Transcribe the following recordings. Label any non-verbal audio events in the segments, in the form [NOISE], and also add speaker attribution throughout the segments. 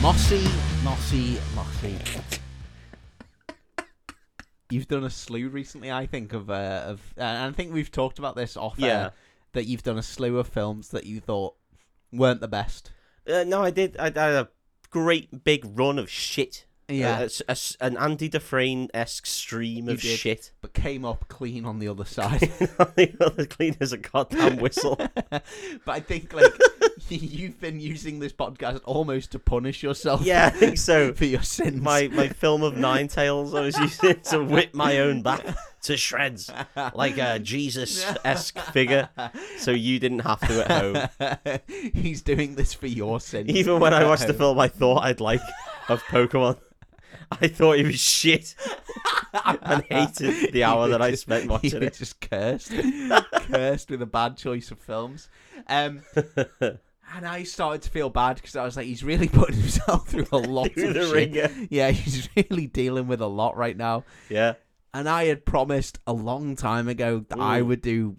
Speaker 1: Mossy, mossy, mossy. You've done a slew recently, I think, of uh, of, and I think we've talked about this off. air,
Speaker 2: Yeah.
Speaker 1: that you've done a slew of films that you thought weren't the best.
Speaker 2: Uh, no, I did. I, I had a great big run of shit. Uh, A-
Speaker 1: Uh,
Speaker 2: a s- a s- an Andy Dufresne esque stream
Speaker 1: You
Speaker 2: of
Speaker 1: did.
Speaker 2: shit. [LAUGHS]
Speaker 1: but came up clean on the other side.
Speaker 2: the clean as a goddamn
Speaker 1: [LAUGHS]
Speaker 2: whistle.
Speaker 1: but I think like [LAUGHS] you've been using this podcast almost to punish yourself.
Speaker 2: yeah, I think so.
Speaker 1: for your sins. [LAUGHS]
Speaker 2: My my film of Nine Tails, I was using to whip my own back to shreds like a Jesus esque figure, so you didn't have to at
Speaker 1: [LAUGHS]
Speaker 2: home.
Speaker 1: He's doing this for your sins.
Speaker 2: Even when I watched the
Speaker 1: Oh.
Speaker 2: film, I thought I'd like of Pokemon. I thought it
Speaker 1: [LAUGHS]
Speaker 2: was shit and hated the hour
Speaker 1: You
Speaker 2: that I
Speaker 1: just- [LAUGHS]
Speaker 2: spent
Speaker 1: you
Speaker 2: watching
Speaker 1: were
Speaker 2: it.
Speaker 1: Just
Speaker 2: [LAUGHS]
Speaker 1: cursed, cursed with a bad choice of films.
Speaker 2: [LAUGHS]
Speaker 1: Um, and I started to feel bad because I was like, he's really putting himself [LAUGHS] through a lot
Speaker 2: Through
Speaker 1: of
Speaker 2: the
Speaker 1: shit.
Speaker 2: ringer.
Speaker 1: Yeah, he's really dealing with a lot right now.
Speaker 2: Yeah.
Speaker 1: And I had promised a long time ago that I
Speaker 2: Mm.
Speaker 1: would do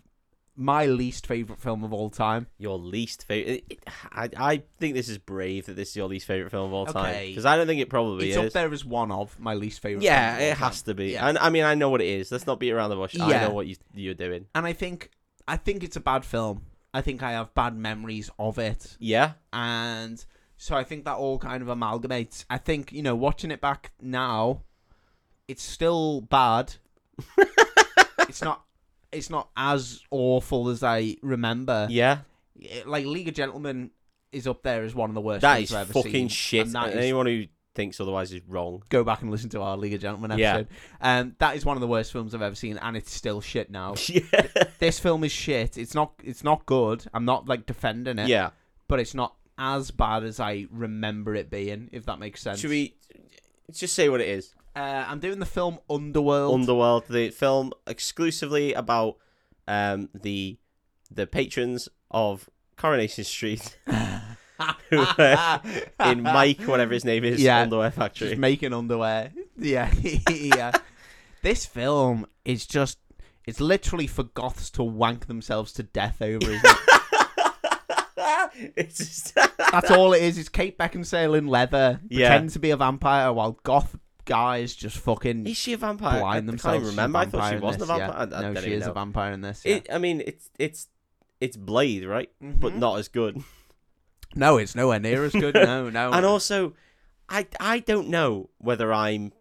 Speaker 1: my least favorite film of all time.
Speaker 2: Your least favorite. I, I think this is brave that this is your least favorite film of all time
Speaker 1: Okay.
Speaker 2: because I don't think it probably
Speaker 1: it's
Speaker 2: is.
Speaker 1: up there as one of my least favorite.
Speaker 2: Yeah,
Speaker 1: films of all
Speaker 2: it
Speaker 1: time.
Speaker 2: has to be.
Speaker 1: Yeah.
Speaker 2: And I mean, I know what it is. Let's not beat around the bush. I
Speaker 1: Yeah.
Speaker 2: know what you you're doing.
Speaker 1: And I think I think it's a bad film. I think I have bad memories of it,
Speaker 2: Yeah,
Speaker 1: and so I think that all kind of amalgamates. I think you know, watching it back now, it's still
Speaker 2: [LAUGHS]
Speaker 1: bad. it's not. It's not as awful as I remember.
Speaker 2: yeah.
Speaker 1: it- like League of Gentlemen is up there as one of the worst.
Speaker 2: That
Speaker 1: films
Speaker 2: is
Speaker 1: I've ever
Speaker 2: fucking
Speaker 1: seen,
Speaker 2: shit.
Speaker 1: and that
Speaker 2: And
Speaker 1: is-
Speaker 2: Anyone who thinks otherwise is wrong.
Speaker 1: go back and listen to our League of Gentlemen
Speaker 2: Yeah.
Speaker 1: episode. Um, that is one of the worst films I've ever seen, and it's still shit now.
Speaker 2: [LAUGHS] yeah,
Speaker 1: this film is shit. It's not. It's not good. I'm not like defending it.
Speaker 2: yeah.
Speaker 1: but it's not as bad as I remember it being. If that makes sense.
Speaker 2: Should we just say what it is?
Speaker 1: Uh, I'm doing the film Underworld.
Speaker 2: Underworld, the film exclusively about um the the patrons of
Speaker 1: [LAUGHS]
Speaker 2: Coronation Street [LAUGHS] who
Speaker 1: Ah.
Speaker 2: were [LAUGHS] in Mike, whatever his name is,
Speaker 1: Yeah.
Speaker 2: underwear
Speaker 1: just
Speaker 2: factory.
Speaker 1: making underwear. Yeah, [LAUGHS] yeah. This film is just. It's literally for goths to wank themselves to death over, isn't
Speaker 2: [LAUGHS]
Speaker 1: it?
Speaker 2: [LAUGHS] it's just [LAUGHS]
Speaker 1: That's all it is. It's Kate Beckinsale in leather,
Speaker 2: Yeah.
Speaker 1: pretending to be a vampire, while goth guys just fucking
Speaker 2: Is she a vampire? I-
Speaker 1: blind
Speaker 2: I
Speaker 1: themselves.
Speaker 2: can't
Speaker 1: She's
Speaker 2: even
Speaker 1: a
Speaker 2: remember. I thought
Speaker 1: vampire
Speaker 2: she
Speaker 1: in
Speaker 2: wasn't a
Speaker 1: this, yeah.
Speaker 2: vampire. I, I
Speaker 1: no,
Speaker 2: don't
Speaker 1: she
Speaker 2: even
Speaker 1: is
Speaker 2: know.
Speaker 1: a vampire in this. Yeah.
Speaker 2: It, I mean, it's it's it's Blade, right? But
Speaker 1: Mhm.
Speaker 2: not as good.
Speaker 1: no, it's nowhere near as good.
Speaker 2: [LAUGHS]
Speaker 1: No, no.
Speaker 2: And also, I I don't know whether I'm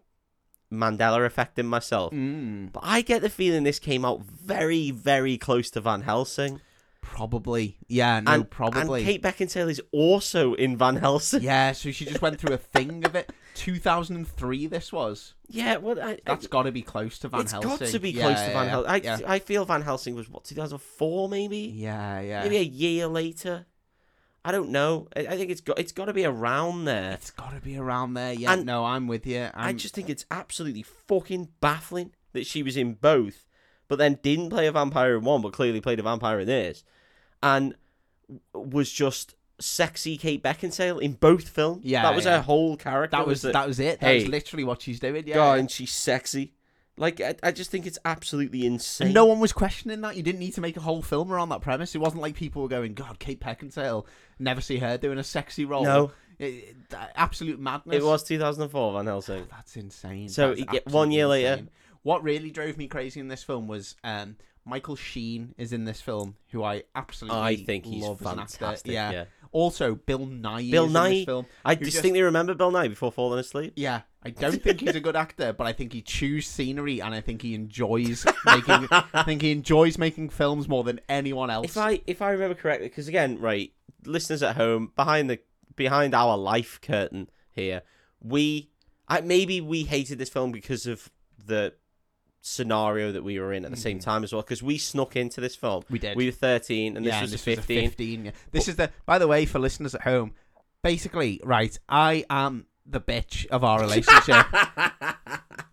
Speaker 2: Mandela affecting myself,
Speaker 1: Mm,
Speaker 2: but I get the feeling this came out very very close to Van Helsing.
Speaker 1: probably. Yeah, no,
Speaker 2: and
Speaker 1: probably.
Speaker 2: And Kate Beckinsale is also in Van Helsing. [LAUGHS] Yeah.
Speaker 1: Yeah, so she just went through a thing of it. 2003, this was.
Speaker 2: well, I,
Speaker 1: That's got to be close to Van
Speaker 2: it's
Speaker 1: Helsing.
Speaker 2: got to be
Speaker 1: Yeah,
Speaker 2: close to
Speaker 1: yeah,
Speaker 2: Van
Speaker 1: yeah,
Speaker 2: Helsing. I
Speaker 1: yeah.
Speaker 2: I feel Van Helsing was what 2004 maybe.
Speaker 1: Yeah, yeah.
Speaker 2: maybe a year later. I don't know. I, I think it's got it's got to be around there.
Speaker 1: It's got to be around there. Yeah,
Speaker 2: And-
Speaker 1: no, I'm with you.
Speaker 2: I
Speaker 1: I'm,
Speaker 2: just think it's absolutely fucking baffling that she was in both, but then didn't play a vampire in one, but clearly played a vampire in this, and w- was just sexy Kate Beckinsale in both films.
Speaker 1: Yeah,
Speaker 2: that was
Speaker 1: yeah.
Speaker 2: her whole character.
Speaker 1: that was
Speaker 2: that.
Speaker 1: that was it. That was
Speaker 2: hey,
Speaker 1: literally what she's doing. Yeah,
Speaker 2: God,
Speaker 1: yeah.
Speaker 2: and she's sexy. Like I, I just think it's absolutely insane.
Speaker 1: And no one was questioning that. You didn't need to make a whole film around that premise. It wasn't like people were going, "God, Kate Beckinsale, never see her doing a sexy role."
Speaker 2: No.
Speaker 1: It- it- that- absolute madness.
Speaker 2: it was 2004 Van Helsing.
Speaker 1: That's insane.
Speaker 2: So
Speaker 1: That's
Speaker 2: you get one year
Speaker 1: absolutely
Speaker 2: later.
Speaker 1: insane. What really drove me crazy in this film was um, Michael Sheen is in this film, who I absolutely
Speaker 2: I think he's
Speaker 1: love as an actor.
Speaker 2: fantastic.
Speaker 1: Yeah.
Speaker 2: yeah.
Speaker 1: Also, Bill Nye.
Speaker 2: Bill
Speaker 1: is in
Speaker 2: Nye.
Speaker 1: this film.
Speaker 2: I
Speaker 1: who just-
Speaker 2: distinctly remember Bill Nye before falling asleep.
Speaker 1: Yeah, I don't think he's a good actor, but I think he chews scenery, and I think he
Speaker 2: [LAUGHS]
Speaker 1: enjoys making. I think he enjoys making films more than anyone else.
Speaker 2: If I if I remember correctly, because again, right, listeners at home behind the behind our life curtain here, we I, maybe we hated this film because of the scenario that we were in at the same time as well. Because we snuck into this film,
Speaker 1: We did.
Speaker 2: we were thirteen, and this
Speaker 1: yeah,
Speaker 2: was
Speaker 1: and
Speaker 2: a fifteen.
Speaker 1: yeah. This is the. By the way, for listeners at home, basically, right, I am the bitch of
Speaker 2: [LAUGHS]
Speaker 1: our relationship.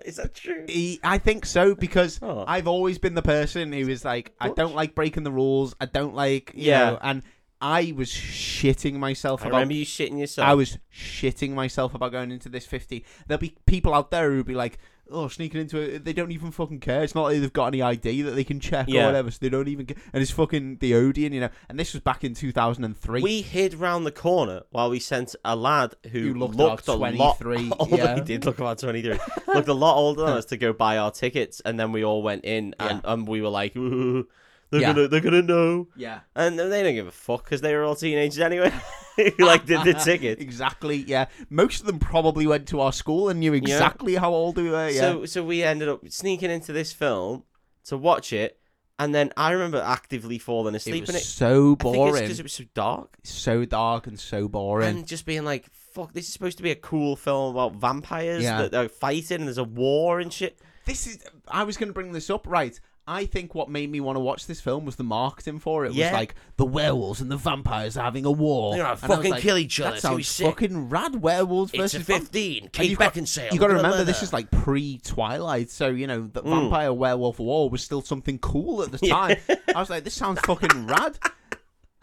Speaker 2: is that true?
Speaker 1: He- I think so because
Speaker 2: Oh.
Speaker 1: I've always been the person who is like, I don't like breaking the rules. I don't like, you
Speaker 2: Yeah.
Speaker 1: know, and I was shitting myself
Speaker 2: I
Speaker 1: about
Speaker 2: remember you shitting yourself.
Speaker 1: I was shitting myself about going into this 50. There'll be people out there who'll be like, oh, sneaking into it. They don't even fucking care. It's not like they've got any ID that they can check
Speaker 2: Yeah.
Speaker 1: or whatever, so they don't even care. And it's fucking the Odeon, you know. And this was back in 2003.
Speaker 2: We hid round the corner while we sent a lad who
Speaker 1: Who looked
Speaker 2: a
Speaker 1: about
Speaker 2: lot
Speaker 1: 23,
Speaker 2: [LAUGHS] older.
Speaker 1: yeah.
Speaker 2: He did look about 23. looked a lot older
Speaker 1: [LAUGHS]
Speaker 2: than us to go buy our tickets. And then we all went in and, and we were like, "Ooh, they're
Speaker 1: Yeah.
Speaker 2: gonna they're gonna know.
Speaker 1: yeah.
Speaker 2: And they don't give a fuck because they were all teenagers anyway. [LAUGHS] who like
Speaker 1: [LAUGHS]
Speaker 2: did the ticket.
Speaker 1: Exactly, yeah. Most of them probably went to our school and knew exactly how old we were, yeah.
Speaker 2: So so we ended up sneaking into this film to watch it. And then I remember actively falling
Speaker 1: it
Speaker 2: asleep
Speaker 1: was
Speaker 2: in it.
Speaker 1: so
Speaker 2: I think
Speaker 1: boring.
Speaker 2: it's because it was so dark.
Speaker 1: so dark and so boring.
Speaker 2: and just being like, "Fuck, this is supposed to be a cool film about vampires
Speaker 1: Yeah.
Speaker 2: that they're fighting and there's a war and shit."
Speaker 1: this is I was going to bring this up right. I think what made me want to watch this film was the marketing for it.
Speaker 2: Yeah.
Speaker 1: was like the werewolves and the vampires are having a war.
Speaker 2: They're gonna
Speaker 1: Oh, And I was
Speaker 2: fucking
Speaker 1: like,
Speaker 2: kill each other.
Speaker 1: That
Speaker 2: It's gonna be
Speaker 1: sounds
Speaker 2: sick."
Speaker 1: fucking rad. Werewolves
Speaker 2: It's a
Speaker 1: versus vampires.
Speaker 2: fifteen.
Speaker 1: And
Speaker 2: Kate
Speaker 1: you've got-
Speaker 2: Beckinsale.
Speaker 1: You got to
Speaker 2: look at the
Speaker 1: remember, this
Speaker 2: leather.
Speaker 1: is like pre-Twilight, so you know the
Speaker 2: Mm.
Speaker 1: vampire werewolf war was still something cool at the
Speaker 2: Yeah. [LAUGHS]
Speaker 1: time. I was like, this sounds fucking rad.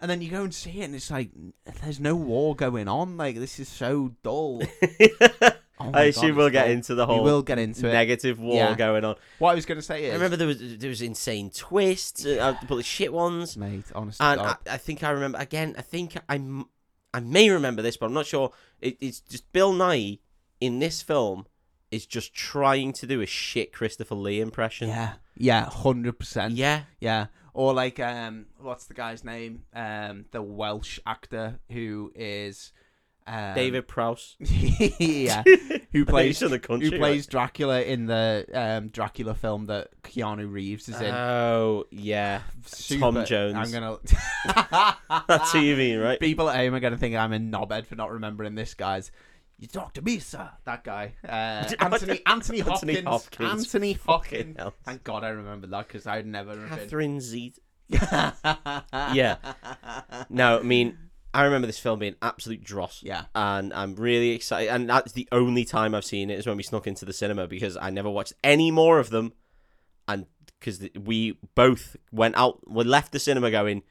Speaker 1: And then you go and see it, and it's like, there's no war going on. Like this is so
Speaker 2: [LAUGHS]
Speaker 1: dull. Oh my
Speaker 2: I
Speaker 1: God,
Speaker 2: assume
Speaker 1: it's
Speaker 2: we'll get
Speaker 1: dull.
Speaker 2: into the
Speaker 1: We
Speaker 2: whole
Speaker 1: will get into it.
Speaker 2: negative war
Speaker 1: Yeah.
Speaker 2: going on.
Speaker 1: What I was going to say is,
Speaker 2: Oh, I remember there was there was insane twists, uh, uh, but the shit ones.
Speaker 1: mate, honestly,
Speaker 2: And
Speaker 1: God.
Speaker 2: I, I think I remember again. I think I m- I may remember this, but I'm not sure. It, it's just Bill Nye in this film is just trying to do a shit Christopher Lee impression.
Speaker 1: Yeah, yeah, hundred percent. Yeah.
Speaker 2: yeah.
Speaker 1: or like um, what's the guy's name? Um, the Welsh actor who is um,
Speaker 2: David Prowse.
Speaker 1: [LAUGHS]
Speaker 2: [LAUGHS]
Speaker 1: yeah, who plays
Speaker 2: in the country.
Speaker 1: who plays Dracula in the um, Dracula film that Keanu Reeves is in.
Speaker 2: Oh yeah, [LAUGHS]
Speaker 1: Super-
Speaker 2: Tom Jones.
Speaker 1: I'm gonna. [LAUGHS]
Speaker 2: that's who you mean, right?
Speaker 1: People at home are gonna think I'm a knobhead for not remembering this, guys. You talk to me, sir. That guy,
Speaker 2: [LAUGHS]
Speaker 1: uh, Anthony Anthony Hopkins.
Speaker 2: Anthony
Speaker 1: Anthony
Speaker 2: Hopkins.
Speaker 1: Hopkins.
Speaker 2: Fucking hell.
Speaker 1: Thank God I remembered that because I'd never. remembered. [LAUGHS]
Speaker 2: Catherine Zeta.
Speaker 1: yeah.
Speaker 2: Yeah. No, I mean, I remember this film being absolute dross.
Speaker 1: Yeah.
Speaker 2: And I'm really excited. And that's the only time I've seen it is when we snuck into the cinema because I never watched any more of them. And because we both went out, we left the cinema going,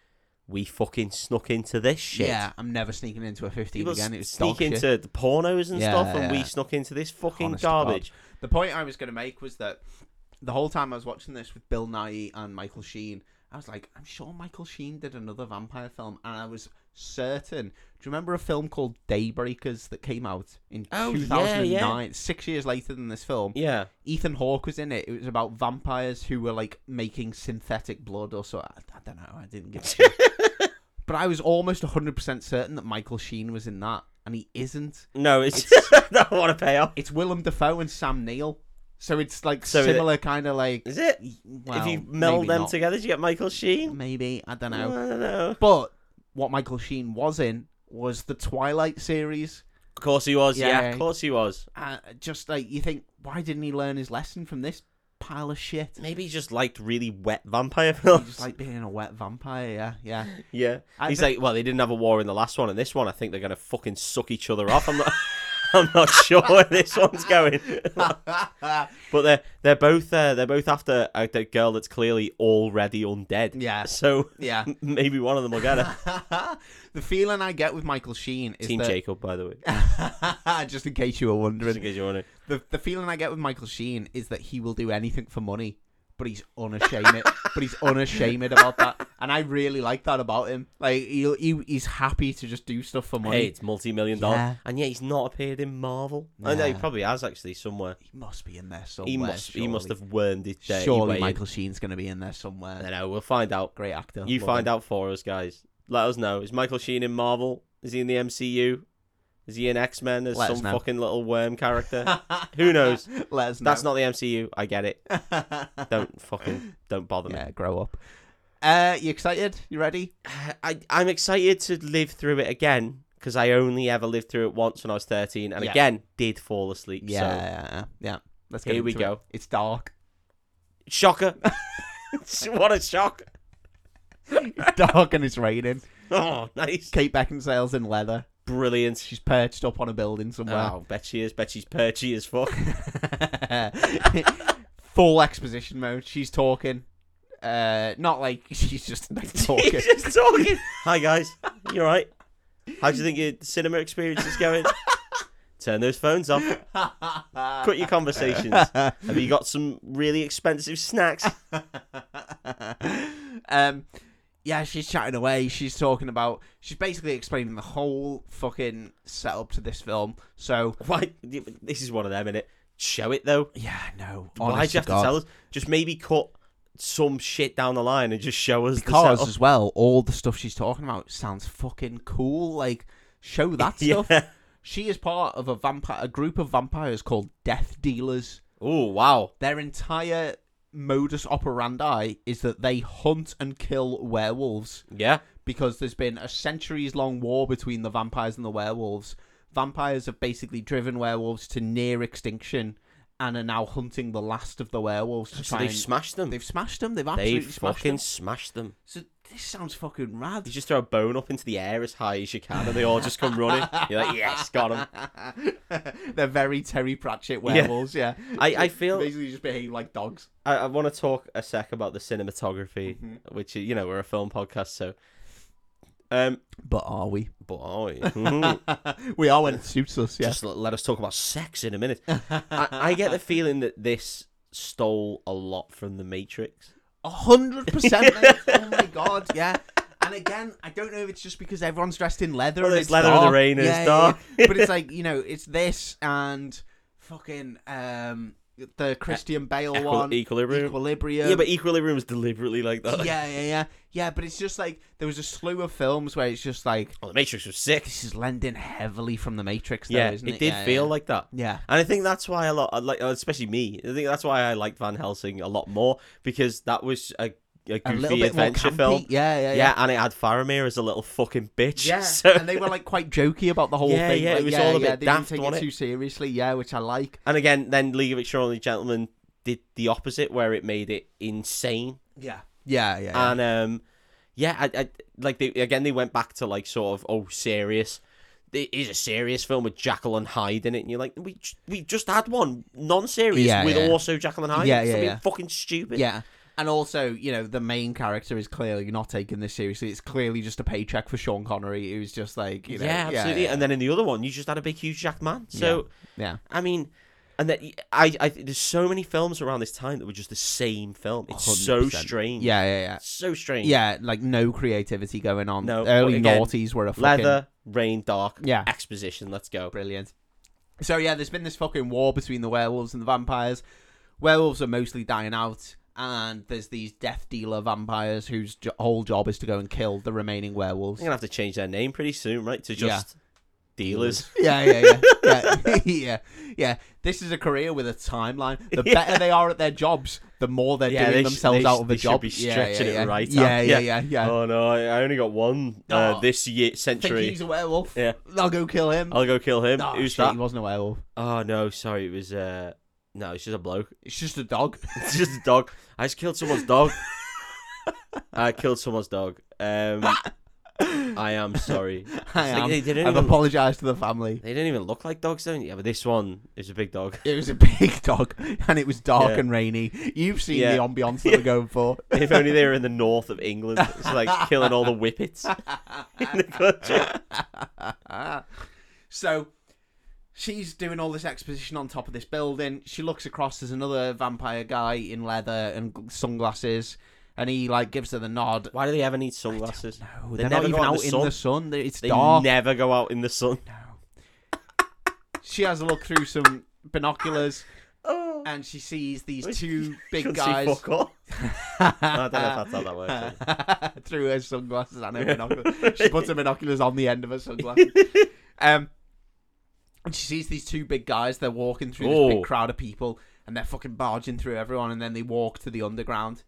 Speaker 2: we fucking snuck into this shit.
Speaker 1: Yeah, I'm never sneaking into a 15
Speaker 2: People
Speaker 1: again. It was
Speaker 2: sneak
Speaker 1: dog shit.
Speaker 2: into the pornos and
Speaker 1: Yeah,
Speaker 2: stuff, and we
Speaker 1: yeah.
Speaker 2: snuck into this fucking
Speaker 1: Honest to God.
Speaker 2: garbage.
Speaker 1: The point I was going to make was that the whole time I was watching this with Bill Nye and Michael Sheen, I was like, I'm sure Michael Sheen did another vampire film, and I was certain. Do you remember a film called Daybreakers that came out in
Speaker 2: Oh, yeah, yeah.
Speaker 1: 2009, six years later than this film?
Speaker 2: Yeah.
Speaker 1: Ethan Hawke was in it. It was about vampires who were like making synthetic blood or so. I, I don't know. I didn't get
Speaker 2: [LAUGHS]
Speaker 1: it. but I was almost 100% certain that Michael Sheen was in that, and he isn't.
Speaker 2: No, it's, [LAUGHS] don't want to pay off.
Speaker 1: It's Willem Dafoe and Sam Neill. So it's like
Speaker 2: So it-
Speaker 1: similar kind of like.
Speaker 2: Is it?
Speaker 1: Well,
Speaker 2: if you meld
Speaker 1: maybe
Speaker 2: them
Speaker 1: not.
Speaker 2: together, do you get Michael Sheen?
Speaker 1: Maybe. I don't
Speaker 2: I
Speaker 1: know.
Speaker 2: don't know.
Speaker 1: But what Michael Sheen was in was the Twilight series.
Speaker 2: Of course he was. Yeah,
Speaker 1: Yeah.
Speaker 2: of course he was.
Speaker 1: Uh, just like, you think, why didn't he learn his lesson from this pile of shit?
Speaker 2: [LAUGHS] Maybe he just liked really wet vampire
Speaker 1: He
Speaker 2: films.
Speaker 1: just like being a wet vampire, yeah, yeah.
Speaker 2: [LAUGHS] yeah.
Speaker 1: I
Speaker 2: He's
Speaker 1: bet-
Speaker 2: like, well, they didn't have a war in the last one, and this one, I think they're gonna fucking suck each other off. I'm not, [LAUGHS] I'm not sure where this
Speaker 1: [LAUGHS]
Speaker 2: one's going. but they're they're both uh, they're both after a, a girl that's clearly already undead.
Speaker 1: [LAUGHS] Yeah.
Speaker 2: So [LAUGHS]
Speaker 1: yeah. [LAUGHS]
Speaker 2: maybe one of them will get her.
Speaker 1: the feeling I get with Michael Sheen [LAUGHS] is
Speaker 2: Team
Speaker 1: that
Speaker 2: Jacob, by the way.
Speaker 1: [LAUGHS] just in case you were
Speaker 2: Just in
Speaker 1: wondering,
Speaker 2: case you want
Speaker 1: the the feeling I get with Michael Sheen is that he will do anything for money, but he's
Speaker 2: [LAUGHS]
Speaker 1: unashamed. but he's unashamed about that, and I really like that about him. Like he he he's happy to just do stuff for
Speaker 2: to.
Speaker 1: money.
Speaker 2: Hey, it's multi-million dollar,
Speaker 1: Yeah.
Speaker 2: and yet he's not appeared in Marvel. I know he
Speaker 1: Yeah.
Speaker 2: probably has actually somewhere.
Speaker 1: He must be in there somewhere.
Speaker 2: He must. He must
Speaker 1: surely.
Speaker 2: have wormed his dirty way
Speaker 1: Surely
Speaker 2: in.
Speaker 1: Michael Sheen's going to be in there
Speaker 2: I
Speaker 1: somewhere.
Speaker 2: don't know. We'll find out.
Speaker 1: Great actor.
Speaker 2: You
Speaker 1: love
Speaker 2: find
Speaker 1: him.
Speaker 2: out for us, guys. Let us know. Is Michael Sheen in Marvel? Is he in the MCU? Is he in X Men as
Speaker 1: Let us
Speaker 2: some
Speaker 1: know.
Speaker 2: fucking little
Speaker 1: [LAUGHS]
Speaker 2: worm character? uh, Who knows?
Speaker 1: Let us know.
Speaker 2: That's not the MCU. I get it.
Speaker 1: [LAUGHS]
Speaker 2: Don't fucking don't bother me.
Speaker 1: yeah, grow up. Uh, you excited? You ready?
Speaker 2: [SIGHS] I I'm excited to live through it again because I only ever lived through it once when I was 13, and
Speaker 1: Yeah.
Speaker 2: again did fall asleep. So
Speaker 1: Yeah, yeah. Let's get
Speaker 2: Here we
Speaker 1: into it.
Speaker 2: go.
Speaker 1: It's dark. [LAUGHS]
Speaker 2: shocker! [LAUGHS] what a shock!
Speaker 1: It's dark and it's raining.
Speaker 2: [LAUGHS] Oh, nice,
Speaker 1: Kate Beckinsale's in leather.
Speaker 2: brilliant.
Speaker 1: She's perched up on a building somewhere.
Speaker 2: Wow, bet she is. Bet she's perchy as fuck. Oh.
Speaker 1: [LAUGHS] Full exposition mode. She's talking. Uh, not like [LAUGHS] [LAUGHS] she's just
Speaker 2: [LAUGHS]
Speaker 1: like talking.
Speaker 2: He's just talking. [LAUGHS]
Speaker 1: [LAUGHS]
Speaker 2: Hi guys, you alright? How do you think your cinema experience is going? it's Turn those phones off. Cut your conversations. Have you got some really
Speaker 1: [LAUGHS]
Speaker 2: expensive snacks?
Speaker 1: um, yeah, she's chatting away. She's talking about. She's basically explaining the whole fucking setup to this film. So
Speaker 2: Why? This is one of them, innit? Show it though.
Speaker 1: yeah, no.
Speaker 2: Why'd
Speaker 1: honest
Speaker 2: you have
Speaker 1: God.
Speaker 2: to tell us? Just maybe cut some shit down the line and just show us
Speaker 1: Because
Speaker 2: the
Speaker 1: as well, all the stuff she's talking about sounds fucking cool. Like
Speaker 2: [LAUGHS]
Speaker 1: show that stuff.
Speaker 2: setup. yeah.
Speaker 1: She is part of a vampire, a group of vampires called Death Dealers.
Speaker 2: Oh wow.
Speaker 1: Their entire modus operandi is that they hunt and kill werewolves.
Speaker 2: Yeah.
Speaker 1: because there's been a centuries long war between the vampires and the werewolves. Vampires have basically driven werewolves to near extinction and are now hunting the last of the werewolves to
Speaker 2: So
Speaker 1: try
Speaker 2: they've
Speaker 1: and...
Speaker 2: smashed them. They've,
Speaker 1: They've smashed them. They've absolutely smashed
Speaker 2: fucking
Speaker 1: them.
Speaker 2: smashed them.
Speaker 1: So this sounds fucking rad.
Speaker 2: You just throw a bone up into the air as high as you can, and they all just come running. You're like, yes, got
Speaker 1: [LAUGHS]
Speaker 2: him.
Speaker 1: They're very Terry Pratchett werewolves. Yeah,
Speaker 2: I- I feel-
Speaker 1: basically just behave like dogs.
Speaker 2: I, I want to talk a sec about the cinematography,
Speaker 1: Mm-hmm.
Speaker 2: which you know we're a film podcast, so. Um,
Speaker 1: But are we?
Speaker 2: but
Speaker 1: [LAUGHS]
Speaker 2: [LAUGHS] oh,
Speaker 1: we are when it suits us.
Speaker 2: [LAUGHS]
Speaker 1: Yeah.
Speaker 2: just l- let us talk about sex in a minute. I, I get the feeling that this stole a lot from The Matrix.
Speaker 1: A hundred percent. mate. Oh my god, yeah. And again, I don't know if it's just because everyone's dressed in leather.
Speaker 2: Well,
Speaker 1: and
Speaker 2: it's
Speaker 1: it's
Speaker 2: leather in the
Speaker 1: dark.
Speaker 2: rain and it's
Speaker 1: Yeah, yeah,
Speaker 2: dark.
Speaker 1: yeah. but
Speaker 2: [LAUGHS]
Speaker 1: it's like you know, it's this and fucking um the Christian Bale
Speaker 2: Equi-
Speaker 1: one,
Speaker 2: Equilibrium.
Speaker 1: Equilibrium.
Speaker 2: yeah, but Equilibrium was deliberately like that.
Speaker 1: yeah, yeah, yeah, yeah. But it's just like there was a slew of films where it's just like
Speaker 2: Oh, The Matrix was sick.
Speaker 1: this is lending heavily from the Matrix. Though,
Speaker 2: yeah,
Speaker 1: isn't
Speaker 2: it
Speaker 1: it?
Speaker 2: did
Speaker 1: Yeah,
Speaker 2: feel
Speaker 1: yeah.
Speaker 2: like that.
Speaker 1: yeah.
Speaker 2: And I think that's why a lot, I like especially me, I think that's why I liked Van Helsing a lot more because that was a, a goofy
Speaker 1: A little bit more
Speaker 2: adventure
Speaker 1: campy.
Speaker 2: film.
Speaker 1: Yeah, yeah,
Speaker 2: Yeah,
Speaker 1: yeah.
Speaker 2: and it had Faramir as a little fucking
Speaker 1: [LAUGHS]
Speaker 2: bitch.
Speaker 1: Yeah,
Speaker 2: [LAUGHS] so-
Speaker 1: and they were like quite jokey about the whole
Speaker 2: Yeah,
Speaker 1: thing.
Speaker 2: yeah, it
Speaker 1: like,
Speaker 2: was
Speaker 1: yeah,
Speaker 2: all a
Speaker 1: yeah,
Speaker 2: bit
Speaker 1: they
Speaker 2: daft,
Speaker 1: didn't take
Speaker 2: wasn't
Speaker 1: it
Speaker 2: it?
Speaker 1: too seriously. Yeah, which I like.
Speaker 2: and again, then League of Extraordinary Gentlemen did the opposite, where it made it insane.
Speaker 1: Yeah, yeah, yeah.
Speaker 2: And um, yeah, I, I like they again they went back to like sort of oh serious. It is a serious film with Jackal and Hyde in it, and you're like, we j- we just had one non-serious
Speaker 1: Yeah,
Speaker 2: with
Speaker 1: yeah.
Speaker 2: also Jackal and Hyde.
Speaker 1: Yeah,
Speaker 2: Yeah,
Speaker 1: yeah,
Speaker 2: yeah,
Speaker 1: yeah.
Speaker 2: Fucking stupid.
Speaker 1: Yeah. And also, you know, the main character is clearly not taking this seriously. It's clearly just a paycheck for Sean Connery, who's just like, you know,
Speaker 2: yeah, absolutely. And then in the other one, you just had a big, huge Jack man. So
Speaker 1: yeah.
Speaker 2: I mean, and that I, I there's so many films around this time that were just the same film. It's so
Speaker 1: 100%.
Speaker 2: strange.
Speaker 1: yeah, yeah, yeah,
Speaker 2: so strange.
Speaker 1: yeah. Like no creativity going on.
Speaker 2: No,
Speaker 1: early
Speaker 2: but again,
Speaker 1: noughties were a fucking
Speaker 2: leather, rain, dark.
Speaker 1: Yeah.
Speaker 2: exposition. Let's go.
Speaker 1: brilliant. So yeah, there's been this fucking war between the werewolves and the vampires. Werewolves are mostly dying out, and there's these death dealer vampires whose jo- whole job is to go and kill the remaining werewolves.
Speaker 2: I'm gonna have to change their name pretty soon, right? To just dealers.
Speaker 1: Yeah, yeah, yeah, yeah, [LAUGHS] yeah, yeah. This is a career with a timeline. The
Speaker 2: Yeah.
Speaker 1: better they are at their jobs, the more they're
Speaker 2: Yeah,
Speaker 1: doing
Speaker 2: they sh-
Speaker 1: themselves
Speaker 2: they
Speaker 1: out
Speaker 2: sh-
Speaker 1: of the
Speaker 2: they should
Speaker 1: job.
Speaker 2: be
Speaker 1: Yeah,
Speaker 2: stretching
Speaker 1: yeah,
Speaker 2: it
Speaker 1: yeah.
Speaker 2: right
Speaker 1: Yeah,
Speaker 2: out.
Speaker 1: yeah, yeah,
Speaker 2: Yeah.
Speaker 1: yeah.
Speaker 2: Oh no, I I only got one uh,
Speaker 1: Oh.
Speaker 2: this year
Speaker 1: Think
Speaker 2: century.
Speaker 1: he's a werewolf?
Speaker 2: Yeah.
Speaker 1: I'll go kill him.
Speaker 2: I'll go kill him.
Speaker 1: Oh,
Speaker 2: Who's
Speaker 1: shit,
Speaker 2: that?
Speaker 1: He wasn't a werewolf.
Speaker 2: Oh no, sorry, it was uh no, it's just a bloke.
Speaker 1: It's just a dog.
Speaker 2: [LAUGHS] It's just a dog. I just killed someone's dog. I killed someone's dog. Um, I am sorry.
Speaker 1: I
Speaker 2: It's like
Speaker 1: am.
Speaker 2: they didn't
Speaker 1: I've
Speaker 2: even-
Speaker 1: apologised to the family.
Speaker 2: They didn't even look like dogs, don't Yeah, but this one is a big dog. [LAUGHS]
Speaker 1: It was a [LAUGHS] big dog, and it was dark
Speaker 2: Yeah.
Speaker 1: and rainy. You've seen
Speaker 2: Yeah.
Speaker 1: the ambiance [LAUGHS] that we're going for.
Speaker 2: if only they were in the north of England. It's like killing all the whippets in the country.
Speaker 1: so she's doing all this exposition on top of this building. She looks across. There's another vampire guy in leather and gl- sunglasses, and he like gives her the nod.
Speaker 2: Why do they ever need sunglasses?
Speaker 1: No,
Speaker 2: They
Speaker 1: they're not
Speaker 2: never go
Speaker 1: even
Speaker 2: out
Speaker 1: out
Speaker 2: in the
Speaker 1: in
Speaker 2: sun.
Speaker 1: the sun. They- It's
Speaker 2: They
Speaker 1: dark.
Speaker 2: never go out in the sun.
Speaker 1: she has a look through some binoculars,
Speaker 2: Oh,
Speaker 1: and she sees [LAUGHS]
Speaker 2: Well,
Speaker 1: these two
Speaker 2: can
Speaker 1: big
Speaker 2: see
Speaker 1: guys.
Speaker 2: fuck all. I don't know if that's how that works.
Speaker 1: [LAUGHS]
Speaker 2: actually.
Speaker 1: through her sunglasses and her binoculars. She
Speaker 2: [LAUGHS]
Speaker 1: puts her binoculars on the end of her sunglasses. um, and she sees these two big guys. They're walking through this
Speaker 2: Oh.
Speaker 1: big crowd of people, and they're fucking barging through everyone. And then they walk to the underground.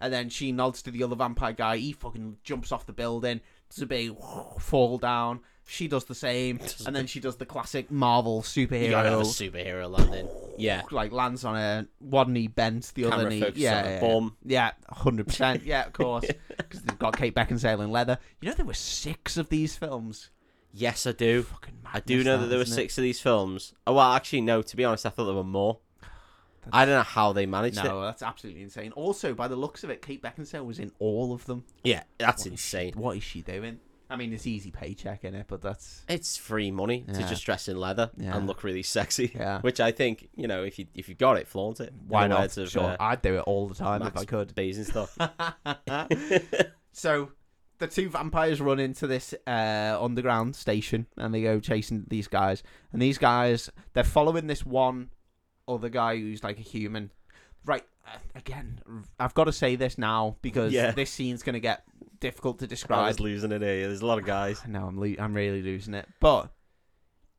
Speaker 1: And then she nods to the other vampire guy. He fucking jumps off the building. Does a big fall down. She does the same, and then she does the classic Marvel
Speaker 2: You gotta have a
Speaker 1: superhero.
Speaker 2: superhero landing. Yeah.
Speaker 1: Like lands on her one knee bent, the other
Speaker 2: Camera
Speaker 1: knee.
Speaker 2: focus
Speaker 1: yeah,
Speaker 2: on
Speaker 1: yeah,
Speaker 2: a
Speaker 1: yeah.
Speaker 2: bomb.
Speaker 1: Yeah, hundred percent. Yeah, of
Speaker 2: [LAUGHS]
Speaker 1: course, because they've got Kate Beckinsale in leather. You know there were six of these films.
Speaker 2: Yes, I do.
Speaker 1: Fucking
Speaker 2: I do
Speaker 1: madness
Speaker 2: know
Speaker 1: that,
Speaker 2: that there were
Speaker 1: isn't it?
Speaker 2: six of these films. Oh, well, actually, no. To be honest, I thought there were more. I don't know how they managed it.
Speaker 1: No, that's absolutely insane. Also, by the looks of it, Kate Beckinsale was in all of them.
Speaker 2: Yeah, that's insane.
Speaker 1: What is she doing? I mean, it's easy paycheck in it, but
Speaker 2: [LAUGHS]
Speaker 1: that's
Speaker 2: It's free money to
Speaker 1: Yeah.
Speaker 2: just dress in leather
Speaker 1: Yeah.
Speaker 2: and look really sexy.
Speaker 1: Yeah.
Speaker 2: Which I think, you know, if you if you got it, flaunt it. In
Speaker 1: why
Speaker 2: the
Speaker 1: not?
Speaker 2: words of,
Speaker 1: sure,
Speaker 2: uh,
Speaker 1: I'd do it all the time if
Speaker 2: Max
Speaker 1: I could.
Speaker 2: Basingstoke.
Speaker 1: [LAUGHS] so the two vampires run into this uh, underground station and they go chasing these guys. And these guys, they're following this one other guy who's like a human. Right, uh, again, I've got to say this now because
Speaker 2: Yeah.
Speaker 1: this scene's going to get difficult to
Speaker 2: I
Speaker 1: describe.
Speaker 2: was losing it here. There's a lot of guys.
Speaker 1: No, I'm, lo- I'm really losing it. But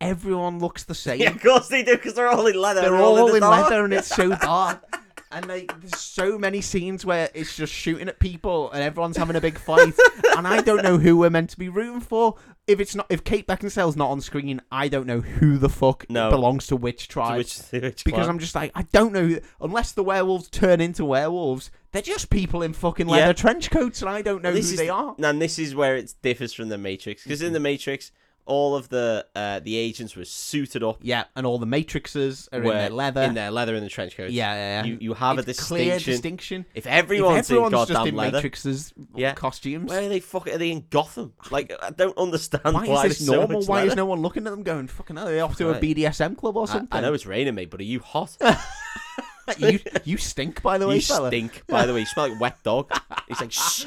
Speaker 1: everyone looks the same.
Speaker 2: Yeah, of course they do, because they're all in leather.
Speaker 1: They're
Speaker 2: and
Speaker 1: all
Speaker 2: the
Speaker 1: in
Speaker 2: dark.
Speaker 1: leather and it's so dark. And like, there's so many scenes where it's just shooting at people and everyone's having a big fight. and I don't know who we're meant to be rooting for. If it's not, if Kate Beckinsale's not on screen, I don't know who the fuck
Speaker 2: No.
Speaker 1: belongs to which tribe.
Speaker 2: Which, which
Speaker 1: because
Speaker 2: clan?
Speaker 1: I'm just like, I don't know. who- Unless the werewolves turn into werewolves, they're just people in fucking
Speaker 2: Yeah.
Speaker 1: leather trench coats, and I don't know
Speaker 2: This
Speaker 1: who
Speaker 2: is
Speaker 1: they
Speaker 2: the-
Speaker 1: are.
Speaker 2: And this is where it differs from the Matrix, because in the Matrix, all of the uh, the agents were suited up
Speaker 1: Yeah, and all the matrixes are
Speaker 2: were
Speaker 1: in their leather.
Speaker 2: in their leather and the trench coats.
Speaker 1: yeah, yeah, yeah.
Speaker 2: you you have a
Speaker 1: It's
Speaker 2: distinction.
Speaker 1: Clear distinction. If
Speaker 2: if everyone's,
Speaker 1: everyone's
Speaker 2: in
Speaker 1: just
Speaker 2: goddamn
Speaker 1: in
Speaker 2: leather,
Speaker 1: Matrix's
Speaker 2: Yeah.
Speaker 1: costumes.
Speaker 2: where are they? Fuck, are they in Gotham? Like I don't understand
Speaker 1: why, is
Speaker 2: there's
Speaker 1: this
Speaker 2: so
Speaker 1: normal?
Speaker 2: much
Speaker 1: why is
Speaker 2: leather.
Speaker 1: no one looking at them going, fucking hell, are they off to
Speaker 2: Right.
Speaker 1: a BDSM club or
Speaker 2: I-
Speaker 1: something?
Speaker 2: I, know it's raining, mate, but are you
Speaker 1: [LAUGHS]
Speaker 2: hot?
Speaker 1: you, you stink, by the way,
Speaker 2: you
Speaker 1: fella.
Speaker 2: stink. By the way, you smell like wet
Speaker 1: [LAUGHS]
Speaker 2: dog. He's like, shh,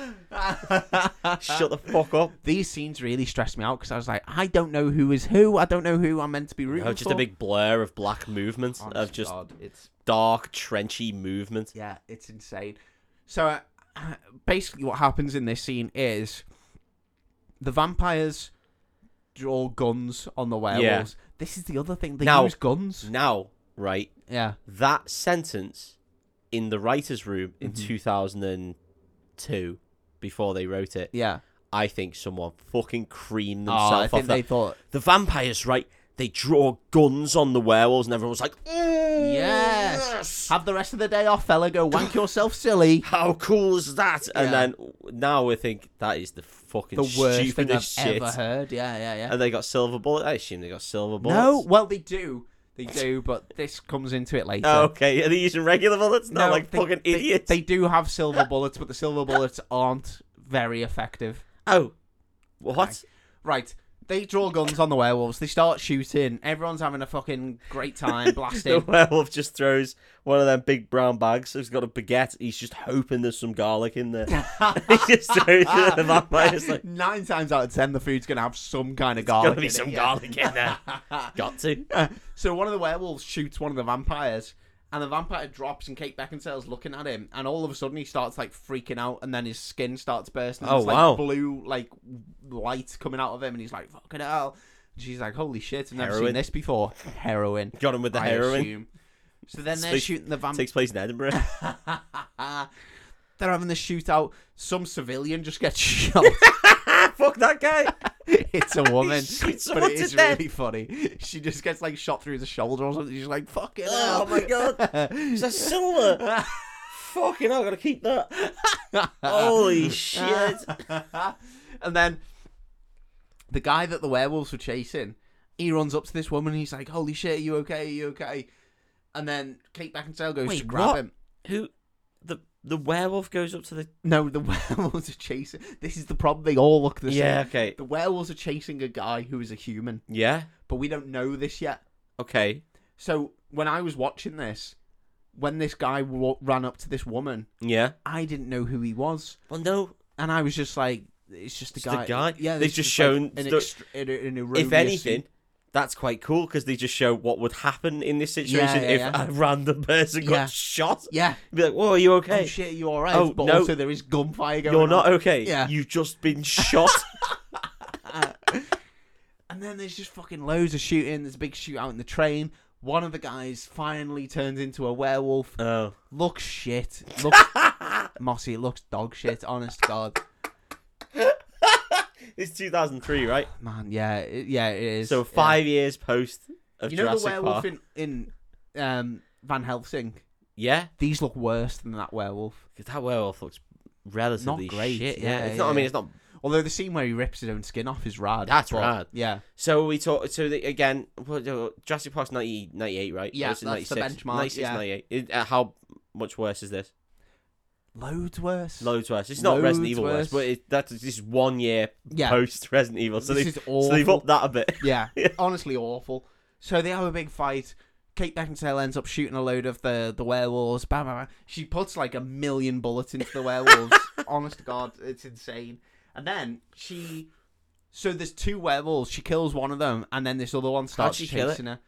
Speaker 2: shut the fuck up.
Speaker 1: These scenes really stressed me out because I was like, I don't know who is who. I don't know who I'm meant to be rooting
Speaker 2: Oh, just
Speaker 1: for.
Speaker 2: a big blur of black movement
Speaker 1: Honest
Speaker 2: of just
Speaker 1: Oh, God, it's
Speaker 2: dark, trenchy movement.
Speaker 1: yeah, it's insane. So uh, uh, [SIGHS] basically, what happens in this scene is the vampires draw guns on the werewolves. This is the other thing they
Speaker 2: Now-
Speaker 1: use guns.
Speaker 2: Now, right,
Speaker 1: Yeah,
Speaker 2: that sentence in the writers' room in
Speaker 1: Mhm.
Speaker 2: 2002, before they wrote it,
Speaker 1: yeah.
Speaker 2: I think someone fucking creamed
Speaker 1: Oh, I
Speaker 2: themselves
Speaker 1: think
Speaker 2: off that.
Speaker 1: they thought
Speaker 2: The vampires, right? They draw guns on the werewolves, and everyone's like, "Ooh,
Speaker 1: Yes.
Speaker 2: yes!
Speaker 1: Have the rest of the day off, fella. Go wank yourself
Speaker 2: [LAUGHS]
Speaker 1: silly.
Speaker 2: How cool is that?" And
Speaker 1: Yeah.
Speaker 2: then now we think that is the fucking
Speaker 1: The worst thing I've
Speaker 2: stupidest shit.
Speaker 1: ever heard. Yeah, yeah, yeah.
Speaker 2: And they got silver bullet. I assume they got silver bullets.
Speaker 1: no, well they do, they do, but this comes into it later.
Speaker 2: Oh, okay, are they using regular bullets? Not
Speaker 1: No,
Speaker 2: like
Speaker 1: they-
Speaker 2: fucking
Speaker 1: they-
Speaker 2: idiots.
Speaker 1: They, do have silver bullets, but the silver bullets aren't very effective.
Speaker 2: oh, what?
Speaker 1: Right. They draw guns on the werewolves. They start shooting. Everyone's having a fucking great time
Speaker 2: [LAUGHS] The
Speaker 1: blasting.
Speaker 2: werewolf just throws one of them big brown bags. He's got a baguette. He's just hoping there's some garlic in there. [LAUGHS] he just throws it at [LAUGHS] the vampire. It's
Speaker 1: [LAUGHS]
Speaker 2: like,
Speaker 1: Nine times out of ten, the food's gonna have some kind of
Speaker 2: gotta
Speaker 1: garlic.
Speaker 2: be
Speaker 1: in it,
Speaker 2: some
Speaker 1: yeah.
Speaker 2: garlic in there. [LAUGHS] got to.
Speaker 1: so one of the werewolves shoots one of the vampires, and the vampire drops, and Kate Beckinsale's looking at him, and all of a sudden he starts like freaking out, and then his skin starts bursting.
Speaker 2: Oh,
Speaker 1: There's, like,
Speaker 2: wow.
Speaker 1: Blue like light coming out of him, and he's like, "Fucking hell!" And she's like, "Holy shit! I've never
Speaker 2: Heroin.
Speaker 1: seen this before." Heroin.
Speaker 2: Got him with [LAUGHS] the
Speaker 1: I
Speaker 2: heroin.
Speaker 1: assume. So then they're
Speaker 2: Speak-
Speaker 1: shooting the vampire.
Speaker 2: Takes place in Edinburgh. [LAUGHS]
Speaker 1: they're having the shootout. Some civilian just gets [LAUGHS]
Speaker 2: [LAUGHS]
Speaker 1: shot.
Speaker 2: Fuck that guy.
Speaker 1: it's a woman,
Speaker 2: shoots
Speaker 1: but
Speaker 2: someone
Speaker 1: it
Speaker 2: to
Speaker 1: is
Speaker 2: death.
Speaker 1: really funny. She just gets like shot through the shoulder or something. She's like, "Fucking hell!"
Speaker 2: Oh my god. It's a [LAUGHS] silver. Fucking hell, I gotta keep [LAUGHS] that. Holy shit. [LAUGHS]
Speaker 1: and then the guy that the werewolves were chasing, he runs up to this woman. And he's like, "Holy shit, are you okay? Are you okay?" And then Kate Beckinsale goes
Speaker 2: Wait,
Speaker 1: to grab
Speaker 2: what?
Speaker 1: him.
Speaker 2: Who the the werewolf goes up to the
Speaker 1: No, the [LAUGHS] werewolves are chasing. This is the problem. They all look the
Speaker 2: Yeah,
Speaker 1: same.
Speaker 2: okay.
Speaker 1: The werewolves are chasing a guy who is a human,
Speaker 2: Yeah?
Speaker 1: but we don't know this yet.
Speaker 2: Okay.
Speaker 1: So when I was watching this, when this guy wa- ran up to this woman,
Speaker 2: Yeah.
Speaker 1: I didn't know who he was,
Speaker 2: Well no.
Speaker 1: and I was just like, "It's just a
Speaker 2: It's the
Speaker 1: guy."
Speaker 2: guy?
Speaker 1: Yeah,
Speaker 2: They've
Speaker 1: it's
Speaker 2: just
Speaker 1: like
Speaker 2: shown
Speaker 1: an,
Speaker 2: the-
Speaker 1: extr- an, an erroneous-
Speaker 2: If anything, that's quite cool because they just show what would happen in this situation
Speaker 1: yeah,
Speaker 2: if
Speaker 1: yeah.
Speaker 2: a random person got
Speaker 1: Yeah.
Speaker 2: shot.
Speaker 1: Yeah.
Speaker 2: Be like, Whoa, are you okay?
Speaker 1: Oh shit, are you alright?
Speaker 2: Oh,
Speaker 1: but
Speaker 2: no.
Speaker 1: also there is gunfire going
Speaker 2: You're
Speaker 1: on.
Speaker 2: not okay.
Speaker 1: Yeah.
Speaker 2: You've just
Speaker 1: [LAUGHS]
Speaker 2: been shot.
Speaker 1: And then there's just fucking loads of shooting. There's a big shootout in the train. One of the guys finally turns into a werewolf.
Speaker 2: oh.
Speaker 1: Looks shit.
Speaker 2: [LAUGHS]
Speaker 1: Looks mossy. Looks dog shit. Honest to God,
Speaker 2: It's 2003, right?
Speaker 1: man. Yeah, it, yeah, it is.
Speaker 2: So
Speaker 1: Yeah.
Speaker 2: five years post of
Speaker 1: You know
Speaker 2: Jurassic
Speaker 1: the werewolf
Speaker 2: Park.
Speaker 1: in in um, Van Helsing.
Speaker 2: Yeah,
Speaker 1: These look worse than that werewolf.
Speaker 2: because that werewolf looks relatively
Speaker 1: great,
Speaker 2: shit. Yeah,
Speaker 1: yeah,
Speaker 2: it's not. I
Speaker 1: yeah.
Speaker 2: mean, it's not.
Speaker 1: Although the scene where he rips his own skin off is rad.
Speaker 2: That's
Speaker 1: but-
Speaker 2: rad.
Speaker 1: Yeah,
Speaker 2: So we talk. So the, again, what- uh, Jurassic Park's 90, 98, right?
Speaker 1: Yeah,
Speaker 2: This is
Speaker 1: that's the benchmark,
Speaker 2: 96,
Speaker 1: yeah.
Speaker 2: 98. It- uh, how much worse is this?
Speaker 1: Loads worse.
Speaker 2: Loads worse. It's not Resident
Speaker 1: Loads
Speaker 2: Evil worse,
Speaker 1: worse.
Speaker 2: but it, that's just one year
Speaker 1: yeah.
Speaker 2: post Resident Evil. So
Speaker 1: this
Speaker 2: they've
Speaker 1: is
Speaker 2: so
Speaker 1: awful.
Speaker 2: they've upped that a bit.
Speaker 1: Yeah,
Speaker 2: [LAUGHS] Yeah.
Speaker 1: honestly awful. So they have a big fight. Kate Beckinsale ends up shooting a load of the the werewolves. Bam, bam, bam. She puts like a million bullets into the werewolves.
Speaker 2: [LAUGHS]
Speaker 1: Honest to God, it's insane. And then she, so there's two werewolves. She kills one of them, and then this other one starts
Speaker 2: she kill it?
Speaker 1: chasing her.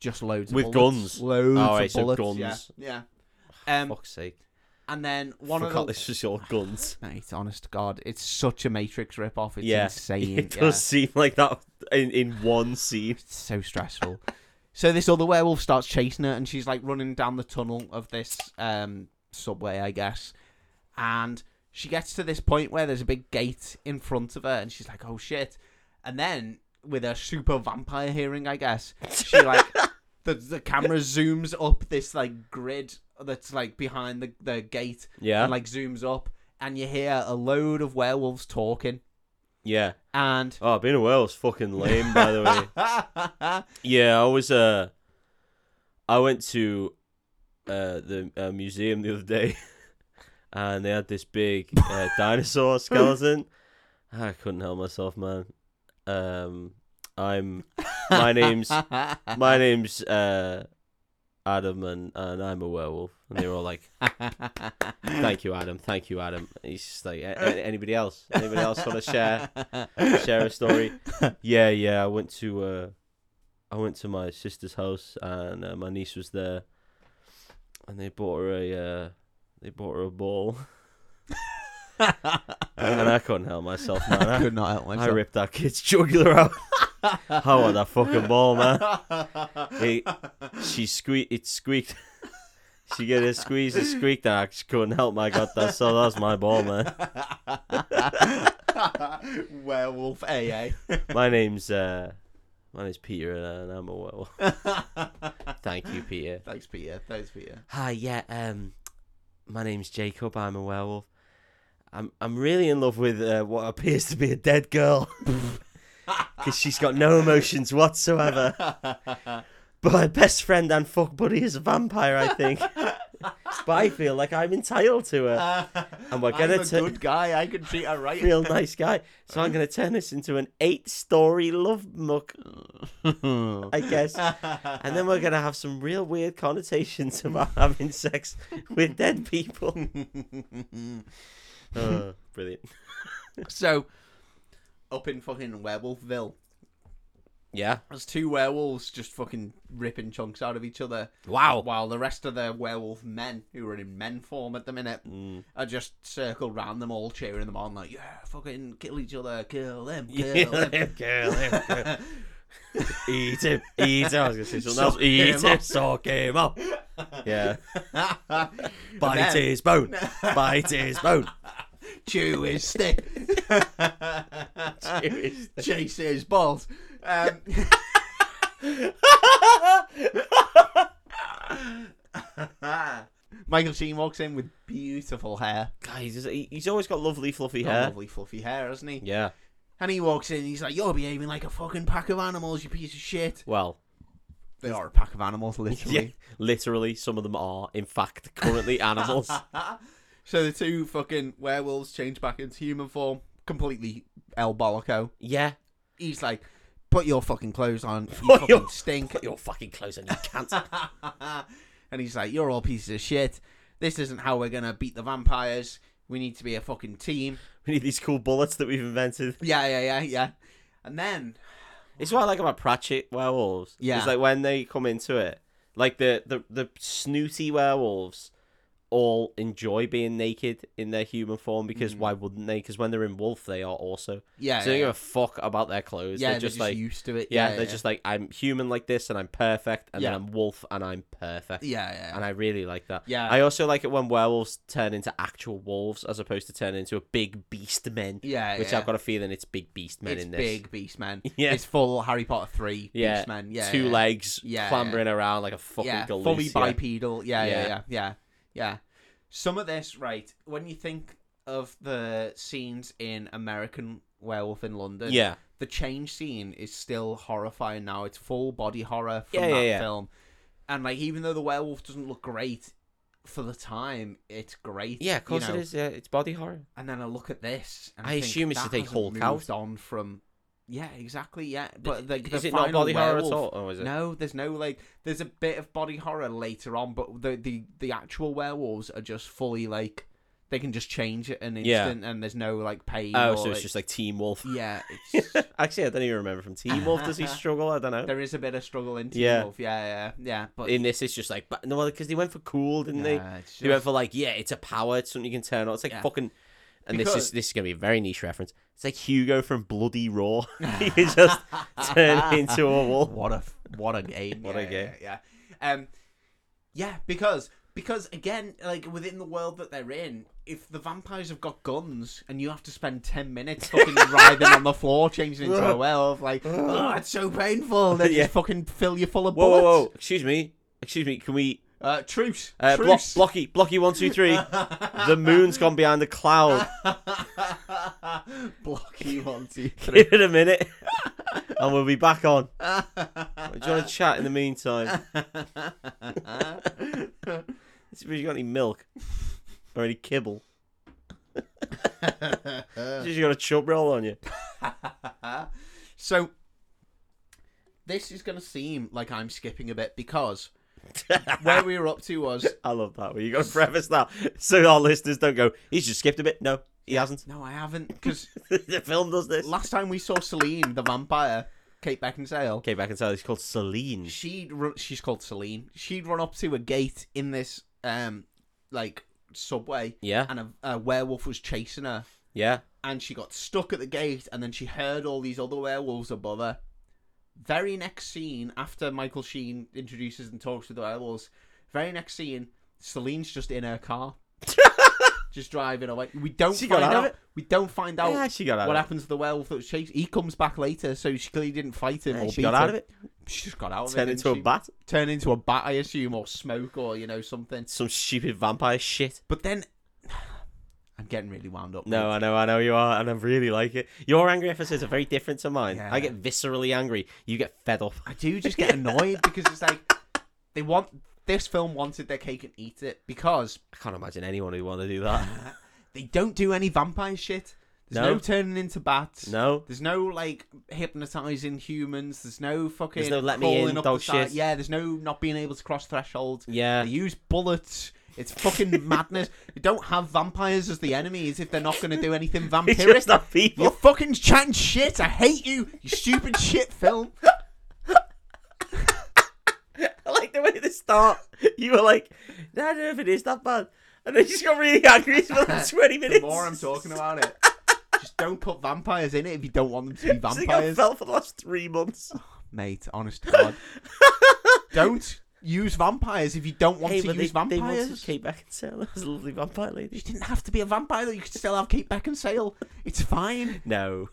Speaker 1: Just loads of
Speaker 2: With
Speaker 1: bullets.
Speaker 2: guns?
Speaker 1: Loads
Speaker 2: Oh, right,
Speaker 1: of
Speaker 2: so
Speaker 1: bullets.
Speaker 2: guns.
Speaker 1: Yeah. yeah. Um,
Speaker 2: Fuck's sake!
Speaker 1: and then one
Speaker 2: Forgot
Speaker 1: of the
Speaker 2: this was your guns.
Speaker 1: Mate, honest to God, it's such a Matrix ripoff. It's
Speaker 2: yeah, [LAUGHS]
Speaker 1: insane.
Speaker 2: it does
Speaker 1: yeah.
Speaker 2: seem like that in, in one scene.
Speaker 1: It's so stressful. so this other werewolf starts chasing her, and she's like running down the tunnel of this um, subway, I guess. And she gets to this point where there's a big gate in front of her, and she's like, "Oh shit!" And then with her super vampire hearing, I guess she
Speaker 2: [LAUGHS]
Speaker 1: like the the camera zooms up this like grid that's like behind the the gate,
Speaker 2: Yeah,
Speaker 1: and like zooms up, and you hear a load of werewolves talking,
Speaker 2: yeah.
Speaker 1: and
Speaker 2: Oh, being a werewolf's fucking lame, by the
Speaker 1: [LAUGHS]
Speaker 2: way. Yeah, I was uh I went to uh the uh, museum the other day [LAUGHS] and they had this big
Speaker 1: [LAUGHS]
Speaker 2: uh, dinosaur skeleton. I couldn't help myself, man. Um I'm my name's my name's uh Adam and, and I'm a werewolf. And they were
Speaker 1: [LAUGHS]
Speaker 2: all like, "Thank you, Adam. Thank you, Adam." And he's just like,
Speaker 1: [LAUGHS]
Speaker 2: "A- a- "Anybody else? Anybody else want to share?" share a story. yeah, yeah. I went to uh, I went to my sister's house and uh, my niece was there, and they bought her a uh, they bought her a ball,
Speaker 1: [LAUGHS]
Speaker 2: and I couldn't help
Speaker 1: [LAUGHS]
Speaker 2: myself, man. I,
Speaker 1: could not help
Speaker 2: I
Speaker 1: myself.
Speaker 2: ripped that kid's jugular out. I want that fucking ball, man. [LAUGHS] It, she squeaked. It squeaked. [LAUGHS] She get a squeeze, it squeaked, and I just couldn't help. I got that, so that's my ball, man.
Speaker 1: [LAUGHS] Werewolf AA.
Speaker 2: My name's uh, my name's Peter, and I'm a werewolf. Thank you, Peter.
Speaker 1: Thanks, Peter. Thanks, Peter.
Speaker 2: Hi, yeah. Um, my name's Jacob. I'm a werewolf. I'm I'm really in love with uh, what appears to be a dead girl [LAUGHS] because she's got no emotions [LAUGHS] whatsoever. But my best friend and fuck buddy is a vampire. I [LAUGHS] think. but I feel like I'm entitled to her.
Speaker 1: and
Speaker 2: we're gonna
Speaker 1: I'm a
Speaker 2: ta-
Speaker 1: good guy. I can treat her right.
Speaker 2: [LAUGHS] Real nice guy. So I'm gonna turn this into an eight-story
Speaker 1: [LAUGHS]
Speaker 2: love muck, I guess. And then we're gonna have some real weird connotations [LAUGHS] about having sex with dead people.
Speaker 1: [LAUGHS]
Speaker 2: Uh, brilliant.
Speaker 1: so, up in fucking Werewolfville,
Speaker 2: Yeah.
Speaker 1: there's two werewolves just fucking ripping chunks out of each other,
Speaker 2: Wow.
Speaker 1: while the rest of the werewolf men, who are in men form at the minute,
Speaker 2: Mm.
Speaker 1: I just circle round them all, cheering them on, like, yeah, fucking kill each other, kill them,
Speaker 2: [LAUGHS]
Speaker 1: kill
Speaker 2: Kill
Speaker 1: them.
Speaker 2: him, kill him, kill him. eat him, eat him. I was gonna say something else.
Speaker 1: Suck
Speaker 2: Eat
Speaker 1: him
Speaker 2: him,
Speaker 1: up.
Speaker 2: suck him up. Yeah,
Speaker 1: [LAUGHS] And
Speaker 2: bite
Speaker 1: then [LAUGHS]
Speaker 2: his bone, bite his bone.
Speaker 1: Chew his stick.
Speaker 2: [LAUGHS] Chew his stick.
Speaker 1: Chase his balls. Um, [LAUGHS] Michael Sheen walks in with beautiful hair.
Speaker 2: God, he's, just- he- he's always got lovely fluffy
Speaker 1: Got
Speaker 2: hair.
Speaker 1: Lovely fluffy hair, hasn't he?
Speaker 2: Yeah.
Speaker 1: And he walks in and he's like, You're behaving like a fucking pack of animals, you piece of shit.
Speaker 2: Well,
Speaker 1: They are a pack of [LAUGHS] animals,
Speaker 2: [LAUGHS] yeah,
Speaker 1: literally.
Speaker 2: literally, some of them are, in fact, currently [LAUGHS] animals.
Speaker 1: So the two fucking werewolves change back into human form, completely El Bolico.
Speaker 2: yeah.
Speaker 1: He's like, put your fucking clothes [LAUGHS] on, you
Speaker 2: Put
Speaker 1: fucking
Speaker 2: your-
Speaker 1: stink.
Speaker 2: Put your fucking clothes on, you can't.
Speaker 1: and he's like, you're all pieces of shit. This isn't how we're gonna beat the vampires. We need to be a fucking team.
Speaker 2: we need these cool bullets that we've invented.
Speaker 1: Yeah, yeah, yeah, yeah. And then,
Speaker 2: It's what I like about Pratchett werewolves.
Speaker 1: Yeah.
Speaker 2: It's like when they come into it, like the, the, the snooty werewolves all enjoy being naked in their human form because why wouldn't they? Because when they're in wolf, they are also.
Speaker 1: yeah,
Speaker 2: so they don't
Speaker 1: yeah,
Speaker 2: give a fuck about their clothes.
Speaker 1: yeah,
Speaker 2: they're just like.
Speaker 1: used to it.
Speaker 2: yeah,
Speaker 1: yeah,
Speaker 2: they're just like, I'm human like this and I'm perfect and
Speaker 1: Yeah.
Speaker 2: then I'm wolf and I'm perfect.
Speaker 1: yeah, yeah,
Speaker 2: And I really like that.
Speaker 1: Yeah.
Speaker 2: I also like it when werewolves turn into actual wolves as opposed to turn into a big beast men.
Speaker 1: yeah,
Speaker 2: Which
Speaker 1: yeah.
Speaker 2: I've got a feeling it's big beast men
Speaker 1: it's
Speaker 2: in this.
Speaker 1: big beast man.
Speaker 2: [LAUGHS] Yeah.
Speaker 1: It's full Harry Potter three
Speaker 2: Yeah,
Speaker 1: beast man. Yeah,
Speaker 2: two
Speaker 1: yeah.
Speaker 2: legs
Speaker 1: Yeah,
Speaker 2: clambering around like a fucking
Speaker 1: yeah,
Speaker 2: galoose,
Speaker 1: fully
Speaker 2: yeah.
Speaker 1: bipedal. Yeah, yeah,
Speaker 2: Yeah.
Speaker 1: yeah, yeah, yeah, Some of this, right? When you think of the scenes in American Werewolf in London,
Speaker 2: Yeah,
Speaker 1: the change scene is still horrifying now. It's full body horror from
Speaker 2: Yeah, yeah,
Speaker 1: that
Speaker 2: yeah.
Speaker 1: film, and like even though the werewolf doesn't look great, for the time, it's great.
Speaker 2: Yeah, of course
Speaker 1: you know?
Speaker 2: it is. Yeah, it's body horror.
Speaker 1: And then I look at this, and
Speaker 2: I
Speaker 1: I, think
Speaker 2: assume it's
Speaker 1: that
Speaker 2: to take
Speaker 1: hasn't
Speaker 2: Hulk out.
Speaker 1: moved on from. Yeah, exactly. Yeah, but like, the
Speaker 2: is it
Speaker 1: final
Speaker 2: not body horror
Speaker 1: werewolf-
Speaker 2: at all? Oh, is it?
Speaker 1: No, there's no like. There's a bit of body horror later on, but the the the actual werewolves are just fully like they can just change it an
Speaker 2: Yeah.
Speaker 1: instant, and there's no like pain.
Speaker 2: Oh,
Speaker 1: or,
Speaker 2: so it's
Speaker 1: like-
Speaker 2: just like Team Wolf.
Speaker 1: [LAUGHS]
Speaker 2: [LAUGHS]
Speaker 1: yeah. It's,
Speaker 2: Actually, I don't even remember from Team Wolf.
Speaker 1: [LAUGHS]
Speaker 2: Does he struggle? I don't know.
Speaker 1: there is a bit of struggle in Teen
Speaker 2: Yeah.
Speaker 1: Wolf. Yeah, yeah, yeah. But
Speaker 2: In this, it's just like but, no, because they went for cool, didn't they?
Speaker 1: Nah, it's
Speaker 2: They went
Speaker 1: just-
Speaker 2: for like, yeah, it's a power, it's something you can turn on. It's like
Speaker 1: Yeah.
Speaker 2: fucking. And this
Speaker 1: Because-
Speaker 2: is this is gonna be a very niche reference. It's like Hugo from Bloody Raw. [LAUGHS] you just turn into a
Speaker 1: [LAUGHS]
Speaker 2: wolf.
Speaker 1: what a what a game.
Speaker 2: What
Speaker 1: yeah,
Speaker 2: a game.
Speaker 1: Yeah, yeah. Um, yeah, because because again, like within the world that they're in, if the vampires have got guns and you have to spend ten minutes
Speaker 2: [LAUGHS]
Speaker 1: fucking writhing on the floor, changing into a werewolf, like oh, it's so painful. They
Speaker 2: [LAUGHS] Yeah.
Speaker 1: just fucking fill you full of
Speaker 2: Whoa, whoa,
Speaker 1: bullets.
Speaker 2: whoa! Excuse me, excuse me. Can we
Speaker 1: Uh, truce.
Speaker 2: uh,
Speaker 1: [LAUGHS]
Speaker 2: block,
Speaker 1: truce.
Speaker 2: blocky, blocky? One, two, three. the moon's gone behind a cloud. [LAUGHS]
Speaker 1: Blocky one, two, three.
Speaker 2: Give it a minute,
Speaker 1: [LAUGHS]
Speaker 2: and we'll be back on. Do you want to chat in
Speaker 1: [LAUGHS]
Speaker 2: the meantime? Has you got any milk or
Speaker 1: [LAUGHS]
Speaker 2: any kibble? you got a chub roll on you?
Speaker 1: [LAUGHS] so this is going to seem like I'm skipping a bit because
Speaker 2: Ah.
Speaker 1: where we were up to
Speaker 2: [LAUGHS]
Speaker 1: was
Speaker 2: I love that. Well, you got to preface that so our listeners don't go. He's just skipped a bit. No, he hasn't. [LAUGHS]
Speaker 1: no, I haven't because
Speaker 2: the film does this.
Speaker 1: last time we saw Celine the vampire, Kate Beckinsale.
Speaker 2: Okay, back inside. It's called Celine.
Speaker 1: She'd run, she's called Celine. She'd run up to a gate in this um like subway,
Speaker 2: Yeah,
Speaker 1: and a, a werewolf was chasing her,
Speaker 2: yeah.
Speaker 1: and she got stuck at the gate, and then she heard all these other werewolves above her. Very next scene, after Michael Sheen introduces and talks to the werewolves, very next scene, Celine's just in her
Speaker 2: [LAUGHS]
Speaker 1: car, just driving away. We don't
Speaker 2: She got
Speaker 1: find
Speaker 2: out of
Speaker 1: out.
Speaker 2: it?
Speaker 1: We don't find out
Speaker 2: yeah, she got out.
Speaker 1: what
Speaker 2: of
Speaker 1: happens to the werewolf that was chasing. He comes back later, so she clearly didn't fight him
Speaker 2: it.
Speaker 1: or
Speaker 2: Yeah, she
Speaker 1: beat
Speaker 2: got
Speaker 1: him.
Speaker 2: out of it.
Speaker 1: She just got out of
Speaker 2: Turned
Speaker 1: it.
Speaker 2: into a
Speaker 1: didn't she?
Speaker 2: bat.
Speaker 1: Turned into a bat, I assume, or smoke, or you know something.
Speaker 2: Some stupid vampire shit.
Speaker 1: But then, [SIGHS] I'm getting really wound up.
Speaker 2: No,
Speaker 1: mate.
Speaker 2: I know, I know you are, and I really like it. Your angry episodes are very different to mine.
Speaker 1: Yeah.
Speaker 2: I get viscerally angry. You get fed up.
Speaker 1: I do just get annoyed because it's like they want this film wanted their cake and eat it because
Speaker 2: I can't imagine anyone who want to do that.
Speaker 1: they don't do any vampire shit. There's no,
Speaker 2: No.
Speaker 1: turning into bats.
Speaker 2: no,
Speaker 1: There's no like hypnotizing humans. There's no fucking.
Speaker 2: no let me in
Speaker 1: crawling up the
Speaker 2: dog
Speaker 1: side-
Speaker 2: shit.
Speaker 1: Yeah, there's no not being able to cross thresholds.
Speaker 2: [LAUGHS] yeah,
Speaker 1: They use bullets. It's fucking [LAUGHS] madness. You don't have vampires as the enemies if they're not going to do anything
Speaker 2: [LAUGHS] it's
Speaker 1: vampiric.
Speaker 2: just not
Speaker 1: You're
Speaker 2: people.
Speaker 1: fucking chatting shit. I hate you. You stupid
Speaker 2: [LAUGHS]
Speaker 1: shit film.
Speaker 2: I [LAUGHS] like the way they start. You were like, "Nah, I don't know if it is that bad, and then you just got really angry [LAUGHS] for like twenty minutes.
Speaker 1: The more I'm talking
Speaker 2: [LAUGHS]
Speaker 1: about it, just don't put vampires in it if you don't want them to
Speaker 2: [LAUGHS]
Speaker 1: be
Speaker 2: It's like I
Speaker 1: vampires,
Speaker 2: felt for the last three months.
Speaker 1: mate. Honest to
Speaker 2: [LAUGHS]
Speaker 1: God, don't use vampires if you don't want
Speaker 2: hey,
Speaker 1: to
Speaker 2: but
Speaker 1: use
Speaker 2: they, they wanted
Speaker 1: vampires.
Speaker 2: Kate Beckinsale. That was a lovely vampire lady.
Speaker 1: You didn't have to be a vampire. though. You could still have Kate Beckinsale. It's fine.
Speaker 2: No,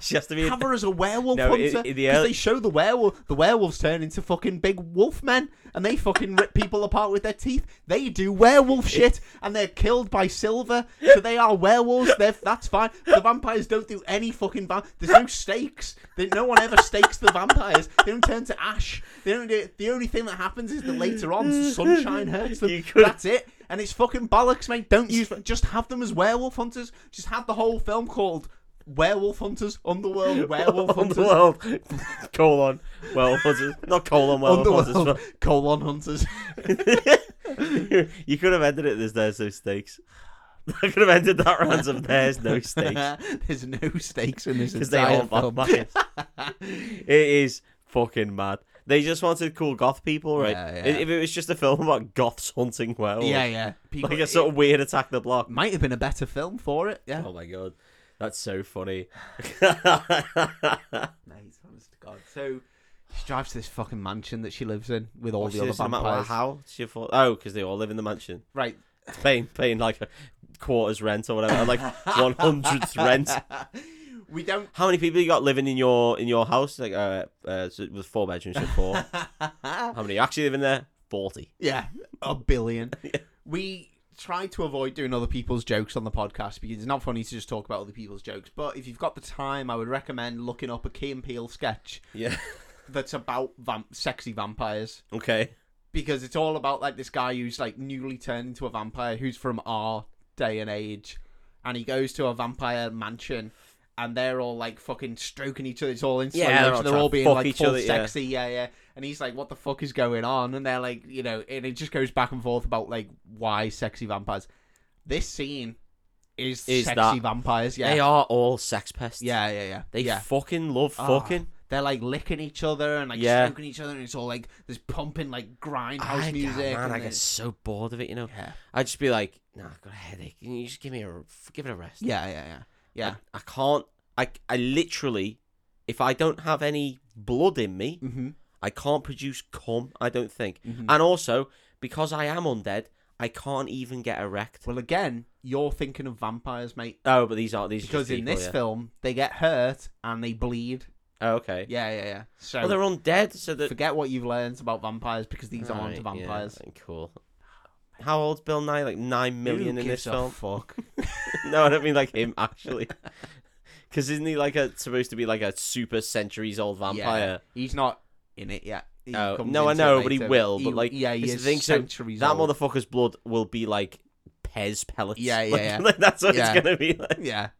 Speaker 2: she has to be.
Speaker 1: Have her as a werewolf
Speaker 2: No,
Speaker 1: hunter
Speaker 2: in-
Speaker 1: because
Speaker 2: in the early-
Speaker 1: they show the werewolf. The werewolves turn into fucking big wolf men, and they fucking rip people apart with their teeth. They do werewolf shit, and they're killed by silver. So they are werewolves. They're, that's fine. The vampires don't do any fucking. Va- There's no stakes. They, no one ever stakes the vampires. They don't turn to ash. They don't do. The only thing that happens is that later
Speaker 2: [LAUGHS]
Speaker 1: on, the sunshine hurts them.
Speaker 2: You could-
Speaker 1: That's it. And it's fucking bollocks, mate. Don't use. Just have them as werewolf hunters. Just have the whole film called Werewolf Hunters, Underworld,
Speaker 2: [LAUGHS]
Speaker 1: Werewolf Hunters,
Speaker 2: [LAUGHS] Underworld. [LAUGHS] colon. Well, [LAUGHS] hunters. Not colon, well,
Speaker 1: Underworld,
Speaker 2: hunters.
Speaker 1: Colon Hunters.
Speaker 2: [LAUGHS] you could have ended it as there's no stakes. [LAUGHS] I could have ended that round of there's
Speaker 1: [LAUGHS]
Speaker 2: no stakes.
Speaker 1: There's no stakes in this
Speaker 2: Because they
Speaker 1: entire
Speaker 2: all fuck
Speaker 1: film.
Speaker 2: buckets.
Speaker 1: [LAUGHS]
Speaker 2: It is fucking mad. They just wanted cool goth people, right?
Speaker 1: Yeah, yeah.
Speaker 2: If if it was just a film about goths hunting werewolves.
Speaker 1: Yeah, yeah. People,
Speaker 2: [LAUGHS] Like a sort of weird attack the block.
Speaker 1: [LAUGHS] it might have been a better film for it. Yeah.
Speaker 2: Oh my god. That's
Speaker 1: [LAUGHS]
Speaker 2: so funny.
Speaker 1: Mate, honest to God. So she drives to this fucking mansion that she lives in with all the
Speaker 2: Actually,
Speaker 1: other
Speaker 2: doesn't matter
Speaker 1: vampires.
Speaker 2: How? She afford- oh, because they all live in the mansion.
Speaker 1: Right.
Speaker 2: paying paying like a quarter's rent or
Speaker 1: [LAUGHS]
Speaker 2: whatever, like one hundredth rent.
Speaker 1: we don't.
Speaker 2: How many people you got living in your in your house? Like uh, uh so it was four bedrooms, so
Speaker 1: [LAUGHS]
Speaker 2: four. How many actually live in there? Forty.
Speaker 1: Yeah, a billion. We try to avoid doing other people's jokes on the podcast because it's not funny to just talk about other people's jokes. But if you've got the time, I would recommend looking up a Key and Peele sketch
Speaker 2: Yeah.
Speaker 1: that's about vamp- sexy vampires
Speaker 2: [LAUGHS] Okay.
Speaker 1: because it's all about like this guy who's like newly turned into a vampire who's from our day and age and he goes to a vampire mansion and they're all like fucking stroking each other it's all in slow
Speaker 2: Yeah, they're
Speaker 1: motion they're,
Speaker 2: all trying
Speaker 1: all
Speaker 2: to
Speaker 1: being
Speaker 2: fuck
Speaker 1: like
Speaker 2: each
Speaker 1: full
Speaker 2: other, yeah.
Speaker 1: sexy yeah yeah and he's like what the fuck is going on and they're like you know and it just goes back and forth about like why sexy vampires this scene is,
Speaker 2: Is
Speaker 1: sexy
Speaker 2: that-
Speaker 1: vampires yeah
Speaker 2: They are all sex pests.
Speaker 1: yeah yeah yeah
Speaker 2: They
Speaker 1: yeah
Speaker 2: fucking love
Speaker 1: Ah,
Speaker 2: fucking.
Speaker 1: they're like licking each other and like
Speaker 2: Yeah.
Speaker 1: stroking each other, and it's all like this pumping like
Speaker 2: I,
Speaker 1: grindhouse
Speaker 2: get-
Speaker 1: music.
Speaker 2: man,
Speaker 1: and
Speaker 2: I
Speaker 1: it-
Speaker 2: get so bored of it, you know.
Speaker 1: yeah,
Speaker 2: I'd just be like, nah, I've got a headache. Can you just give me a give it a rest?
Speaker 1: yeah, yeah, yeah, yeah.
Speaker 2: I, I can't. I I literally, if I don't have any blood in me,
Speaker 1: Mm-hmm.
Speaker 2: I can't produce cum. I don't think.
Speaker 1: Mhm.
Speaker 2: And also because I am undead, I can't even get erect.
Speaker 1: Well, again, you're thinking of vampires, mate,
Speaker 2: Oh, but these aren't these. are
Speaker 1: because
Speaker 2: just
Speaker 1: in
Speaker 2: people,
Speaker 1: this
Speaker 2: yeah.
Speaker 1: film they get hurt and they bleed.
Speaker 2: Oh, okay.
Speaker 1: Yeah, yeah, yeah. So
Speaker 2: Well, they're undead, so that
Speaker 1: forget what you've learned about vampires because these aren't
Speaker 2: Alright,
Speaker 1: vampires.
Speaker 2: Yeah, cool. How old's Bill Nye? Like nine million
Speaker 1: Who
Speaker 2: in this
Speaker 1: gives a
Speaker 2: film. [LAUGHS]
Speaker 1: Fuck.
Speaker 2: no, I don't mean like him
Speaker 1: [LAUGHS]
Speaker 2: actually. Because isn't he like a supposed to be like a super centuries old vampire?
Speaker 1: He's not in it yet. He
Speaker 2: Oh,
Speaker 1: comes
Speaker 2: no, I
Speaker 1: into it
Speaker 2: know, but he
Speaker 1: later.
Speaker 2: will, but, like,
Speaker 1: yeah, he
Speaker 2: it's the
Speaker 1: is
Speaker 2: thing, so
Speaker 1: centuries
Speaker 2: That
Speaker 1: old.
Speaker 2: motherfucker's blood will be like Pez pellets. [LAUGHS]
Speaker 1: Yeah, yeah,
Speaker 2: Like-
Speaker 1: yeah.
Speaker 2: like, that's what
Speaker 1: Yeah.
Speaker 2: it's gonna be like.
Speaker 1: Yeah,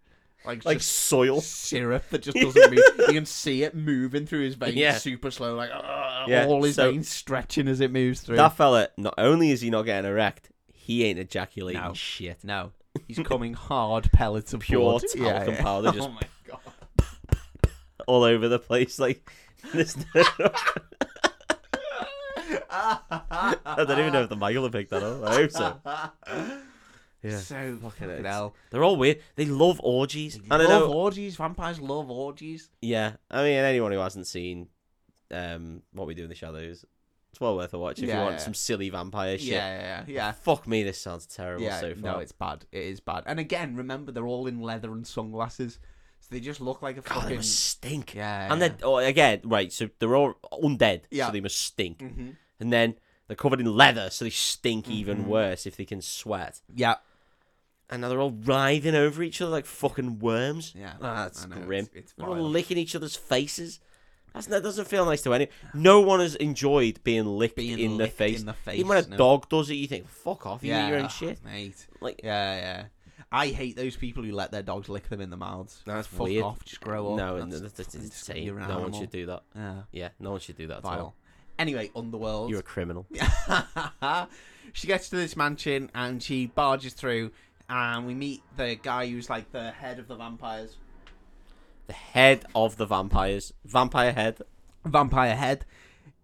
Speaker 1: like
Speaker 2: Like [LAUGHS]
Speaker 1: just- [LAUGHS]
Speaker 2: soil.
Speaker 1: syrup that just doesn't move. You can see it moving through his veins
Speaker 2: Yeah.
Speaker 1: super slow, like uh,
Speaker 2: Yeah,
Speaker 1: all his
Speaker 2: so-
Speaker 1: veins stretching as it moves through.
Speaker 2: That fella, not only is he not getting erect, he ain't ejaculating
Speaker 1: No.
Speaker 2: shit.
Speaker 1: no,
Speaker 2: [LAUGHS]
Speaker 1: he's coming hard pellets of
Speaker 2: Pure
Speaker 1: blood.
Speaker 2: talcum powder
Speaker 1: [LAUGHS]
Speaker 2: just
Speaker 1: oh my god.
Speaker 2: all over the place. Like [LAUGHS] this.
Speaker 1: Oh
Speaker 2: I don't even know if the mic will pick that up. I hope so.
Speaker 1: [LAUGHS]
Speaker 2: Yeah.
Speaker 1: So
Speaker 2: Fucking
Speaker 1: fucking
Speaker 2: it's-
Speaker 1: hell.
Speaker 2: [LAUGHS] They're all weird. They love orgies.
Speaker 1: They
Speaker 2: and I
Speaker 1: love
Speaker 2: don't know.
Speaker 1: orgies. Vampires love orgies.
Speaker 2: Yeah, I mean, anyone who hasn't seen um, what we do in the shadows, it's well worth a watch if
Speaker 1: Yeah,
Speaker 2: you want
Speaker 1: yeah.
Speaker 2: some silly vampire shit.
Speaker 1: Yeah, yeah, yeah.
Speaker 2: Fuck me, this sounds terrible
Speaker 1: yeah,
Speaker 2: so far.
Speaker 1: no, it's bad. It is bad. And again, remember they're all in leather and sunglasses, so they just look like a
Speaker 2: God, they
Speaker 1: fucking.
Speaker 2: must stink.
Speaker 1: Yeah,
Speaker 2: and
Speaker 1: yeah.
Speaker 2: then oh, again, right? So they're all undead,
Speaker 1: Yeah.
Speaker 2: so they must stink.
Speaker 1: Mhm.
Speaker 2: And then they're covered in leather, so they stink even worse if they can sweat.
Speaker 1: Yeah,
Speaker 2: And now they're all writhing over each other like fucking worms.
Speaker 1: yeah.
Speaker 2: Ah, that's
Speaker 1: I know,
Speaker 2: grim.
Speaker 1: It's, it's
Speaker 2: They're all
Speaker 1: vile.
Speaker 2: licking each other's faces. That's, that doesn't feel nice to anyone. No one has enjoyed being licked
Speaker 1: Being
Speaker 2: in the
Speaker 1: licked
Speaker 2: face.
Speaker 1: in the face,
Speaker 2: Even when a
Speaker 1: no.
Speaker 2: dog does it, you think, "Fuck off, you eat your own
Speaker 1: ugh,
Speaker 2: shit."
Speaker 1: mate.
Speaker 2: Like,
Speaker 1: Yeah, yeah. I hate those people who let their dogs lick them in the mouths.
Speaker 2: That's
Speaker 1: Fuck
Speaker 2: weird.
Speaker 1: off, just grow up.
Speaker 2: no,
Speaker 1: that's,
Speaker 2: that's, that's,
Speaker 1: fucking
Speaker 2: insane.
Speaker 1: you're an
Speaker 2: No one
Speaker 1: animal.
Speaker 2: should do that.
Speaker 1: yeah,
Speaker 2: Yeah, no one should do that. At all.
Speaker 1: vile. Anyway, Underworld. [LAUGHS]
Speaker 2: You're a criminal.
Speaker 1: she gets to this mansion and she barges through, and we meet the guy who's like the head of the vampires.
Speaker 2: The head of the vampires, vampire head.
Speaker 1: Vampire head.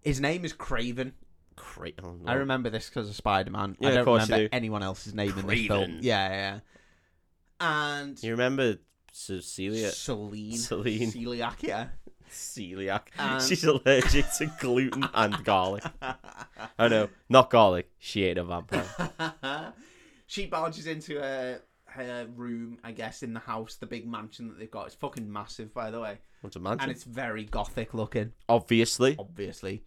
Speaker 1: His name is Craven.
Speaker 2: Great. Oh, no.
Speaker 1: I remember this because of Spider Man.
Speaker 2: Yeah,
Speaker 1: I
Speaker 2: of
Speaker 1: don't
Speaker 2: course you
Speaker 1: remember
Speaker 2: do.
Speaker 1: anyone else's name in this film.
Speaker 2: Craven.
Speaker 1: Yeah, yeah. And
Speaker 2: You remember Cecilia?
Speaker 1: Celine.
Speaker 2: Celine.
Speaker 1: Celiac, yeah.
Speaker 2: Celiac.
Speaker 1: Um,
Speaker 2: She's allergic to gluten and [LAUGHS] garlic. Oh no, not garlic. She ate a vampire. [LAUGHS]
Speaker 1: [LAUGHS] she barges into her her room, I guess, in the house, the big mansion that they've got. It's fucking massive, by the way,
Speaker 2: What's a mansion?
Speaker 1: and it's very gothic looking,
Speaker 2: Obviously.
Speaker 1: Oh, obviously.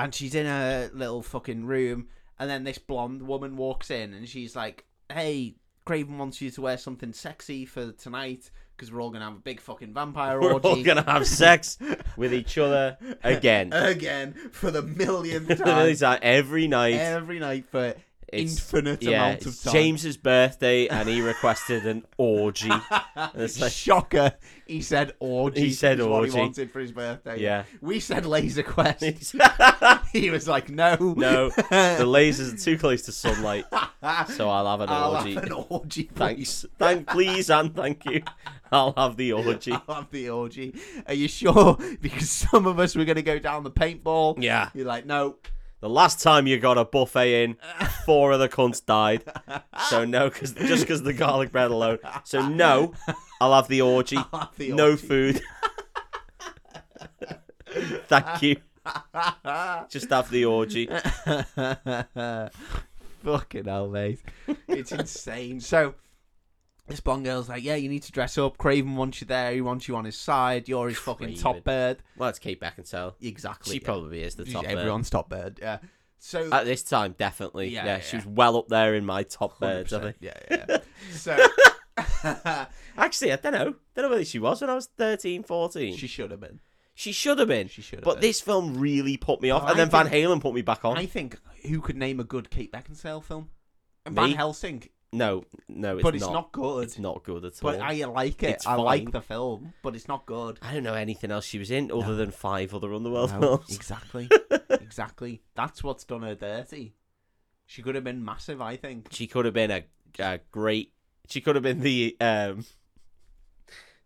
Speaker 1: And she's in her little fucking room, and then this blonde woman walks in, and she's like, "Hey, Craven wants you to wear something sexy for tonight." Because we're all gonna have a big fucking vampire
Speaker 2: [LAUGHS] [LAUGHS] We're
Speaker 1: orgy
Speaker 2: all gonna have sex with each other
Speaker 1: [LAUGHS]
Speaker 2: again. [LAUGHS]
Speaker 1: again for the millionth
Speaker 2: The
Speaker 1: time
Speaker 2: Millie's out every night. [LAUGHS]
Speaker 1: every night for
Speaker 2: it's
Speaker 1: infinite
Speaker 2: yeah,
Speaker 1: amount of
Speaker 2: it's
Speaker 1: time.
Speaker 2: James's birthday, and he requested an
Speaker 1: [LAUGHS]
Speaker 2: orgy. [LAUGHS] it's like-
Speaker 1: Shocker! He said orgy.
Speaker 2: He said
Speaker 1: is What
Speaker 2: orgy.
Speaker 1: he wanted for his birthday.
Speaker 2: Yeah.
Speaker 1: We said laser quest.
Speaker 2: [LAUGHS]
Speaker 1: he was like, no,
Speaker 2: no, the lasers are too close to sunlight, so I'll have
Speaker 1: [LAUGHS]
Speaker 2: an
Speaker 1: I'll
Speaker 2: orgy.
Speaker 1: have an orgy. please.
Speaker 2: Thanks, thank please and thank you. I'll have the orgy.
Speaker 1: [LAUGHS] I'll have the orgy. Are you sure? [LAUGHS] Because some of us were going to go down the paintball.
Speaker 2: Yeah,
Speaker 1: You're like, no.
Speaker 2: the last time you got a buffet in, four other
Speaker 1: [LAUGHS]
Speaker 2: cunts died. So no, cause, just because the garlic bread alone. So no, I'll have the orgy.
Speaker 1: I'll have the
Speaker 2: no
Speaker 1: orgy.
Speaker 2: food.
Speaker 1: [LAUGHS]
Speaker 2: Thank you. Just have the orgy.
Speaker 1: [LAUGHS]
Speaker 2: [LAUGHS]
Speaker 1: Fucking hell, mate. It's insane. So, this blonde girl's like, yeah, you need to dress up. Craven wants you there. He wants you on his side. You're his fucking top
Speaker 2: Craven.
Speaker 1: bird.
Speaker 2: Well, it's Kate Beckinsale.
Speaker 1: Exactly.
Speaker 2: She
Speaker 1: yeah.
Speaker 2: probably is the top bird.
Speaker 1: Everyone's top bird. Yeah. So.
Speaker 2: At this time, definitely.
Speaker 1: Yeah,
Speaker 2: Yeah,
Speaker 1: yeah,
Speaker 2: she
Speaker 1: yeah.
Speaker 2: was well up there in my top birds. I
Speaker 1: 100%,
Speaker 2: think.
Speaker 1: yeah, yeah. So
Speaker 2: [LAUGHS] Actually, I don't know. don't know whether she was when I was 13, 14.
Speaker 1: she
Speaker 2: She,
Speaker 1: should have been.
Speaker 2: She should have been.
Speaker 1: She should.
Speaker 2: But this film really put me off,
Speaker 1: Well,
Speaker 2: and
Speaker 1: I
Speaker 2: then Van Halen put me back on.
Speaker 1: I think who could name a good Kate Beckinsale film? Van
Speaker 2: Me?
Speaker 1: Helsing,
Speaker 2: No, no, it's
Speaker 1: but
Speaker 2: not.
Speaker 1: it's not good.
Speaker 2: It's not good at all.
Speaker 1: but I like it.
Speaker 2: It's
Speaker 1: I
Speaker 2: fine.
Speaker 1: like the film, but it's not good.
Speaker 2: I don't know anything else she was in other
Speaker 1: No.
Speaker 2: than five other Underworld
Speaker 1: No,
Speaker 2: films. [LAUGHS]
Speaker 1: exactly, exactly. That's what's done her dirty. She could have been massive. I think.
Speaker 2: She could have been a, a great. She could have been the. um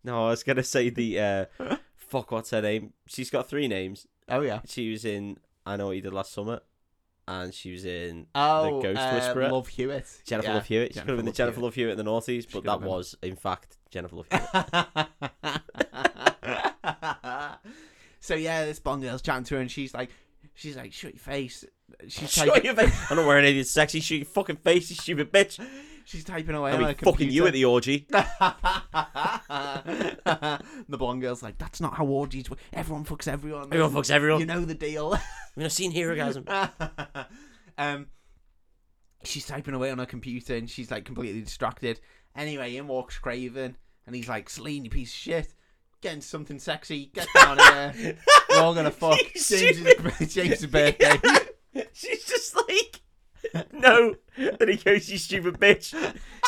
Speaker 2: No, I was gonna say the. uh [LAUGHS] Fuck, what's her name? She's got three names.
Speaker 1: Oh yeah.
Speaker 2: She was in I Know What You Did Last Summer, and she was in
Speaker 1: Oh,
Speaker 2: Ghost
Speaker 1: uh,
Speaker 2: Whisperer.
Speaker 1: Love Hewitt.
Speaker 2: Jennifer
Speaker 1: yeah.
Speaker 2: Love Hewitt. She could have been the Jennifer
Speaker 1: Jennifer
Speaker 2: Love Hewitt in the noughties, but
Speaker 1: could
Speaker 2: that
Speaker 1: have been.
Speaker 2: was in fact Jennifer [LAUGHS] Love Hewitt.
Speaker 1: [LAUGHS] so yeah, this Bond girl's chatting to her, and she's like, she's like, shut your face. She's
Speaker 2: Shut
Speaker 1: typing,
Speaker 2: your [LAUGHS] face. I'm not wearing anything sexy. Shoot your fucking face, you stupid bitch.
Speaker 1: she's typing away
Speaker 2: I'll
Speaker 1: on
Speaker 2: be
Speaker 1: her
Speaker 2: fucking you
Speaker 1: computer.
Speaker 2: at the orgy.
Speaker 1: [LAUGHS] the blonde girl's like, that's not how orgies work. Everyone fucks everyone.
Speaker 2: Everyone fucks everyone.
Speaker 1: You know the deal.
Speaker 2: We're not seeing hero guys.
Speaker 1: [LAUGHS] um, she's typing away on her computer and she's like completely distracted. Anyway, in walks Craven and he's like, Celine, you piece of shit. Getting something sexy. Get down
Speaker 2: [LAUGHS]
Speaker 1: here. We're all gonna fuck.
Speaker 2: You
Speaker 1: [LAUGHS] James's,
Speaker 2: [LAUGHS]
Speaker 1: James's birthday.
Speaker 2: She's just like, no. Then he goes, you stupid bitch.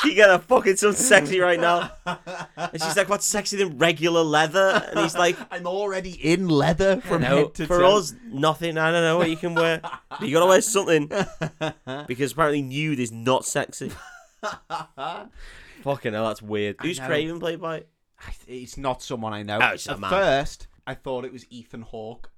Speaker 2: You gotta fucking something sexy right
Speaker 1: [LAUGHS]
Speaker 2: now. And she's like, what's sexy than regular leather? And he's
Speaker 1: [LAUGHS]
Speaker 2: like,
Speaker 1: I'm already in leather from
Speaker 2: no,
Speaker 1: head to
Speaker 2: for
Speaker 1: toe.
Speaker 2: us, nothing. I don't know what you can wear. But you gotta
Speaker 1: [LAUGHS]
Speaker 2: wear something. Because apparently nude is not sexy. Fucking hell, that's weird. Who's
Speaker 1: know.
Speaker 2: Craven played by?
Speaker 1: I th- it's not someone I know.
Speaker 2: Oh, it's a
Speaker 1: At
Speaker 2: man.
Speaker 1: first, I thought it was Ethan Hawke,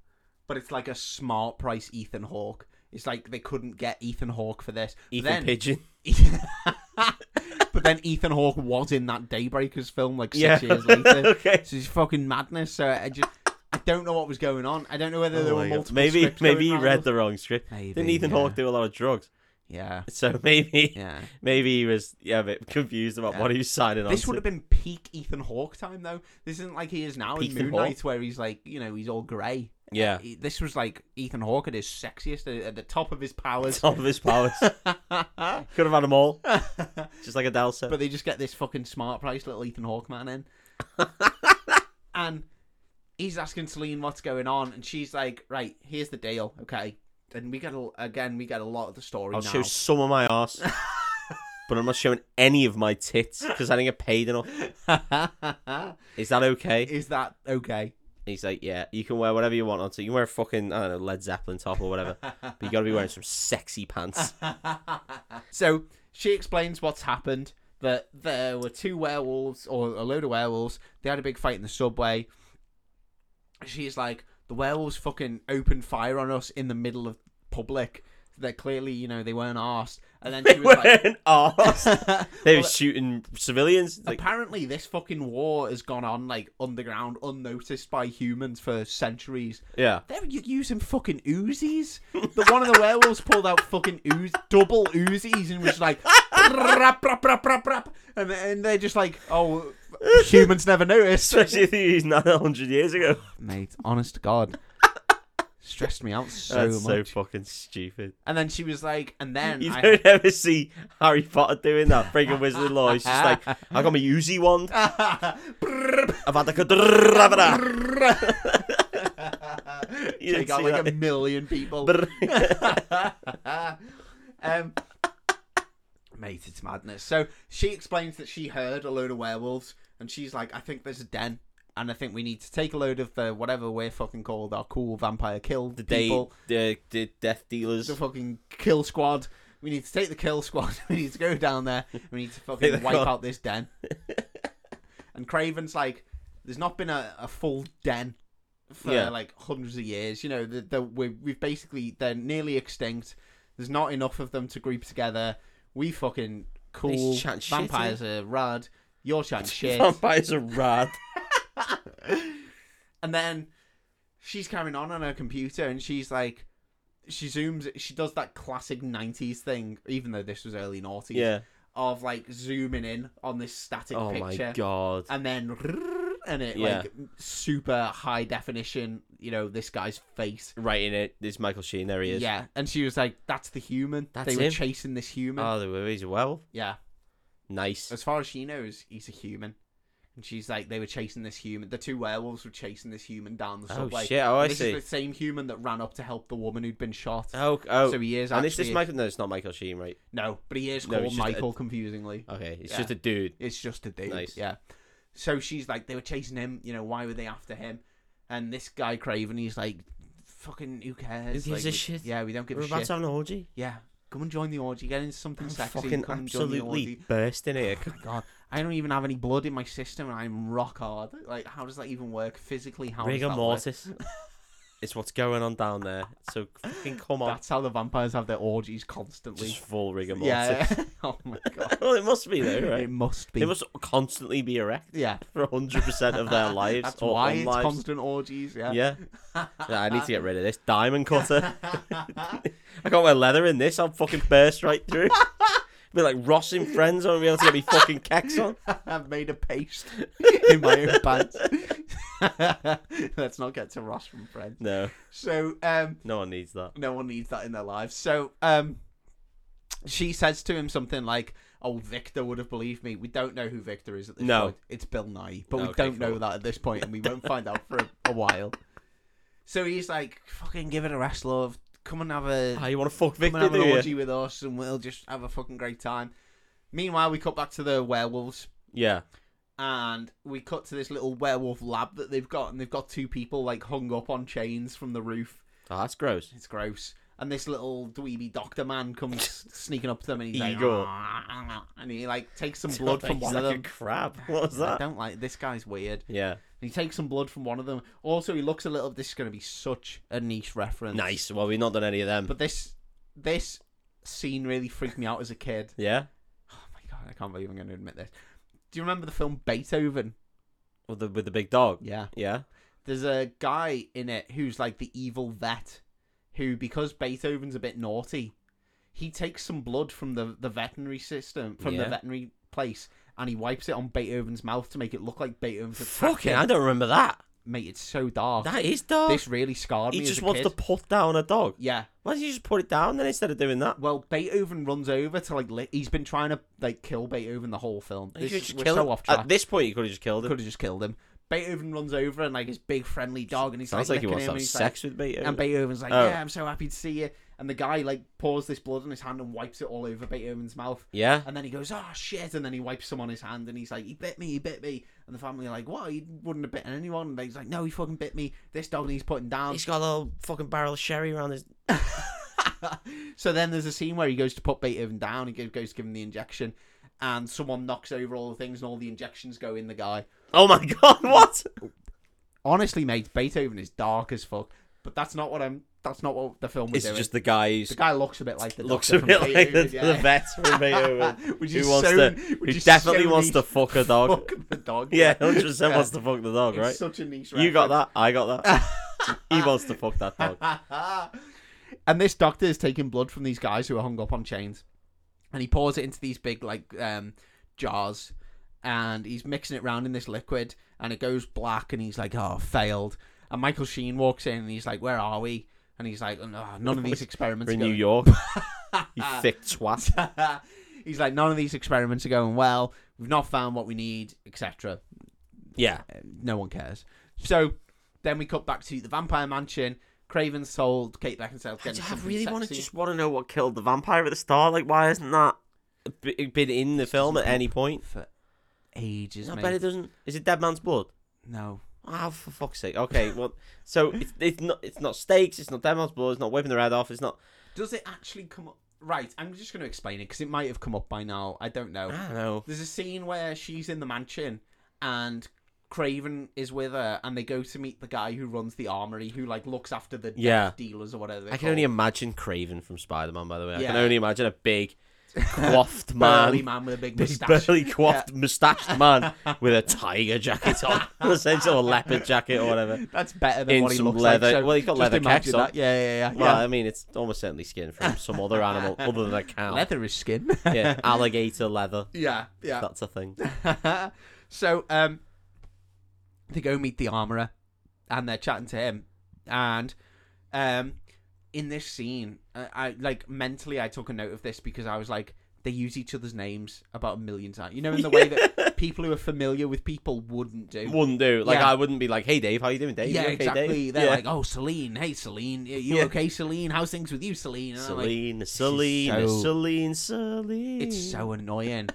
Speaker 1: but it's like a smart price Ethan Hawke. It's like they couldn't get Ethan Hawke for this.
Speaker 2: Ethan
Speaker 1: then,
Speaker 2: Pigeon.
Speaker 1: [LAUGHS] but then Ethan Hawke was in that Daybreakers film like six
Speaker 2: Yeah.
Speaker 1: years later.
Speaker 2: [LAUGHS] okay.
Speaker 1: So it's fucking madness. So I just, I don't know what was going on. I don't know whether there were multiple.
Speaker 2: Oh maybe
Speaker 1: scripts
Speaker 2: maybe
Speaker 1: going around.
Speaker 2: he read the wrong script.
Speaker 1: Maybe,
Speaker 2: Didn't Ethan
Speaker 1: yeah.
Speaker 2: Hawke do a lot of drugs?
Speaker 1: Yeah,
Speaker 2: So maybe
Speaker 1: yeah.
Speaker 2: maybe he was yeah a bit confused about
Speaker 1: Yeah.
Speaker 2: what he was signing on.
Speaker 1: This would
Speaker 2: to.
Speaker 1: have been peak Ethan Hawke time though. This isn't like he is now
Speaker 2: Peak
Speaker 1: in
Speaker 2: Ethan
Speaker 1: Moon
Speaker 2: Hawke?
Speaker 1: Knight, where he's like, you know, he's all grey. [LAUGHS]
Speaker 2: yeah
Speaker 1: he- this was like Ethan Hawke at his sexiest, at the top of his
Speaker 2: [LAUGHS]
Speaker 1: powers.
Speaker 2: [LAUGHS] top of his powers. Could have had them all,
Speaker 1: [LAUGHS] but
Speaker 2: just like Adele said.
Speaker 1: they just get this fucking smart price little Ethan Hawke man in. and he's asking Celine what's going on, and she's like, right, here's the deal, okay? And we get, a, again, we get a lot of the story
Speaker 2: I'll
Speaker 1: now.
Speaker 2: show some of my ass, but I'm not showing any of my tits because I didn't get paid enough. Is that
Speaker 1: [LAUGHS]
Speaker 2: okay?
Speaker 1: Is that okay? [LAUGHS]
Speaker 2: He's like, yeah, you can wear whatever you want onto. You can wear a fucking I don't know Led Zeppelin top or whatever, but you got to be wearing some sexy
Speaker 1: Ah.
Speaker 2: [LAUGHS] pants.
Speaker 1: [LAUGHS] so she explains what's happened that there were two werewolves or a load of werewolves. They had a big fight in the subway. She's like, the werewolves fucking opened fire on us in the middle of public. They're clearly, you know, they weren't asked. And then she
Speaker 2: They
Speaker 1: was [LAUGHS] like,
Speaker 2: weren't arsed. [LAUGHS] They were
Speaker 1: Well,
Speaker 2: shooting civilians. Like,
Speaker 1: apparently this fucking war has gone on like underground, unnoticed by humans for centuries. [LAUGHS]
Speaker 2: yeah.
Speaker 1: They're u- using fucking Uzis. The one of the werewolves pulled out fucking ooze, double Uzis and was like, rap, rap, rap, rap, rap. And, and they're just like, oh, humans never noticed.
Speaker 2: Especially if you used 900 years ago.
Speaker 1: Mate, honest to God. Stressed me out so
Speaker 2: That's so
Speaker 1: much.
Speaker 2: fucking stupid.
Speaker 1: and then she was like, and then
Speaker 2: [LAUGHS] You
Speaker 1: I [LAUGHS]
Speaker 2: don't ever see Harry Potter doing that. Freaking Wizard of Law. He's just like, I got my Uzi wand. I've had like a. [LAUGHS] drrrrabada." You
Speaker 1: Take
Speaker 2: didn't
Speaker 1: out
Speaker 2: see
Speaker 1: like a
Speaker 2: that. [LAUGHS]
Speaker 1: million people.
Speaker 2: Brrr.
Speaker 1: [LAUGHS] um, mate, it's madness. So she explains that she heard a load of werewolves, and she's like, "I think there's a den, and I think we need to take a load of the whatever we're fucking called, our cool vampire kill
Speaker 2: [LAUGHS] the day,
Speaker 1: people,
Speaker 2: the, the death dealers.
Speaker 1: the fucking kill squad. We need to take the kill squad. [LAUGHS] we need to go down there. We need to
Speaker 2: Take
Speaker 1: fucking
Speaker 2: the
Speaker 1: wipe
Speaker 2: con-
Speaker 1: out this den." and Craven's like, "There's not been a, a full den." For
Speaker 2: Yeah.
Speaker 1: like hundreds of years, you know, the, the, we we've basically they're nearly extinct. There's not enough of them to group together. We fucking cool.
Speaker 2: He's chatting shit,
Speaker 1: Vampires are rad. You're
Speaker 2: [LAUGHS]
Speaker 1: chatting shit.
Speaker 2: Vampires are [LAUGHS] rad.
Speaker 1: [LAUGHS] and then she's carrying on on her computer and she's like, she zooms, she does that classic 90s thing, even though this was early 90s,
Speaker 2: Yeah.
Speaker 1: of like zooming in on this static
Speaker 2: Oh my
Speaker 1: picture.
Speaker 2: god.
Speaker 1: And then, [LAUGHS] and it
Speaker 2: Yeah.
Speaker 1: like super high definition, you know, this guy's face.
Speaker 2: Right in it. There's Michael Sheen. There he is.
Speaker 1: Yeah, and she was like, "That's the human.
Speaker 2: That's
Speaker 1: they were
Speaker 2: him. Uh.
Speaker 1: chasing this human."
Speaker 2: Oh, there he's a werewolf.
Speaker 1: yeah,
Speaker 2: Nice.
Speaker 1: as far as she knows, he's a human. And she's like, they were chasing this human. The two werewolves were chasing this human down the
Speaker 2: Oh
Speaker 1: subway.
Speaker 2: shit! Oh, I
Speaker 1: this
Speaker 2: see.
Speaker 1: is the same human that ran up to help the woman who'd been shot.
Speaker 2: Oh, oh.
Speaker 1: so he is
Speaker 2: and
Speaker 1: actually
Speaker 2: it's just Michael. No, it's not Michael Sheen, right?
Speaker 1: no, but he is
Speaker 2: No,
Speaker 1: called
Speaker 2: he's just a-
Speaker 1: Michael. confusingly,
Speaker 2: Okay, it's
Speaker 1: Yeah.
Speaker 2: just a dude.
Speaker 1: it's just a dude.
Speaker 2: Nice.
Speaker 1: Yeah. So she's like, they were chasing him. You know, why were they after him? And this guy Craven, he's like, fucking, who cares?
Speaker 2: Who gives
Speaker 1: Like,
Speaker 2: a shit?
Speaker 1: Yeah, we don't give
Speaker 2: We're
Speaker 1: a
Speaker 2: about
Speaker 1: shit.
Speaker 2: to have an orgy.
Speaker 1: Yeah, come and join the orgy. Get into something
Speaker 2: I'm
Speaker 1: sexy.
Speaker 2: fucking
Speaker 1: come and join the
Speaker 2: absolutely
Speaker 1: orgy.
Speaker 2: bursting here.
Speaker 1: Oh my god, I don't even have any blood in my system, and I'm rock hard. Like, how does that even work physically? How does
Speaker 2: Rigor
Speaker 1: that work?
Speaker 2: mortis. it's what's going on down there. So fucking come on.
Speaker 1: That's how the vampires have their orgies constantly.
Speaker 2: Just full rigor mortis. [LAUGHS]
Speaker 1: yeah. [LAUGHS] oh my god.
Speaker 2: well, it must be
Speaker 1: [LAUGHS]
Speaker 2: though,
Speaker 1: It
Speaker 2: right?
Speaker 1: must be.
Speaker 2: They must constantly be erect
Speaker 1: Yeah.
Speaker 2: for hundred percent of
Speaker 1: [LAUGHS]
Speaker 2: their lives.
Speaker 1: That's
Speaker 2: or
Speaker 1: why it's
Speaker 2: unlives.
Speaker 1: constant orgies. Yeah. [LAUGHS]
Speaker 2: Yeah. Yeah, I need to get rid of this diamond cutter. I can't wear leather in this. I'll fucking burst right
Speaker 1: [LAUGHS]
Speaker 2: through. be like Ross and Friends. I won't be able to get me fucking kecks on.
Speaker 1: I've made a
Speaker 2: [LAUGHS]
Speaker 1: paste in my own pants. [LAUGHS] Let's not get to Ross from Friends.
Speaker 2: No,
Speaker 1: So, um,
Speaker 2: no one needs
Speaker 1: [LAUGHS]
Speaker 2: that.
Speaker 1: no one needs that in their lives. So, um, she says to him something like, "Oh, Victor would have believed me." We don't know who Victor is at this
Speaker 2: No.
Speaker 1: point. It's Bill Nye, but we
Speaker 2: Okay,
Speaker 1: don't know
Speaker 2: cool.
Speaker 1: that at this point, and we won't find out for a, a while. So he's like, "Fucking give it a rest, love. Come and have a
Speaker 2: Oh, you want to fuck
Speaker 1: come and
Speaker 2: Victor,
Speaker 1: have
Speaker 2: do
Speaker 1: an
Speaker 2: you?
Speaker 1: orgy with us, and we'll just have a fucking great time." Meanwhile, we cut back to the werewolves
Speaker 2: Yeah.
Speaker 1: and we cut to this little werewolf lab that they've got, and they've got two people like hung up on chains from the roof.
Speaker 2: Oh, that's gross.
Speaker 1: It's gross. And this little dweeby doctor man
Speaker 2: [LAUGHS]
Speaker 1: comes sneaking up to them, and he's
Speaker 2: Igor.
Speaker 1: like, "Ah," and he like takes
Speaker 2: [LAUGHS]
Speaker 1: some blood from
Speaker 2: He's
Speaker 1: one of
Speaker 2: like
Speaker 1: them.
Speaker 2: A crab. What was
Speaker 1: I [LAUGHS]
Speaker 2: that?
Speaker 1: don't like this guy's weird.
Speaker 2: Yeah.
Speaker 1: And he takes some blood from one of them. Also, he looks a little. This is going to be such a niche reference.
Speaker 2: Nice. Well, we've not done any of them.
Speaker 1: But this this scene really freaked me out as a kid.
Speaker 2: yeah.
Speaker 1: Oh my god, I can't believe I'm going to admit this. Do you remember the film Beethoven?
Speaker 2: With the with the big dog.
Speaker 1: Yeah.
Speaker 2: Yeah.
Speaker 1: there's a guy in it who's like the evil vet who because beethoven's a bit naughty he takes some blood from the, the veterinary system from
Speaker 2: Yeah.
Speaker 1: the veterinary place and he wipes it on beethoven's mouth to make it look like beethoven's attacked
Speaker 2: Fucking,
Speaker 1: him.
Speaker 2: I don't remember that.
Speaker 1: mate it's so dark
Speaker 2: That is dog.
Speaker 1: Oh, this really scarred
Speaker 2: he
Speaker 1: me
Speaker 2: just
Speaker 1: as a
Speaker 2: wants
Speaker 1: kid
Speaker 2: to put down a dog.
Speaker 1: yeah
Speaker 2: Why don't you just put it down then instead of doing that?
Speaker 1: well beethoven runs over to like li- he's been trying to like kill beethoven the whole film
Speaker 2: You
Speaker 1: this
Speaker 2: could
Speaker 1: is,
Speaker 2: just
Speaker 1: we're
Speaker 2: kill
Speaker 1: so
Speaker 2: him.
Speaker 1: off track
Speaker 2: At this point, you could have just killed him.
Speaker 1: could have just killed him beethoven runs over and like his big friendly dog and he's
Speaker 2: Sounds like he
Speaker 1: licking him
Speaker 2: wants to
Speaker 1: and
Speaker 2: have
Speaker 1: he's like,
Speaker 2: sex with me.
Speaker 1: And Beethoven's like,
Speaker 2: Oh.
Speaker 1: "Yeah, I'm so happy to see you." And the guy like pours this blood on his hand and wipes it all over Beethoven's mouth.
Speaker 2: yeah.
Speaker 1: And then he goes, "Oh shit!" And then he wipes some on his hand and he's like, "He bit me, he bit me." And the family are like, "What? He wouldn't have bitten anyone." And he's like, "No, he fucking bit me. This dog he's putting down."
Speaker 2: He's got a little fucking barrel of sherry around his.
Speaker 1: so then there's a scene where he goes to put Beethoven down. He go- goes to give him the injection, and someone knocks over all the things, and all the injections go in the guy.
Speaker 2: Oh my
Speaker 1: [LAUGHS]
Speaker 2: god, what?
Speaker 1: Honestly, mate, Beethoven is dark as fuck. But that's not what I'm. That's not what the film was
Speaker 2: It's
Speaker 1: doing.
Speaker 2: just the guy who
Speaker 1: The guy looks a bit like the
Speaker 2: looks
Speaker 1: doctor
Speaker 2: a
Speaker 1: from
Speaker 2: bit like the,
Speaker 1: Beethoven, [LAUGHS]
Speaker 2: the
Speaker 1: yeah.
Speaker 2: vet from Beethoven.
Speaker 1: which
Speaker 2: who
Speaker 1: is
Speaker 2: wants
Speaker 1: so,
Speaker 2: to-
Speaker 1: [LAUGHS] which
Speaker 2: who
Speaker 1: is
Speaker 2: definitely
Speaker 1: so
Speaker 2: wants to
Speaker 1: niche.
Speaker 2: fuck a dog.
Speaker 1: [LAUGHS] Fuck the dog.
Speaker 2: [LAUGHS] Yeah, 100%
Speaker 1: Yeah.
Speaker 2: wants to fuck the dog,
Speaker 1: It's
Speaker 2: right?
Speaker 1: such a niche.
Speaker 2: You got that. I got that.
Speaker 1: [LAUGHS]
Speaker 2: he wants to fuck that dog.
Speaker 1: that. [LAUGHS] and this doctor is taking blood from these guys who are hung up on chains, and he pours it into these big like um, jars, and he's mixing it round in this liquid, and it goes black, and he's like, "Oh, failed." And Michael Sheen walks in, and he's like, "Where are we?" And he's like, oh, no, "None of these experiments."
Speaker 2: [LAUGHS] We're in
Speaker 1: go
Speaker 2: New
Speaker 1: [LAUGHS]
Speaker 2: York. you thick twat.
Speaker 1: He's like, none of these experiments are going well. We've not found what we need, etc.
Speaker 2: Yeah.
Speaker 1: Uh, No one cares. So then we cut back to the Vampire Mansion. Craven sold Kate Beckinsale.
Speaker 2: I,
Speaker 1: Getting
Speaker 2: really want to
Speaker 1: sexy.
Speaker 2: just want to know what killed the vampire at the start. Like, why isn't that b- been in the film at any point?
Speaker 1: for ages,
Speaker 2: I
Speaker 1: mate.
Speaker 2: bet it doesn't. Is it Dead Man's Blood?
Speaker 1: No,
Speaker 2: Ah, for fuck's sake. Okay, well, so it's, it's not it's not steaks, it's not Dead Man's Blood, it's not whipping the head off, it's not.
Speaker 1: does it actually come up? Right, I'm just going to explain it because it might have come up by now. I don't know.
Speaker 2: I don't know.
Speaker 1: There's a scene where she's in the mansion and Craven is with her, and they go to meet the guy who runs the armory, who like looks after the
Speaker 2: Yeah.
Speaker 1: death dealers or whatever. they're
Speaker 2: I can only
Speaker 1: called.
Speaker 2: imagine Craven from Spider Man, by the way. I can
Speaker 1: Yeah.
Speaker 2: only imagine a big,
Speaker 1: [LAUGHS]
Speaker 2: quaffed [LAUGHS]
Speaker 1: burly
Speaker 2: man.
Speaker 1: man with a big
Speaker 2: Big
Speaker 1: moustache.
Speaker 2: burly quaffed moustached
Speaker 1: [LAUGHS]
Speaker 2: man with a tiger jacket on, [LAUGHS] essentially or leopard jacket or whatever.
Speaker 1: That's better than
Speaker 2: In
Speaker 1: what he
Speaker 2: some
Speaker 1: looks
Speaker 2: leather,
Speaker 1: like. So
Speaker 2: well, he's got
Speaker 1: just
Speaker 2: leather
Speaker 1: imagine
Speaker 2: caps on.
Speaker 1: that. Yeah, yeah, yeah. yeah.
Speaker 2: Well, I mean, it's almost certainly skin from
Speaker 1: [LAUGHS]
Speaker 2: some other animal other than a cow.
Speaker 1: Leather is skin.
Speaker 2: [LAUGHS]
Speaker 1: [LAUGHS]
Speaker 2: Yeah, alligator leather.
Speaker 1: yeah, yeah.
Speaker 2: That's a thing.
Speaker 1: [LAUGHS] so, um, they go meet the armorer, and they're chatting to him, and, um, in this scene, I, I like mentally I took a note of this because I was like, they use each other's names about a million times. You know, [LAUGHS] in the way that
Speaker 2: [LAUGHS]
Speaker 1: people who are familiar with people wouldn't do.
Speaker 2: wouldn't do. Like
Speaker 1: Yeah.
Speaker 2: I wouldn't be like, "Hey Dave, how you doing, Dave?
Speaker 1: yeah,
Speaker 2: you okay,
Speaker 1: exactly.
Speaker 2: Dave?
Speaker 1: They're
Speaker 2: yeah.
Speaker 1: like, "Oh, Celine, hey Celine, you you
Speaker 2: Yeah.
Speaker 1: okay, Celine? How's things with you, Celine?" And I'm like,
Speaker 2: Celine, Celine,
Speaker 1: so-
Speaker 2: Celine, Celine.
Speaker 1: It's so annoying.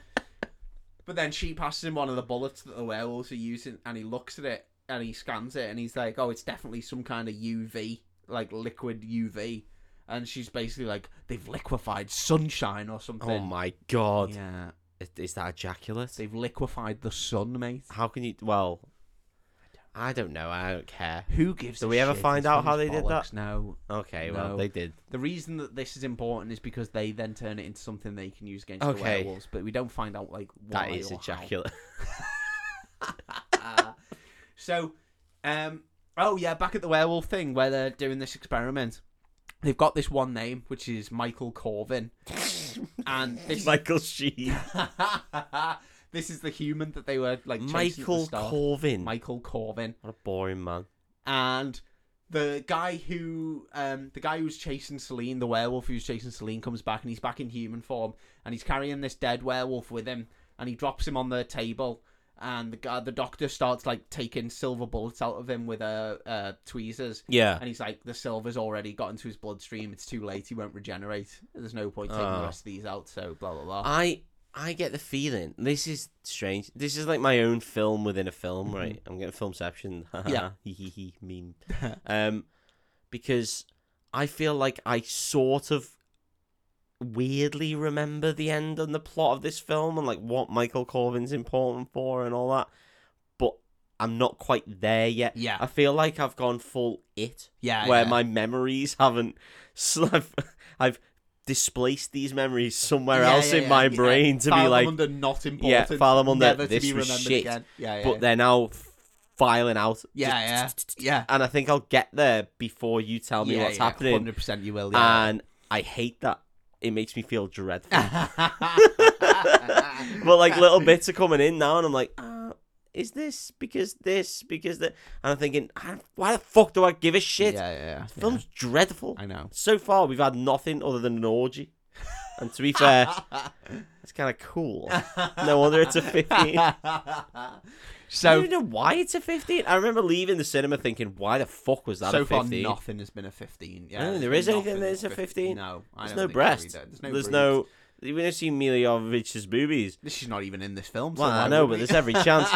Speaker 1: but then she passes him one of the bullets that the werewolves are using, and he looks at it and he scans it, and he's like, "Oh, it's definitely some kind of UV, like liquid UV." And she's basically like, "They've liquefied sunshine or something."
Speaker 2: Oh my god,
Speaker 1: Yeah,
Speaker 2: is, is that ejaculate?
Speaker 1: they've liquefied the sun, mate.
Speaker 2: How can you? Well, I don't know. I don't care.
Speaker 1: Who gives?
Speaker 2: Did
Speaker 1: a
Speaker 2: we ever
Speaker 1: shit?
Speaker 2: find
Speaker 1: It's
Speaker 2: out how
Speaker 1: these
Speaker 2: they did
Speaker 1: bollocks. No.
Speaker 2: Okay, well
Speaker 1: No.
Speaker 2: they did.
Speaker 1: The reason that this is important is because they then turn it into something they can use against the
Speaker 2: Okay.
Speaker 1: werewolves, but we don't find out like why
Speaker 2: That is
Speaker 1: or how.
Speaker 2: ejaculate. [LAUGHS]
Speaker 1: Uh, so, um, oh yeah, back at the werewolf thing where they're doing this experiment, they've got this one name which is Michael Corvin, and this
Speaker 2: Michael Sheen.
Speaker 1: [LAUGHS] this is the human that they were like chasing at the
Speaker 2: Michael
Speaker 1: start.
Speaker 2: Corvin.
Speaker 1: Michael Corvin,
Speaker 2: what a boring man.
Speaker 1: and the guy who um the guy who's chasing Celine, the werewolf who's chasing Celine, comes back and he's back in human form and he's carrying this dead werewolf with him and he drops him on the table and the guy, the doctor starts like taking silver bullets out of him with uh, uh tweezers
Speaker 2: Yeah.
Speaker 1: and he's like the silver's already got into his bloodstream it's too late he won't regenerate there's no point taking
Speaker 2: Oh.
Speaker 1: the rest of these out so blah blah blah
Speaker 2: I I get the feeling this is strange. This is like my own film within a film, right? I'm getting filmception.
Speaker 1: Mm-hmm.
Speaker 2: [LAUGHS]
Speaker 1: Yeah.
Speaker 2: Hee hee hee, mean.
Speaker 1: [LAUGHS]
Speaker 2: um, because I feel like I sort of weirdly remember the end and the plot of this film and like what Michael Corvin's important for and all that, but I'm not quite there yet.
Speaker 1: Yeah.
Speaker 2: I feel like I've gone full it
Speaker 1: yeah
Speaker 2: Ah. where
Speaker 1: yeah.
Speaker 2: my memories haven't sl- [LAUGHS] I've, I've displaced these memories somewhere
Speaker 1: Yeah,
Speaker 2: else
Speaker 1: yeah,
Speaker 2: in
Speaker 1: yeah,
Speaker 2: my
Speaker 1: yeah.
Speaker 2: brain to
Speaker 1: File
Speaker 2: be
Speaker 1: them
Speaker 2: like
Speaker 1: under not important
Speaker 2: yeah file them on that
Speaker 1: never
Speaker 2: this
Speaker 1: to be
Speaker 2: was
Speaker 1: remembered
Speaker 2: shit
Speaker 1: again yeah yeah
Speaker 2: but they're now f- filing out
Speaker 1: yeah yeah yeah
Speaker 2: [LAUGHS] and i think i'll get there before you tell me what's happening
Speaker 1: Hundred percent, you will. Yeah.
Speaker 2: and i hate that it makes me feel dreadful
Speaker 1: [LAUGHS] but
Speaker 2: but like
Speaker 1: [LAUGHS]
Speaker 2: little bits are coming in now, and I'm like, uh, is this because this because that? And I'm thinking, "Ah, why the fuck do I give a shit?
Speaker 1: Yeah, yeah,
Speaker 2: The
Speaker 1: yeah.
Speaker 2: film's dreadful.
Speaker 1: I
Speaker 2: [LAUGHS]
Speaker 1: know.
Speaker 2: So far, we've had nothing other than an orgy. And to
Speaker 1: [LAUGHS]
Speaker 2: be fair, it's kind of cool. No wonder it's
Speaker 1: [LAUGHS]
Speaker 2: a 15. I
Speaker 1: so
Speaker 2: don't even know why it's a 15. I remember leaving the cinema thinking, why the fuck was that
Speaker 1: so
Speaker 2: a
Speaker 1: far,
Speaker 2: 15?
Speaker 1: nothing has been a fifteen.
Speaker 2: I
Speaker 1: Yeah,
Speaker 2: don't
Speaker 1: there's
Speaker 2: think there
Speaker 1: been
Speaker 2: is anything
Speaker 1: nothing
Speaker 2: that is a 15.
Speaker 1: No, I
Speaker 2: There's
Speaker 1: don't
Speaker 2: no
Speaker 1: think
Speaker 2: breast.
Speaker 1: there is.
Speaker 2: There's
Speaker 1: There's no. boobs.
Speaker 2: no. We're going to see Miljovich's boobies.
Speaker 1: She's not even in this film. So
Speaker 2: Well,
Speaker 1: why
Speaker 2: I
Speaker 1: would
Speaker 2: know, but
Speaker 1: we?
Speaker 2: there's
Speaker 1: [LAUGHS]
Speaker 2: every chance.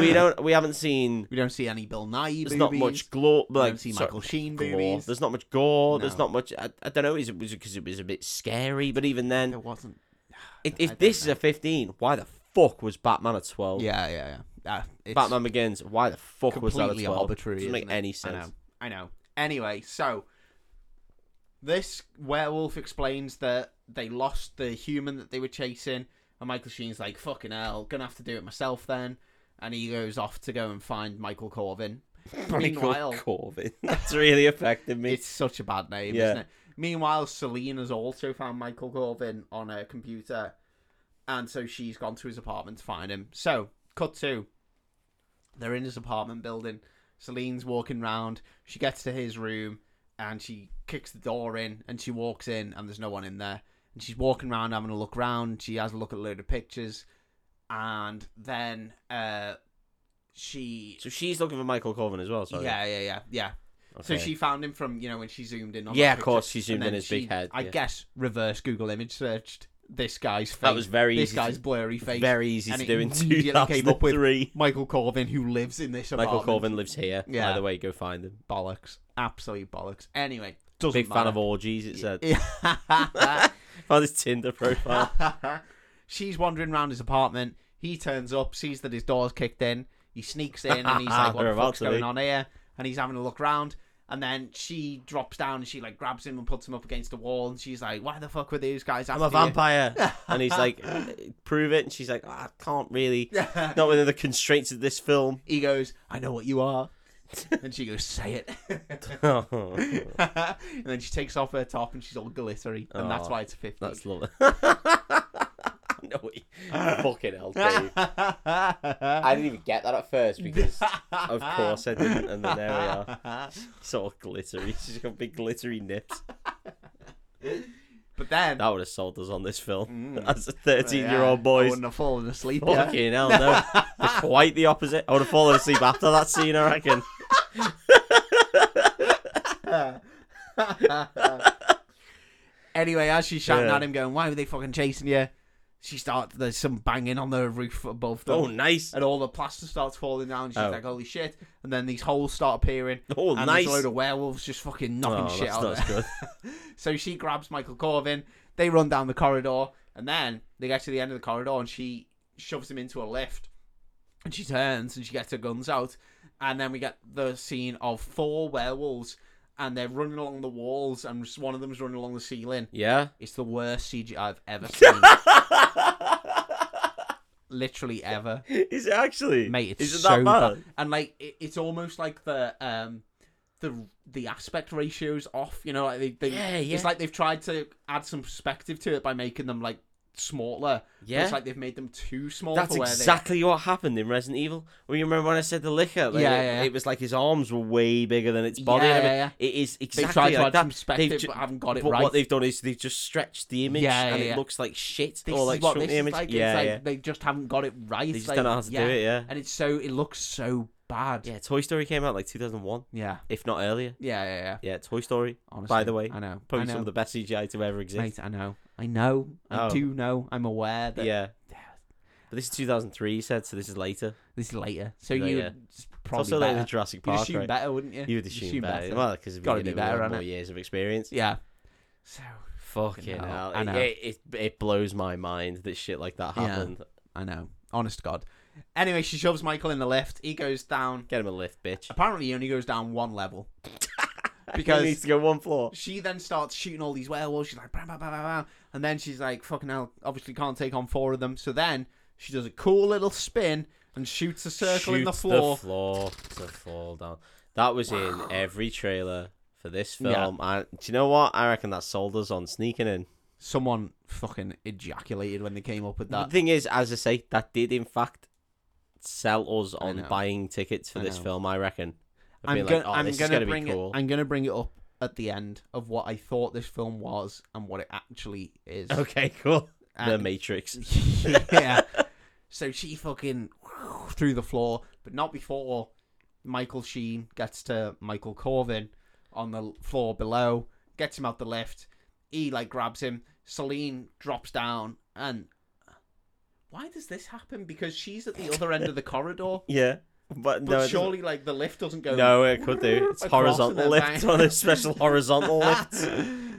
Speaker 2: We don't. We haven't seen.
Speaker 1: we don't see any Bill Nye
Speaker 2: There's
Speaker 1: boobies.
Speaker 2: not much glow.
Speaker 1: We
Speaker 2: Like
Speaker 1: don't see
Speaker 2: sorry,
Speaker 1: Michael Sheen
Speaker 2: gore.
Speaker 1: boobies.
Speaker 2: There's not much gore. There's
Speaker 1: No.
Speaker 2: not much. I, I don't know. Is it was because it was a bit scary? But even then,
Speaker 1: There wasn't.
Speaker 2: If,
Speaker 1: I
Speaker 2: if
Speaker 1: don't
Speaker 2: this is
Speaker 1: know.
Speaker 2: a 15, why the fuck was Batman a 12?
Speaker 1: Yeah, yeah, yeah. Uh, it's
Speaker 2: Batman Begins, why the fuck was that a
Speaker 1: completely
Speaker 2: 12?
Speaker 1: arbitrary.
Speaker 2: Doesn't make
Speaker 1: isn't it?
Speaker 2: any
Speaker 1: I
Speaker 2: sense.
Speaker 1: [LAUGHS] know. I know. Anyway, so this werewolf explains that they lost the human that they were chasing, and Michael Sheen's like, "Fucking hell, gonna have to do it myself then." And he goes off to go and find Michael Corvin.
Speaker 2: Michael
Speaker 1: Meanwhile-
Speaker 2: Corbin. [LAUGHS] That's really affected me.
Speaker 1: It's such a bad name,
Speaker 2: Yeah.
Speaker 1: isn't it? Meanwhile, Celine has also found Michael Corvin on her computer, and so she's gone to his apartment to find him. So, cut to. They're in his apartment building. Celine's walking round. She gets to his room and she kicks the door in and she walks in and there's no one in there. And she's walking around having a look round. She has a look at a load of pictures. And then uh, she.
Speaker 2: so she's looking for Michael Corbin as well, sorry.
Speaker 1: Yeah, yeah, yeah, yeah. So
Speaker 2: Okay.
Speaker 1: she found him from you know when she zoomed in on.
Speaker 2: Yeah,
Speaker 1: that
Speaker 2: of
Speaker 1: picture,
Speaker 2: course, she zoomed
Speaker 1: and
Speaker 2: in
Speaker 1: then
Speaker 2: his big
Speaker 1: she,
Speaker 2: head,
Speaker 1: I
Speaker 2: yeah.
Speaker 1: guess reverse Google image searched this guy's face.
Speaker 2: That was very
Speaker 1: this
Speaker 2: easy
Speaker 1: guy's
Speaker 2: to-
Speaker 1: blurry face.
Speaker 2: Very easy
Speaker 1: and
Speaker 2: to
Speaker 1: it
Speaker 2: do in
Speaker 1: immediately came up with
Speaker 2: 2003.
Speaker 1: Michael Corvin, who lives in this apartment.
Speaker 2: Michael Corbin lives here.
Speaker 1: Yeah.
Speaker 2: By the way, go find him.
Speaker 1: bollocks, absolute bollocks. Anyway, doesn't
Speaker 2: Big fan of
Speaker 1: matter.
Speaker 2: orgies, it [LAUGHS] said.
Speaker 1: Yeah.
Speaker 2: Found his
Speaker 1: [LAUGHS]
Speaker 2: Tinder profile.
Speaker 1: She's wandering around his apartment. He turns up, sees that his door's kicked in. He sneaks in and he's
Speaker 2: [LAUGHS]
Speaker 1: like, "What
Speaker 2: They're
Speaker 1: the
Speaker 2: about
Speaker 1: fuck's
Speaker 2: to
Speaker 1: going
Speaker 2: be.
Speaker 1: on here?" And he's having a look round. And then she drops down and she like grabs him and puts him up against the wall. And she's like, "Why the fuck were these guys
Speaker 2: I'm
Speaker 1: after
Speaker 2: a vampire. and he's like, prove it. And she's like, I
Speaker 1: [LAUGHS]
Speaker 2: can't really.
Speaker 1: vampire."
Speaker 2: Not within the constraints of
Speaker 1: [LAUGHS]
Speaker 2: this film. [LAUGHS]
Speaker 1: he goes, "I know what you are." [LAUGHS] and she goes, "Say it." [LAUGHS] and then she takes off her top and she's all glittery, and that's
Speaker 2: Oh,
Speaker 1: why it's a fifty.
Speaker 2: That's lovely. [LAUGHS] no, we-
Speaker 1: [LAUGHS]
Speaker 2: fucking hell, Dave. I didn't even get that at
Speaker 1: [LAUGHS]
Speaker 2: first because, of course, I didn't. And then there we [LAUGHS] are. It's all glittery. She's got big glittery nips.
Speaker 1: But then,
Speaker 2: That would have sold us on this film
Speaker 1: Mm.
Speaker 2: [LAUGHS] as a
Speaker 1: but
Speaker 2: 13 year
Speaker 1: yeah, Oh,
Speaker 2: old boy.
Speaker 1: I wouldn't have fallen asleep. yeah.
Speaker 2: Fucking
Speaker 1: [LAUGHS]
Speaker 2: hell, no. It's quite the opposite. I would have fallen asleep after that scene,
Speaker 1: [LAUGHS]
Speaker 2: I reckon.
Speaker 1: anyway, as she's shouting
Speaker 2: Yeah.
Speaker 1: at him, going, "Why were they fucking chasing you?" She starts. There's some banging on the roof above them,
Speaker 2: Oh, nice.
Speaker 1: and all the plaster starts falling down. And she's
Speaker 2: Oh.
Speaker 1: like, "Holy shit!" And then these holes start appearing.
Speaker 2: Oh,
Speaker 1: and
Speaker 2: nice.
Speaker 1: there's a load of werewolves just fucking knocking
Speaker 2: Oh,
Speaker 1: shit
Speaker 2: that's
Speaker 1: out
Speaker 2: not as
Speaker 1: there.
Speaker 2: good.
Speaker 1: So she grabs Michael Corvin. They run down the corridor, and then they get to the end of the corridor, and she shoves him into a lift. And she turns and she gets her guns out, and then we get the scene of four werewolves, and they're running along the walls, and just one of them's running along the ceiling. [LAUGHS]
Speaker 2: Yeah.
Speaker 1: It's the worst CGI I've ever seen, literally ever,
Speaker 2: Is it actually?
Speaker 1: mate. It's
Speaker 2: Is it
Speaker 1: so
Speaker 2: that bad?
Speaker 1: and like it, it's almost like the um the the aspect ratios off you know like they, they
Speaker 2: Yeah, yeah.
Speaker 1: it's like they've tried to add some perspective to it by making them like smaller but
Speaker 2: Yeah.
Speaker 1: it's like they've made them too small
Speaker 2: That's
Speaker 1: for where
Speaker 2: exactly what happened in Resident Evil. Well, you remember when I said the liquor? Like,
Speaker 1: Yeah,
Speaker 2: it,
Speaker 1: yeah.
Speaker 2: it was like his arms were way bigger than its
Speaker 1: they
Speaker 2: body.
Speaker 1: yeah,
Speaker 2: and
Speaker 1: yeah,
Speaker 2: everything.
Speaker 1: yeah.
Speaker 2: It is
Speaker 1: they've
Speaker 2: exactly
Speaker 1: tried to
Speaker 2: like
Speaker 1: add
Speaker 2: that.
Speaker 1: some perspective
Speaker 2: ju-
Speaker 1: but haven't got it
Speaker 2: but
Speaker 1: right
Speaker 2: what they've done is they've just stretched the image
Speaker 1: Yeah, yeah,
Speaker 2: and
Speaker 1: yeah.
Speaker 2: it looks like shit
Speaker 1: this
Speaker 2: or
Speaker 1: is
Speaker 2: like
Speaker 1: what
Speaker 2: shrunk
Speaker 1: this
Speaker 2: the
Speaker 1: is
Speaker 2: image.
Speaker 1: like, it's
Speaker 2: yeah,
Speaker 1: like
Speaker 2: yeah.
Speaker 1: they just haven't got it right
Speaker 2: They
Speaker 1: It's
Speaker 2: just
Speaker 1: like,
Speaker 2: don't know how to
Speaker 1: yeah.
Speaker 2: do it. Yeah.
Speaker 1: and it's so it looks so bad
Speaker 2: Yeah. Toy Story came out like 2001,
Speaker 1: yeah
Speaker 2: if not earlier.
Speaker 1: yeah yeah, yeah.
Speaker 2: Yeah. Toy Story,
Speaker 1: Honestly,
Speaker 2: the way,
Speaker 1: I know I
Speaker 2: probably
Speaker 1: know
Speaker 2: some of the best CGI to ever exist.
Speaker 1: mate I know I know I
Speaker 2: Oh.
Speaker 1: do know I'm aware that
Speaker 2: yeah. But this is 2003, you said, so this is later.
Speaker 1: This is later. So
Speaker 2: Yeah,
Speaker 1: you
Speaker 2: yeah.
Speaker 1: would s-
Speaker 2: It's
Speaker 1: probably
Speaker 2: also later than
Speaker 1: better.
Speaker 2: Jurassic
Speaker 1: You'd
Speaker 2: Park,
Speaker 1: assume
Speaker 2: right?
Speaker 1: better, wouldn't you?
Speaker 2: You would assume, better. Well, because
Speaker 1: Gotta be better,
Speaker 2: more,
Speaker 1: hasn't
Speaker 2: more
Speaker 1: it?
Speaker 2: years of experience.
Speaker 1: Yeah. So
Speaker 2: Fucking
Speaker 1: hell.
Speaker 2: hell.
Speaker 1: I
Speaker 2: It-
Speaker 1: know.
Speaker 2: It, it, it blows my mind that shit like that
Speaker 1: Yeah.
Speaker 2: happened.
Speaker 1: I know. Honest to God. Anyway, she shoves Michael in the lift. He goes down.
Speaker 2: Get him a lift, bitch.
Speaker 1: Apparently, he only goes down one
Speaker 2: [LAUGHS]
Speaker 1: level
Speaker 2: He needs
Speaker 1: because
Speaker 2: to go one floor.
Speaker 1: she then starts shooting all these werewolves. She's like, bam, bam, bam, bam, bam. and then she's like, fucking hell, obviously can't take on four of them. So then she does a cool little spin and shoots a circle in the
Speaker 2: Shoots
Speaker 1: floor.
Speaker 2: floor to fall down. That was in every trailer for this
Speaker 1: Yeah.
Speaker 2: film. And do you know what? I reckon that sold us on sneaking in.
Speaker 1: Someone fucking ejaculated when they came up with that.
Speaker 2: The thing is, as I say, that did in fact sell us
Speaker 1: I
Speaker 2: on
Speaker 1: know.
Speaker 2: buying tickets for
Speaker 1: I
Speaker 2: this
Speaker 1: know.
Speaker 2: film. I reckon. Of
Speaker 1: I'm,
Speaker 2: being
Speaker 1: gonna,
Speaker 2: like, oh,
Speaker 1: I'm
Speaker 2: this
Speaker 1: gonna
Speaker 2: is gonna
Speaker 1: bring
Speaker 2: be cool.
Speaker 1: it. I'm gonna bring it up at the end of what I thought this film was and what it actually is.
Speaker 2: [LAUGHS] Okay, cool. the
Speaker 1: And- [LAUGHS]
Speaker 2: Matrix. [LAUGHS]
Speaker 1: yeah. So she fucking [LAUGHS] through the floor, but not before Michael Sheen gets to Michael Corvin on the floor below, gets him out the lift. He like grabs him. Celine drops down, and why does this happen? Because she's at the other end of the corridor.
Speaker 2: Yeah, but,
Speaker 1: But
Speaker 2: no, it doesn't-
Speaker 1: surely, like the lift doesn't go.
Speaker 2: No, it could do. It's
Speaker 1: across
Speaker 2: horizontal
Speaker 1: and then
Speaker 2: lift [LAUGHS]
Speaker 1: bang.
Speaker 2: on a special horizontal lift.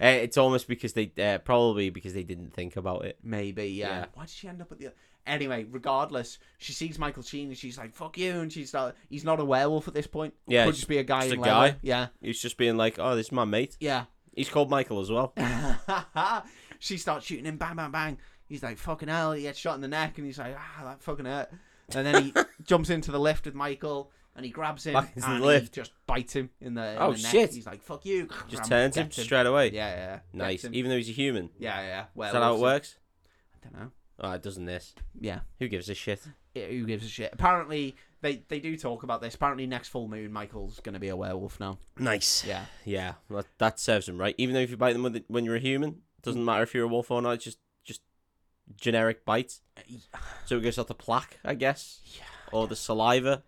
Speaker 2: Uh, it's almost because they uh, probably because they didn't think about it.
Speaker 1: [LAUGHS] Maybe, yeah.
Speaker 2: Yeah.
Speaker 1: Why did she end up at the? Anyway, regardless, she sees Michael Sheen and she's like, "Fuck you!" And she's like, "He's not a werewolf at this point.
Speaker 2: Yeah,
Speaker 1: could
Speaker 2: it's
Speaker 1: just be a guy
Speaker 2: just
Speaker 1: in
Speaker 2: a
Speaker 1: leather."
Speaker 2: guy.
Speaker 1: Yeah,
Speaker 2: It's just being like, oh, this is my mate.
Speaker 1: yeah.
Speaker 2: He's called Michael as well.
Speaker 1: [LAUGHS] she starts shooting him, bang, bang, bang. He's like, "Fucking hell!" He gets shot in the neck, and he's like, "Ah, that fucking hurt." And then
Speaker 2: [LAUGHS]
Speaker 1: he jumps into the lift with Michael, and he grabs him,
Speaker 2: Back into the
Speaker 1: and
Speaker 2: lift.
Speaker 1: he just bites him in the. in
Speaker 2: Oh,
Speaker 1: the neck.
Speaker 2: shit.
Speaker 1: He's like, "Fuck you!"
Speaker 2: Just
Speaker 1: Grabs
Speaker 2: turns him
Speaker 1: gets
Speaker 2: straight away.
Speaker 1: Yeah, yeah, yeah.
Speaker 2: nice.
Speaker 1: Gets him.
Speaker 2: Even though he's a human.
Speaker 1: Yeah, yeah, yeah.
Speaker 2: Is that how it
Speaker 1: Werewolves.
Speaker 2: works?
Speaker 1: I don't know.
Speaker 2: Oh, it doesn't this.
Speaker 1: Yeah.
Speaker 2: Who gives a shit?
Speaker 1: Yeah, who gives a shit? Apparently, they they do talk about this. Apparently, next full moon, Michael's going to be a werewolf now.
Speaker 2: Nice.
Speaker 1: Yeah,
Speaker 2: Yeah, that, that serves him right. Even though if you bite them with it when you're a human, doesn't matter if you're a wolf or not. It's just just generic bites. So it goes off the plaque, I guess,
Speaker 1: yeah.
Speaker 2: or the saliva.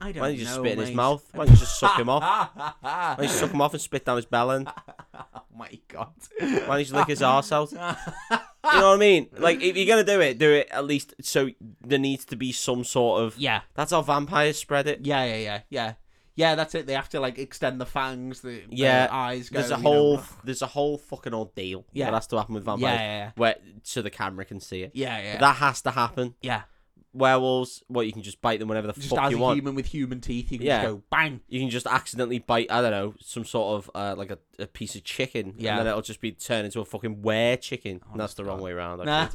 Speaker 1: I don't
Speaker 2: Why don't you just
Speaker 1: know,
Speaker 2: spit in
Speaker 1: mate.
Speaker 2: his mouth? Why don't you just suck him off?
Speaker 1: Why
Speaker 2: Why
Speaker 1: [LAUGHS]
Speaker 2: don't you suck him off and spit down his bellend? Why
Speaker 1: Oh my god! [LAUGHS]
Speaker 2: don't you just lick his arse out? You know what I mean? Like if you're gonna do it, do it at least so there needs to be some sort of.
Speaker 1: yeah,
Speaker 2: That's how vampires spread it.
Speaker 1: yeah, yeah, yeah, yeah, yeah. That's it. They have to like extend the fangs, the the
Speaker 2: Yeah,
Speaker 1: eyes. Go,
Speaker 2: There's a
Speaker 1: you know.
Speaker 2: whole there's a whole fucking ordeal
Speaker 1: Yeah.
Speaker 2: that has to happen with
Speaker 1: Yeah,
Speaker 2: vampires,
Speaker 1: yeah,
Speaker 2: where so the camera can see it.
Speaker 1: yeah, yeah, yeah.
Speaker 2: That has to happen.
Speaker 1: yeah.
Speaker 2: werewolves, well, you can just bite them whenever the
Speaker 1: Just
Speaker 2: fuck
Speaker 1: as
Speaker 2: you
Speaker 1: a
Speaker 2: want.
Speaker 1: human with human teeth, you can
Speaker 2: Yeah.
Speaker 1: just go bang.
Speaker 2: You can just accidentally bite, I don't know, some sort of uh, like a, a piece of chicken,
Speaker 1: Yeah. Oh,
Speaker 2: and then it'll just be turned into a fucking were chicken. and that's the wrong
Speaker 1: God. [LAUGHS]
Speaker 2: way around.
Speaker 1: Nah.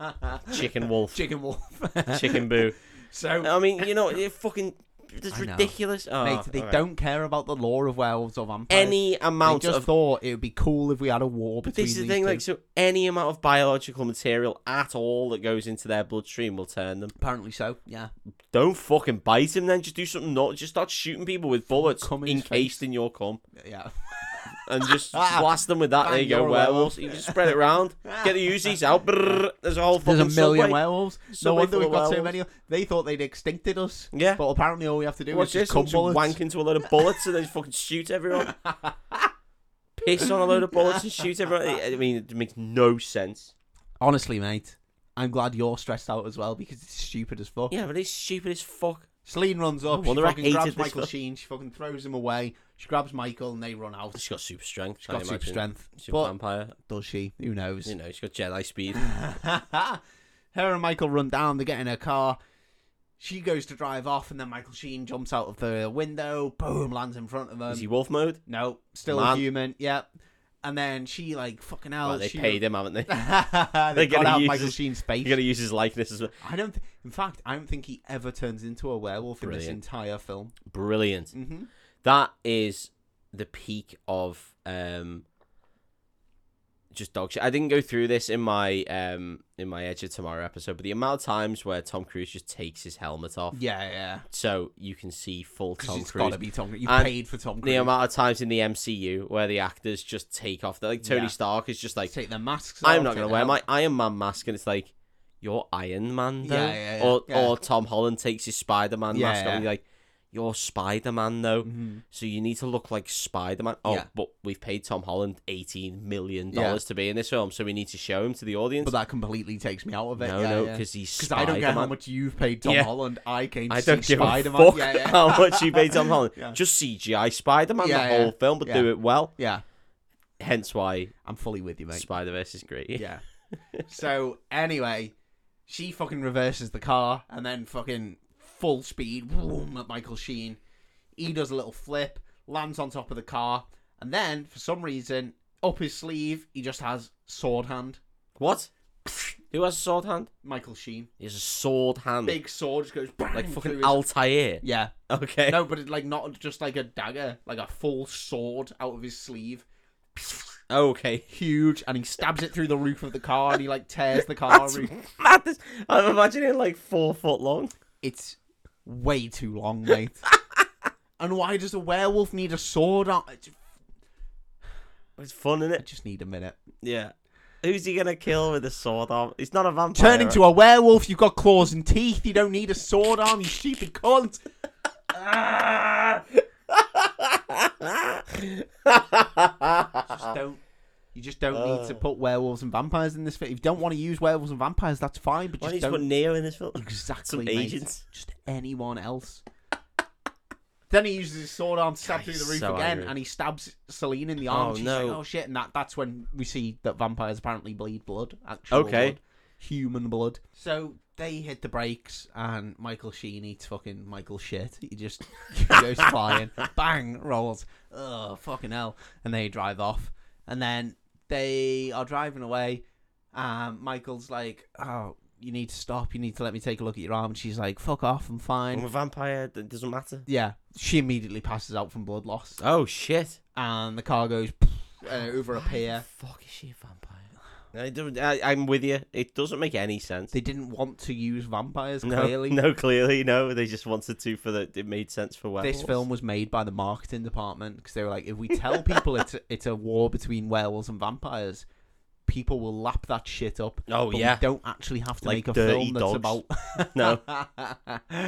Speaker 2: actually. chicken
Speaker 1: [LAUGHS]
Speaker 2: wolf,
Speaker 1: Chicken wolf.
Speaker 2: chicken boo.
Speaker 1: [LAUGHS] So
Speaker 2: I mean, you know, it fucking it's
Speaker 1: I know.
Speaker 2: ridiculous. Oh,
Speaker 1: Mate, they
Speaker 2: alright.
Speaker 1: don't care about the law of werewolves or vampires.
Speaker 2: any
Speaker 1: I
Speaker 2: amount
Speaker 1: just
Speaker 2: of.
Speaker 1: thought it would be cool if we had a war
Speaker 2: But
Speaker 1: between
Speaker 2: this is the
Speaker 1: these
Speaker 2: thing,
Speaker 1: two.
Speaker 2: like, so any amount of biological material at all that goes into their bloodstream will turn them.
Speaker 1: Apparently so. Yeah.
Speaker 2: Don't fucking bite him, then. Just do something. Not just start shooting people with bullets
Speaker 1: Cum in his
Speaker 2: [LAUGHS] encased in your cum.
Speaker 1: Yeah.
Speaker 2: and
Speaker 1: [LAUGHS]
Speaker 2: just blast them with that. there
Speaker 1: Bang,
Speaker 2: you go,
Speaker 1: you're a
Speaker 2: werewolves.
Speaker 1: werewolf.
Speaker 2: You just spread it around. Get the Uzis out. Brrr, there's a whole fucking
Speaker 1: There's a million
Speaker 2: subway.
Speaker 1: werewolves. No
Speaker 2: Subway
Speaker 1: wonder
Speaker 2: full
Speaker 1: we've
Speaker 2: of
Speaker 1: got so
Speaker 2: werewolves.
Speaker 1: many. They thought they'd extincted us.
Speaker 2: Yeah.
Speaker 1: But apparently all we have to do
Speaker 2: Watch
Speaker 1: is
Speaker 2: this.
Speaker 1: just
Speaker 2: and
Speaker 1: cum
Speaker 2: Just
Speaker 1: bullets.
Speaker 2: wank into a load of bullets and then just fucking
Speaker 1: [LAUGHS]
Speaker 2: shoot everyone. Piss on a load of bullets and shoot everyone. I I mean, it makes no sense.
Speaker 1: Honestly, mate, I'm glad you're stressed out as well because it's stupid as fuck.
Speaker 2: Yeah, but it's stupid as fuck.
Speaker 1: Celine runs
Speaker 2: No
Speaker 1: up. She
Speaker 2: wonder I
Speaker 1: fucking
Speaker 2: hated
Speaker 1: grabs
Speaker 2: this
Speaker 1: Michael
Speaker 2: film.
Speaker 1: Sheen. She fucking throws him away. She grabs Michael and they run out.
Speaker 2: She's got super strength.
Speaker 1: She's got super strength.
Speaker 2: She's a
Speaker 1: but
Speaker 2: vampire.
Speaker 1: does she? Who knows?
Speaker 2: You know, she's got Jedi speed.
Speaker 1: [LAUGHS] Her and Michael run down. They get in her car. She goes to drive off, and then Michael Sheen jumps out of the window. Boom! Lands in front of them.
Speaker 2: Is he wolf mode?
Speaker 1: No, still
Speaker 2: Man.
Speaker 1: human. Yep. And then she like fucking hell.
Speaker 2: Well, they
Speaker 1: she...
Speaker 2: paid him, haven't they? [LAUGHS]
Speaker 1: [LAUGHS] they got
Speaker 2: gonna
Speaker 1: out
Speaker 2: use
Speaker 1: Michael
Speaker 2: his-
Speaker 1: Sheen's
Speaker 2: You're
Speaker 1: face.
Speaker 2: gonna use his likeness as well.
Speaker 1: I don't. Th- in fact, I don't think he ever turns into a werewolf in
Speaker 2: Brilliant.
Speaker 1: this entire film.
Speaker 2: Brilliant.
Speaker 1: Mm-hmm.
Speaker 2: That is the peak of um just dog shit. I didn't go through this in my um in my Edge of Tomorrow episode, but the amount of times where Tom Cruise just takes his helmet off,
Speaker 1: Yeah, yeah.
Speaker 2: so you can see full
Speaker 1: Because
Speaker 2: Tom
Speaker 1: it's
Speaker 2: Cruise.
Speaker 1: got to be Tom. Cruise. You
Speaker 2: And
Speaker 1: paid for Tom Cruise.
Speaker 2: The amount of times in the MCU where the actors just take off, the- like Tony
Speaker 1: Yeah.
Speaker 2: Stark is just like,
Speaker 1: take their masks.
Speaker 2: I'm
Speaker 1: off,
Speaker 2: not
Speaker 1: take
Speaker 2: gonna
Speaker 1: their
Speaker 2: wear my
Speaker 1: helmet-
Speaker 2: Iron Man mask, and it's like, you're Iron Man though,
Speaker 1: Yeah, yeah, yeah.
Speaker 2: or
Speaker 1: Yeah.
Speaker 2: or Tom Holland takes his Spider Man
Speaker 1: Yeah,
Speaker 2: mask off,
Speaker 1: yeah.
Speaker 2: and you're like, you're Spider Man though.
Speaker 1: Mhm.
Speaker 2: So you need to look like Spider Man. Oh,
Speaker 1: Yeah.
Speaker 2: but we've paid Tom Holland eighteen million
Speaker 1: Yeah.
Speaker 2: dollars to be in this film, so we need to show him to the audience.
Speaker 1: But that completely takes me out of it.
Speaker 2: no,
Speaker 1: yeah,
Speaker 2: no,
Speaker 1: yeah.
Speaker 2: because he's
Speaker 1: Because I don't care how
Speaker 2: Spider-Man.
Speaker 1: much you've paid Tom
Speaker 2: Yeah.
Speaker 1: Holland. I came to
Speaker 2: I don't
Speaker 1: see
Speaker 2: give
Speaker 1: Spider
Speaker 2: a
Speaker 1: Man.
Speaker 2: fuck
Speaker 1: Yeah, yeah.
Speaker 2: how much you paid Tom Holland.
Speaker 1: [LAUGHS] Yeah.
Speaker 2: Just CGI Spider Man
Speaker 1: Yeah,
Speaker 2: the
Speaker 1: yeah.
Speaker 2: whole film, but do
Speaker 1: Yeah.
Speaker 2: it well.
Speaker 1: yeah,
Speaker 2: Hence why
Speaker 1: I'm fully with you, mate.
Speaker 2: Spider Verse is great.
Speaker 1: Yeah. so anyway, she fucking reverses the car and then fucking full speed boom at Michael Sheen. He does a little flip, lands on top of the car, and then for some reason, up his sleeve, he just has sword hand.
Speaker 2: [LAUGHS] What? [LAUGHS] Who has a sword hand?
Speaker 1: Michael Sheen,
Speaker 2: He has a sword hand.
Speaker 1: big sword, just goes bang [LAUGHS]
Speaker 2: [LAUGHS] like
Speaker 1: through
Speaker 2: fucking
Speaker 1: his-
Speaker 2: Altair.
Speaker 1: Yeah,
Speaker 2: Okay.
Speaker 1: no, but it's like not just like a dagger, like a full sword out of his sleeve,
Speaker 2: Okay. [LAUGHS]
Speaker 1: huge, and he stabs it through the roof of the car, and he like tears the car
Speaker 2: That's
Speaker 1: roof.
Speaker 2: madness. I'm imagining like four foot long.
Speaker 1: it's way too long, [LAUGHS] mate. and why does a werewolf need a sword? On? I ju-
Speaker 2: It's fun, is
Speaker 1: I
Speaker 2: it?
Speaker 1: just need a minute.
Speaker 2: Yeah. Who's he gonna kill with a sword arm? He's not a vampire.
Speaker 1: Turn into a werewolf, you've got claws and teeth. You don't need a sword arm, you stupid cunt. Just don't. You just don't need to put werewolves and vampires in this film. If you don't want to use werewolves and vampires, that's fine. But
Speaker 2: Why
Speaker 1: just
Speaker 2: did you put
Speaker 1: don't
Speaker 2: Neo in this film?
Speaker 1: exactly
Speaker 2: Some
Speaker 1: mate.
Speaker 2: agents.
Speaker 1: Just anyone else. then he uses his sword arm to stab
Speaker 2: God,
Speaker 1: through
Speaker 2: he's
Speaker 1: the roof
Speaker 2: so
Speaker 1: again,
Speaker 2: angry.
Speaker 1: and he stabs Celine in the arm.
Speaker 2: Oh,
Speaker 1: and she's
Speaker 2: no.
Speaker 1: like, "Oh shit!" And that, that's when we see that vampires apparently bleed blood. Actual
Speaker 2: Okay.
Speaker 1: blood, human blood. So they hit the brakes, and Michael Sheen eats fucking Michael shit. He just [LAUGHS] he goes flying, bang, rolls. Ugh, fucking hell! And they drive off, and then they are driving away. Um, Michael's like, "Oh, you need to stop. You need to let me take a look at your arm." And she's like, "Fuck off, I'm fine."
Speaker 2: [LAUGHS] I'm a vampire. It doesn't matter.
Speaker 1: yeah, she immediately passes out from blood loss,
Speaker 2: Oh shit!
Speaker 1: and the car goes uh, over a
Speaker 2: Yeah.
Speaker 1: pier.
Speaker 2: Fuck is she a vampire? I don't, I, I'm with you. It doesn't make any sense.
Speaker 1: They didn't want to use vampires.
Speaker 2: no,
Speaker 1: Clearly,
Speaker 2: no, clearly, no. They just wanted to for the. It made sense for werewolves.
Speaker 1: this film was made by the marketing department because they were like, if we tell people it's a, it's a war between werewolves and vampires, people will lap that shit up.
Speaker 2: Oh
Speaker 1: But
Speaker 2: [LAUGHS] yeah.
Speaker 1: we don't actually have to
Speaker 2: Like
Speaker 1: make a
Speaker 2: dirty
Speaker 1: film that's
Speaker 2: dogs.
Speaker 1: about.
Speaker 2: No. [LAUGHS]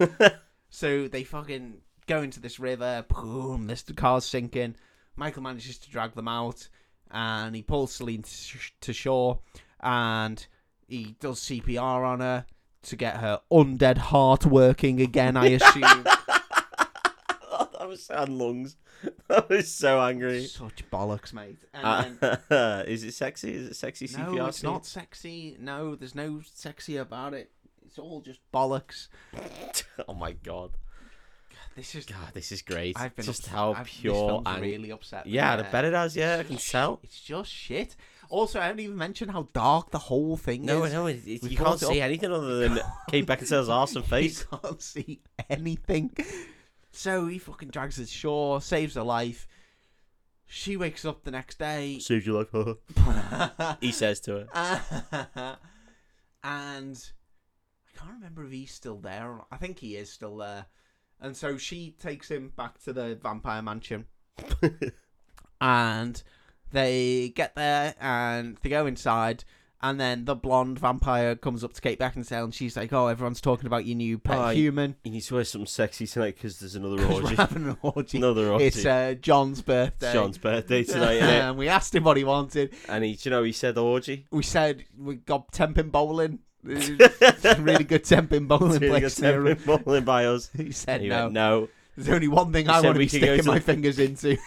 Speaker 1: [LAUGHS] so they fucking go into this river. Boom! This the car's sinking. Michael manages to drag them out, and he pulls Celine to, sh- to shore, and he does CPR on her to get her undead heart working again.
Speaker 2: [LAUGHS]
Speaker 1: I assume.
Speaker 2: Oh, that was and lungs. [LAUGHS] That was so angry.
Speaker 1: Such bollocks, mate. And then-
Speaker 2: [LAUGHS] Uh, is it sexy? Is it sexy CPR?
Speaker 1: No, it's
Speaker 2: scene?
Speaker 1: not sexy. No, there's no sexy about it. It's all just bollocks.
Speaker 2: oh my god.
Speaker 1: This is
Speaker 2: God, this is great.
Speaker 1: I've been
Speaker 2: just
Speaker 1: ups-
Speaker 2: how
Speaker 1: I've- this
Speaker 2: pure
Speaker 1: film's
Speaker 2: and
Speaker 1: really upset. me,
Speaker 2: yeah, I bet it has. Yeah, I can tell.
Speaker 1: It's just shit. Also, I haven't even mentioned how dark the whole thing
Speaker 2: No,
Speaker 1: is.
Speaker 2: no, it, it,
Speaker 1: we
Speaker 2: you
Speaker 1: caught
Speaker 2: can't
Speaker 1: it up.
Speaker 2: see anything other
Speaker 1: [LAUGHS]
Speaker 2: than Kate Beckinsale's arse and face.
Speaker 1: You can't see anything. So he fucking drags her to shore, saves her life. She wakes up the next day.
Speaker 2: Saved your life. huh? he says to her.
Speaker 1: [LAUGHS] and
Speaker 2: [LAUGHS]
Speaker 1: I can't remember if he's still there. Or not. I think he is still there. And so she takes him back to the vampire mansion. and they get there and they go inside. And then the blonde vampire comes up to Kate Beckinsale, and she's like, "Oh, everyone's talking about your new pet
Speaker 2: Aye.
Speaker 1: human.
Speaker 2: You need to wear something sexy tonight because there's [LAUGHS] another
Speaker 1: 'Cause
Speaker 2: orgy.
Speaker 1: We're having an orgy.
Speaker 2: another orgy.
Speaker 1: It's uh, John's birthday.
Speaker 2: It's John's birthday tonight, innit?
Speaker 1: and we asked him what he wanted.
Speaker 2: and he, do you know, he said [LAUGHS] orgy.
Speaker 1: We said we got temping
Speaker 2: [LAUGHS]
Speaker 1: bowling. It's a really good temping bowling
Speaker 2: Really
Speaker 1: place.
Speaker 2: got
Speaker 1: near him.
Speaker 2: tempted bowling by [LAUGHS] us.
Speaker 1: [LAUGHS] He said
Speaker 2: And he
Speaker 1: no.
Speaker 2: went, no.
Speaker 1: There's only one thing
Speaker 2: He
Speaker 1: I
Speaker 2: said
Speaker 1: want to
Speaker 2: we
Speaker 1: be
Speaker 2: could go
Speaker 1: sticking
Speaker 2: to-
Speaker 1: my fingers
Speaker 2: [LAUGHS]
Speaker 1: into,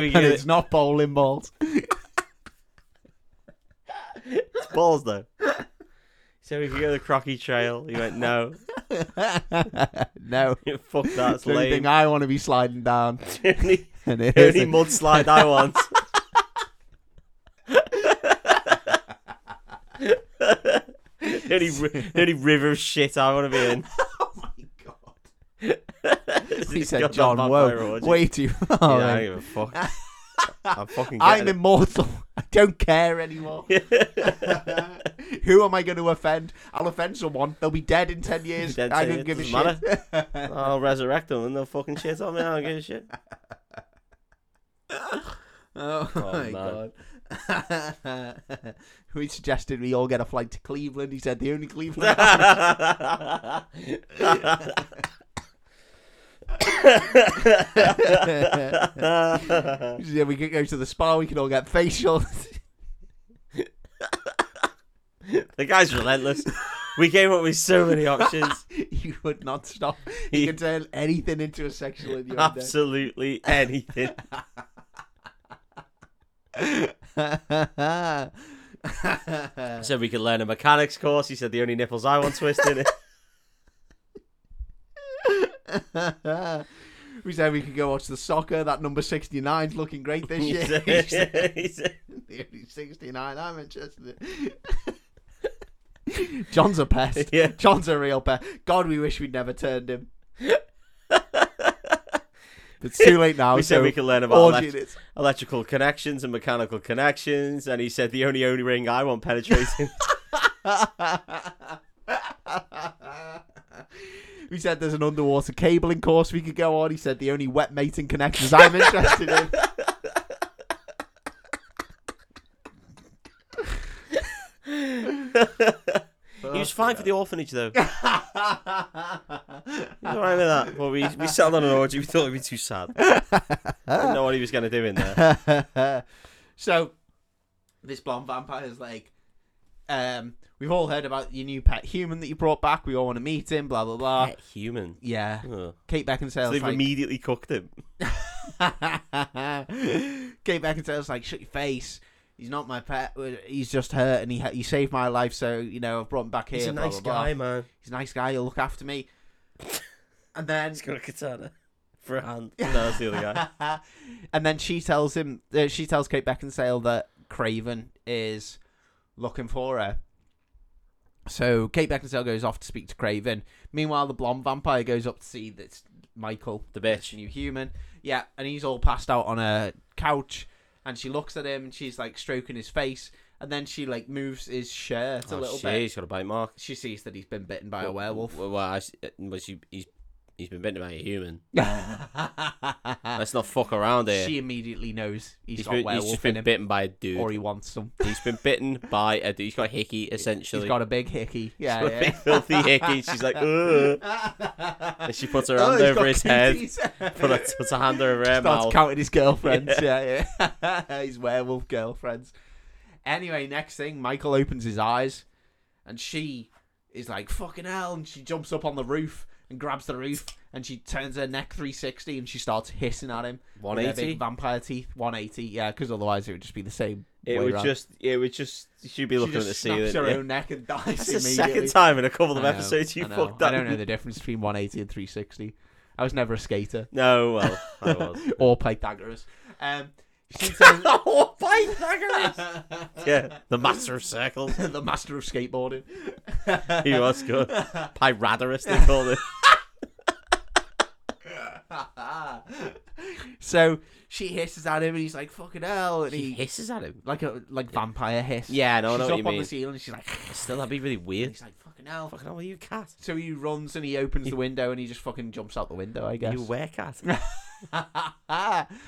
Speaker 1: [LAUGHS]
Speaker 2: we
Speaker 1: and
Speaker 2: get
Speaker 1: it's not bowling balls. [LAUGHS]
Speaker 2: It's balls [LAUGHS] though. So we could go to the Crocky Trail. He went, no, [LAUGHS]
Speaker 1: no.
Speaker 2: fuck that,
Speaker 1: It's
Speaker 2: it's
Speaker 1: the only thing
Speaker 2: [LAUGHS] lame.
Speaker 1: I want to be sliding down. [LAUGHS]
Speaker 2: only,
Speaker 1: And it
Speaker 2: only
Speaker 1: isn't.
Speaker 2: mudslide I want. the, only, ri- the only river of shit I want to be in. [LAUGHS]
Speaker 1: Oh my god. [LAUGHS] He
Speaker 2: It's
Speaker 1: said,
Speaker 2: got
Speaker 1: John,
Speaker 2: that vampire
Speaker 1: whoa,
Speaker 2: orgy."
Speaker 1: way
Speaker 2: [LAUGHS]
Speaker 1: too
Speaker 2: Yeah,
Speaker 1: far.
Speaker 2: I don't give
Speaker 1: [LAUGHS]
Speaker 2: a fuck. I'm fucking
Speaker 1: I'm
Speaker 2: getting
Speaker 1: immortal. [LAUGHS] I don't care anymore. [LAUGHS] Who am I going to offend? I'll offend someone. They'll be dead in 10 years.
Speaker 2: Dead
Speaker 1: I
Speaker 2: 10
Speaker 1: don't give a
Speaker 2: years,
Speaker 1: shit. [LAUGHS]
Speaker 2: doesn't [LAUGHS] it. [LAUGHS] I'll resurrect them and they'll fucking shit on me. I don't give a shit.
Speaker 1: oh, my
Speaker 2: man.
Speaker 1: god. [LAUGHS] we suggested we all get a flight to Cleveland. He said the only Cleveland. [LAUGHS]
Speaker 2: [LAUGHS]
Speaker 1: He said we could go to the spa. We could all get facials. [LAUGHS]
Speaker 2: the guy's relentless. We came up with
Speaker 1: [LAUGHS]
Speaker 2: so many options.
Speaker 1: you would not stop.
Speaker 2: He-
Speaker 1: You could turn anything into a
Speaker 2: [LAUGHS]
Speaker 1: sexual innuendo.
Speaker 2: Absolutely
Speaker 1: [LAUGHS]
Speaker 2: anything. So we could learn a mechanics course. He said the only nipples I
Speaker 1: [LAUGHS]
Speaker 2: want twisted.
Speaker 1: we said we could go watch the soccer. That number 69's looking great this
Speaker 2: He
Speaker 1: year.
Speaker 2: [LAUGHS] said-
Speaker 1: He said, [LAUGHS]
Speaker 2: he said-
Speaker 1: the only 69 I'm interested in. John's a pest.
Speaker 2: yeah.
Speaker 1: John's a real pest. God, we wish we'd never turned him. It's too late now.
Speaker 2: We said
Speaker 1: so
Speaker 2: we could learn about
Speaker 1: orgy it
Speaker 2: elect-
Speaker 1: is.
Speaker 2: electrical connections and mechanical connections. And he said the only only ring I want
Speaker 1: [LAUGHS]
Speaker 2: penetrating. [LAUGHS]
Speaker 1: we said there's an underwater cabling course we could go on. He said the only wet mating connections I'm interested in.
Speaker 2: He was fine for the orphanage though. He's alright with that. Well, we
Speaker 1: [LAUGHS]
Speaker 2: we settled on an orgy. We thought it'd be too sad. Didn't know what he was gonna do in
Speaker 1: [LAUGHS]
Speaker 2: there.
Speaker 1: so this blonde vampire's like, um, we've all heard about your new pet human that you brought back. We all want to meet him. Blah blah blah.
Speaker 2: Pet human.
Speaker 1: Yeah,
Speaker 2: Ugh.
Speaker 1: Kate
Speaker 2: So
Speaker 1: Beckinsale's
Speaker 2: they've
Speaker 1: like,
Speaker 2: immediately cooked him.
Speaker 1: [LAUGHS] Kate Beckinsale's like, shut your face. He's not my pet. Uh, He's just hurt, and he he saved my life. So you know, I've brought him back here.
Speaker 2: He's a
Speaker 1: blah,
Speaker 2: nice
Speaker 1: blah, blah.
Speaker 2: guy, man.
Speaker 1: He's a nice guy. He'll look after me. And then
Speaker 2: He's got a katana [LAUGHS] for a
Speaker 1: [LAUGHS]
Speaker 2: hand. [LAUGHS] No, that's the other guy.
Speaker 1: and then she tells him, uh, she tells Kate Beckinsale that Craven is looking for her. So Kate Beckinsale goes off to speak to Craven. Meanwhile, the blonde vampire goes up to see that's Michael,
Speaker 2: The
Speaker 1: this
Speaker 2: bitch.
Speaker 1: new human. Yeah, and he's all passed out on a couch, and she looks at him, and she's like stroking his face, and then she like moves his shirt a
Speaker 2: oh,
Speaker 1: little
Speaker 2: shit,
Speaker 1: bit.
Speaker 2: he's got a bite mark.
Speaker 1: She sees that he's been bitten by a werewolf.
Speaker 2: [LAUGHS] Well, well, I s- uh, was he, he's he's been bitten by a human. Let's not fuck around here.
Speaker 1: she immediately knows he's
Speaker 2: he's,
Speaker 1: Ah. got
Speaker 2: been, he's
Speaker 1: werewolf
Speaker 2: just
Speaker 1: in
Speaker 2: been
Speaker 1: him,
Speaker 2: bitten by a dude.
Speaker 1: or he wants some.
Speaker 2: He's been bitten by a dude. He's got a hickey, essentially.
Speaker 1: She's
Speaker 2: [LAUGHS]
Speaker 1: got a big hickey. Yeah,
Speaker 2: a big filthy hickey.
Speaker 1: [LAUGHS]
Speaker 2: She's like, ugh.
Speaker 1: yeah. [LAUGHS]
Speaker 2: [LAUGHS] And she puts her
Speaker 1: Oh,
Speaker 2: hand
Speaker 1: he's
Speaker 2: over
Speaker 1: got
Speaker 2: his head.
Speaker 1: cooties.
Speaker 2: Put a, puts a hand over
Speaker 1: [LAUGHS]
Speaker 2: her
Speaker 1: Starts
Speaker 2: mouth.
Speaker 1: counting his
Speaker 2: [LAUGHS]
Speaker 1: girlfriends. Yeah, yeah. [LAUGHS] his werewolf girlfriends. Anyway, next thing, Michael opens his eyes, and she is like, "Fucking hell!" And she jumps up on the roof and grabs the roof, and she turns her neck 360, and she starts hissing at him. with her
Speaker 2: 180?
Speaker 1: big vampire teeth. 180. Yeah, because otherwise it would just be the same.
Speaker 2: It
Speaker 1: way
Speaker 2: would
Speaker 1: round.
Speaker 2: just, it would just, she'd be
Speaker 1: She
Speaker 2: looking
Speaker 1: just
Speaker 2: at the
Speaker 1: snaps
Speaker 2: ceiling.
Speaker 1: her
Speaker 2: yeah.
Speaker 1: own neck and [LAUGHS] dies
Speaker 2: That's the
Speaker 1: immediately.
Speaker 2: second time in a couple of
Speaker 1: I know,
Speaker 2: episodes you
Speaker 1: I know.
Speaker 2: fucked up.
Speaker 1: I don't
Speaker 2: [LAUGHS]
Speaker 1: know the difference between 180 and 360. I was never a
Speaker 2: [LAUGHS]
Speaker 1: skater
Speaker 2: No, well, Oh, I was.
Speaker 1: or Pythagoras. Um, she
Speaker 2: [LAUGHS]
Speaker 1: turns-
Speaker 2: oh, Pythagoras! [LAUGHS] yeah, the master of [LAUGHS] circles.
Speaker 1: [LAUGHS] the master of skateboarding.
Speaker 2: He was good. Pyradarus, [LAUGHS] they called it. Ah.
Speaker 1: so she hisses at him, and he's like, "Fucking hell!" And he,
Speaker 2: hisses at him.
Speaker 1: like a like vampire hiss.
Speaker 2: Yeah, no,
Speaker 1: she's
Speaker 2: I know
Speaker 1: up
Speaker 2: what you
Speaker 1: on
Speaker 2: mean.
Speaker 1: the ceiling, and she's like, [LAUGHS]
Speaker 2: Still, that'd be really weird. "Oh,
Speaker 1: "He's like, fucking hell."
Speaker 2: Fucking hell, are you a cat?
Speaker 1: So he runs and he opens the window, and he just fucking jumps out the window. I guess.
Speaker 2: You wear cat.
Speaker 1: and [LAUGHS]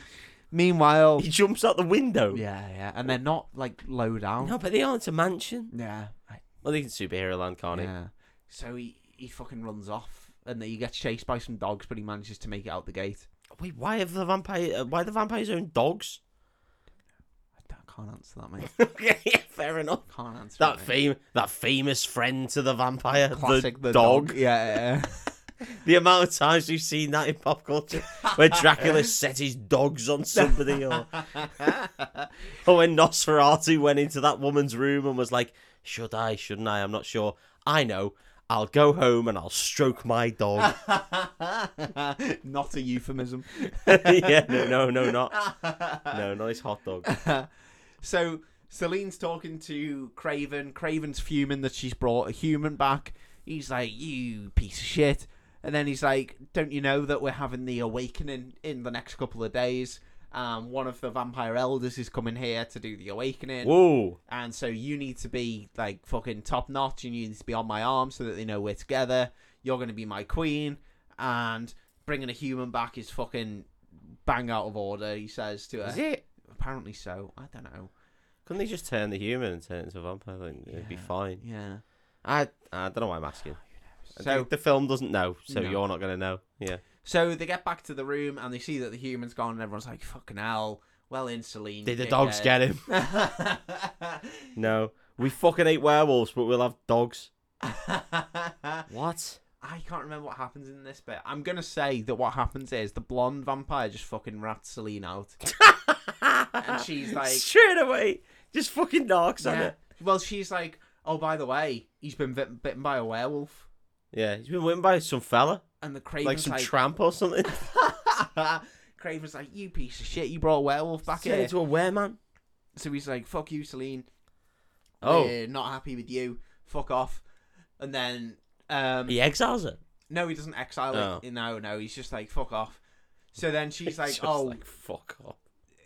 Speaker 1: Meanwhile,
Speaker 2: [LAUGHS] He jumps out the window.
Speaker 1: yeah, yeah, and they're not like low down.
Speaker 2: No, but they aren't a mansion.
Speaker 1: Yeah,
Speaker 2: Well, they can superhero land, can't
Speaker 1: yeah. So he he fucking runs off, and then he gets chased by some dogs, but he manages to make it out the gate.
Speaker 2: he? Wait, why have the vampire? Uh, why the vampires own dogs?
Speaker 1: I don't- I can't answer [LAUGHS] that, mate.
Speaker 2: [LAUGHS] yeah, fair enough.
Speaker 1: Can't answer
Speaker 2: That
Speaker 1: it, mate.
Speaker 2: fame, that famous friend to the vampire,
Speaker 1: Classic
Speaker 2: the, dog.
Speaker 1: Yeah,
Speaker 2: The amount of times we've seen that in pop culture,
Speaker 1: [LAUGHS]
Speaker 2: where Dracula set his dogs on somebody, or,
Speaker 1: yeah, yeah.
Speaker 2: or when Nosferatu went into that woman's room and was like, "Should I? Shouldn't I? I'm not sure. I know. I'll go home and I'll stroke my dog." [LAUGHS]
Speaker 1: [LAUGHS] Not a [LAUGHS] euphemism.
Speaker 2: yeah, no, no, no, not no, not his
Speaker 1: [LAUGHS]
Speaker 2: hot dog.
Speaker 1: So Celine's talking to Craven. Craven's fuming that she's brought a human back. He's like, "You piece of shit." And then he's like, "Don't you know that we're having the awakening in the next couple of days? Um, one of the vampire elders is coming here to do the awakening,
Speaker 2: Whoa.
Speaker 1: and so you need to be like fucking top notch, and you need to be on my arm so that they know we're together. You're gonna be my queen, and bringing a human back is fucking bang out of order." He says to her.
Speaker 2: Is it?
Speaker 1: Apparently so. I don't know.
Speaker 2: Couldn't they just turn the human and turn it into a vampire? Then it'd be
Speaker 1: Yeah.
Speaker 2: fine.
Speaker 1: Yeah.
Speaker 2: I I don't know why I'm asking. So
Speaker 1: So
Speaker 2: the film doesn't know, so
Speaker 1: No.
Speaker 2: you're not gonna know. Yeah.
Speaker 1: so they get back to the room and they see that the human's gone and everyone's like, fucking hell, well in Celine.
Speaker 2: Did the
Speaker 1: uh,
Speaker 2: dogs get him?
Speaker 1: get
Speaker 2: No. We fucking hate werewolves, but we'll have dogs. What?
Speaker 1: [LAUGHS] I can't remember what happens in this bit. I'm gonna say that what happens is the blonde vampire just fucking rats Celine out.
Speaker 2: and [LAUGHS]
Speaker 1: she's like-
Speaker 2: straight away, just fucking knocks on
Speaker 1: Yeah.
Speaker 2: it.
Speaker 1: Well, she's like, oh, by the way, he's been bit- bitten by a werewolf.
Speaker 2: Yeah, he's been written by some fella,
Speaker 1: And the
Speaker 2: like
Speaker 1: Craven's
Speaker 2: some
Speaker 1: like,
Speaker 2: tramp or something.
Speaker 1: [LAUGHS] Craven's like, you piece of shit, you brought a werewolf back
Speaker 2: Turned
Speaker 1: here.
Speaker 2: into a wereman.
Speaker 1: So he's like, fuck you, Celine.
Speaker 2: Oh,
Speaker 1: We're not happy with you. Fuck off. And then, um,
Speaker 2: he exiles her.
Speaker 1: no, he doesn't exile
Speaker 2: Oh.
Speaker 1: it. No, no, he's just like, fuck off. So
Speaker 2: [LAUGHS]
Speaker 1: then she's like,
Speaker 2: Just
Speaker 1: oh,
Speaker 2: like, fuck off.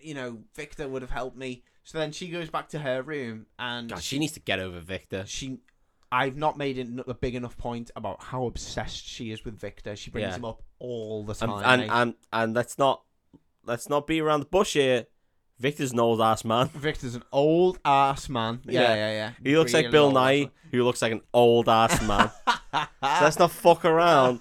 Speaker 1: you know, Victor would have helped me. So then she goes back to her room and
Speaker 2: God, she needs to get over Victor.
Speaker 1: she. I've not made en- a big enough point about how obsessed she is with Victor. She brings
Speaker 2: Yeah.
Speaker 1: him up all the
Speaker 2: And
Speaker 1: time.
Speaker 2: and,
Speaker 1: eh?
Speaker 2: and and let's not let's not be around the bush here. Victor's an old ass man.
Speaker 1: Victor's an old ass man. Yeah,
Speaker 2: Yeah.
Speaker 1: yeah, yeah.
Speaker 2: He looks like
Speaker 1: Really
Speaker 2: Bill
Speaker 1: old.
Speaker 2: Nye, who looks like an old ass
Speaker 1: [LAUGHS]
Speaker 2: man. so let's not fuck around.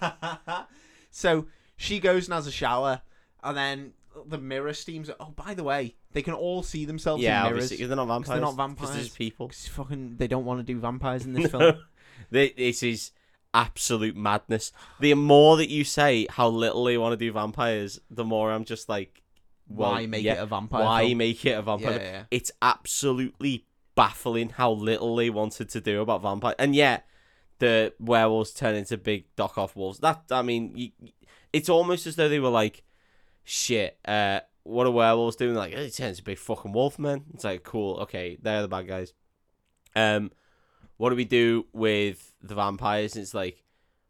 Speaker 1: so she goes and has a shower, and then the mirror steams. Oh, by the way, they can all see themselves
Speaker 2: Yeah,
Speaker 1: in mirrors.
Speaker 2: obviously, 'cause they're not vampires.
Speaker 1: they're not
Speaker 2: 'cause they're
Speaker 1: vampires.
Speaker 2: just people.
Speaker 1: 'Cause fucking, they don't want to do vampires
Speaker 2: [LAUGHS]
Speaker 1: in this film.
Speaker 2: Th- This is absolute madness. The more that you say how little they want to do vampires, the more I'm just like, well,
Speaker 1: why make
Speaker 2: yeah,
Speaker 1: it a vampire?
Speaker 2: why
Speaker 1: film?
Speaker 2: make it a vampire?
Speaker 1: Yeah,
Speaker 2: film?
Speaker 1: yeah.
Speaker 2: It's absolutely baffling how little they wanted to do about vampire, and yet the werewolves turn into big dock off wolves. That I mean, you, it's almost as though they were like, shit. uh, what are werewolves doing? Like, it turns into big fucking wolf men. It's like, cool, okay, they're the bad guys. Um, what do we do with the vampires? It's like,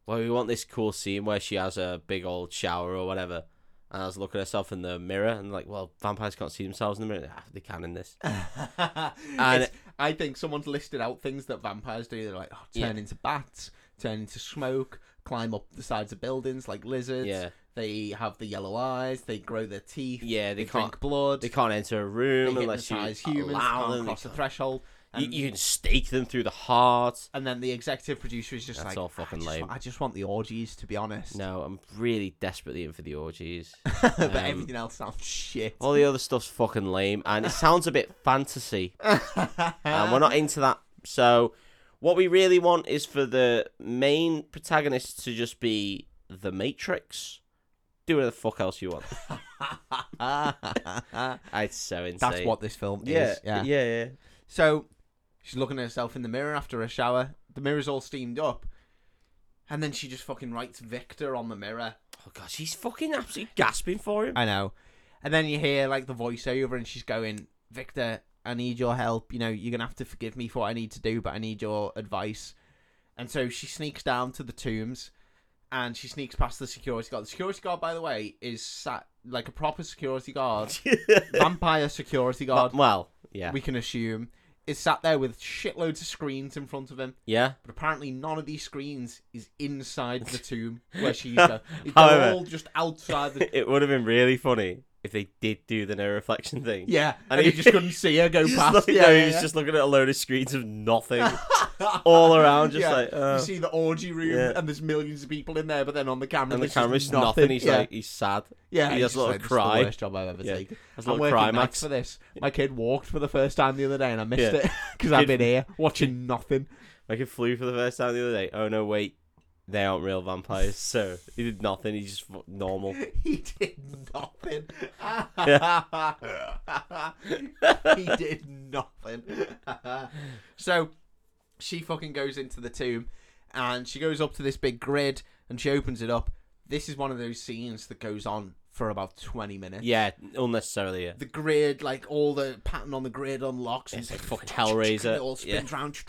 Speaker 2: well, we want this cool scene where she has a big old shower or whatever. And I was looking at herself in the mirror and like, well, vampires can't see themselves in the mirror. Ah, they can in this.
Speaker 1: [LAUGHS] It's- I think someone's listed out things that vampires do. They're like, oh,
Speaker 2: Yeah.
Speaker 1: turn into bats, turn into smoke, climb up the sides of buildings like lizards.
Speaker 2: Yeah,
Speaker 1: They have the yellow eyes. They grow their teeth.
Speaker 2: yeah,
Speaker 1: They,
Speaker 2: they can't.
Speaker 1: drink blood.
Speaker 2: They can't enter a room
Speaker 1: they
Speaker 2: unless you
Speaker 1: hypnotize humans,
Speaker 2: allow
Speaker 1: can't
Speaker 2: them.
Speaker 1: cross the
Speaker 2: You-
Speaker 1: threshold.
Speaker 2: You,
Speaker 1: And,
Speaker 2: can stake them through the heart.
Speaker 1: and then the executive producer is just
Speaker 2: That's
Speaker 1: like,
Speaker 2: all fucking
Speaker 1: I just,
Speaker 2: lame.
Speaker 1: want- I just want the orgies, to be honest.
Speaker 2: No, I'm really desperately in for the orgies.
Speaker 1: [LAUGHS] but
Speaker 2: Um,
Speaker 1: everything else sounds shit.
Speaker 2: All the other stuff's fucking lame, and it sounds a bit fantasy, and uh,
Speaker 1: [LAUGHS]
Speaker 2: we're not into that. So, what we really want is for the main protagonist to just be the Matrix. Do whatever the fuck else you want. It's so insane.
Speaker 1: That's what this film
Speaker 2: Yeah,
Speaker 1: is. Yeah.
Speaker 2: yeah, yeah, yeah.
Speaker 1: So she's looking at herself in the mirror after a shower. The mirror's all steamed up. And then she just fucking writes Victor on the mirror.
Speaker 2: Oh god, she's fucking absolutely gasping for him.
Speaker 1: I know. And then you hear like the voiceover and she's going, Victor, I need your help. You know, you're going to have to forgive me for what I need to do, but I need your advice. And so she sneaks down to the tombs and she sneaks past the security guard. The security guard, by the way, is sat like a proper security
Speaker 2: [LAUGHS]
Speaker 1: guard, vampire security guard,
Speaker 2: well, yeah,
Speaker 1: we can assume, is sat there with shitloads of screens in front of him.
Speaker 2: [LAUGHS] yeah.
Speaker 1: But apparently, none of these screens is
Speaker 2: [LAUGHS]
Speaker 1: inside the tomb where she's. Uh, they're
Speaker 2: However-
Speaker 1: all just outside the
Speaker 2: It would have been really funny if they did do the no reflection thing.
Speaker 1: Yeah,
Speaker 2: And
Speaker 1: and,
Speaker 2: he-
Speaker 1: he just couldn't see her go
Speaker 2: Just
Speaker 1: past.
Speaker 2: like,
Speaker 1: yeah,
Speaker 2: no,
Speaker 1: yeah,
Speaker 2: [LAUGHS] he's
Speaker 1: yeah.
Speaker 2: just looking at a load of screens of
Speaker 1: [LAUGHS]
Speaker 2: nothing all around, just
Speaker 1: Yeah.
Speaker 2: like uh,
Speaker 1: you see the orgy room,
Speaker 2: yeah.
Speaker 1: and there's millions of people in there, but then on the camera,
Speaker 2: and the
Speaker 1: there's
Speaker 2: camera's
Speaker 1: just
Speaker 2: nothing.
Speaker 1: nothing.
Speaker 2: He's
Speaker 1: yeah.
Speaker 2: like he's sad.
Speaker 1: yeah,
Speaker 2: he
Speaker 1: he's
Speaker 2: has
Speaker 1: just
Speaker 2: a lot of
Speaker 1: like, "This is
Speaker 2: cry."
Speaker 1: The worst job I've ever
Speaker 2: Yeah.
Speaker 1: taken.
Speaker 2: There's a
Speaker 1: I'm
Speaker 2: lot of
Speaker 1: working nights
Speaker 2: climax.
Speaker 1: for this. My kid walked for the first time the other day, and I missed
Speaker 2: Yeah.
Speaker 1: it [LAUGHS] because I've
Speaker 2: Kid-
Speaker 1: been here watching nothing.
Speaker 2: Like he flew for the first time the other day. Oh no, wait, they aren't
Speaker 1: [LAUGHS]
Speaker 2: real vampires. So he did nothing. He's just f- normal.
Speaker 1: He did nothing. [LAUGHS] he did nothing. [LAUGHS] so she fucking goes into the tomb and she goes up to this big grid and she opens it up. This is one of those scenes that goes on for about 20 minutes.
Speaker 2: Yeah, unnecessarily. Yeah.
Speaker 1: The grid, like all the pattern on the grid unlocks.
Speaker 2: It's like fucking Hellraiser.
Speaker 1: It all
Speaker 2: Yeah.
Speaker 1: spins round.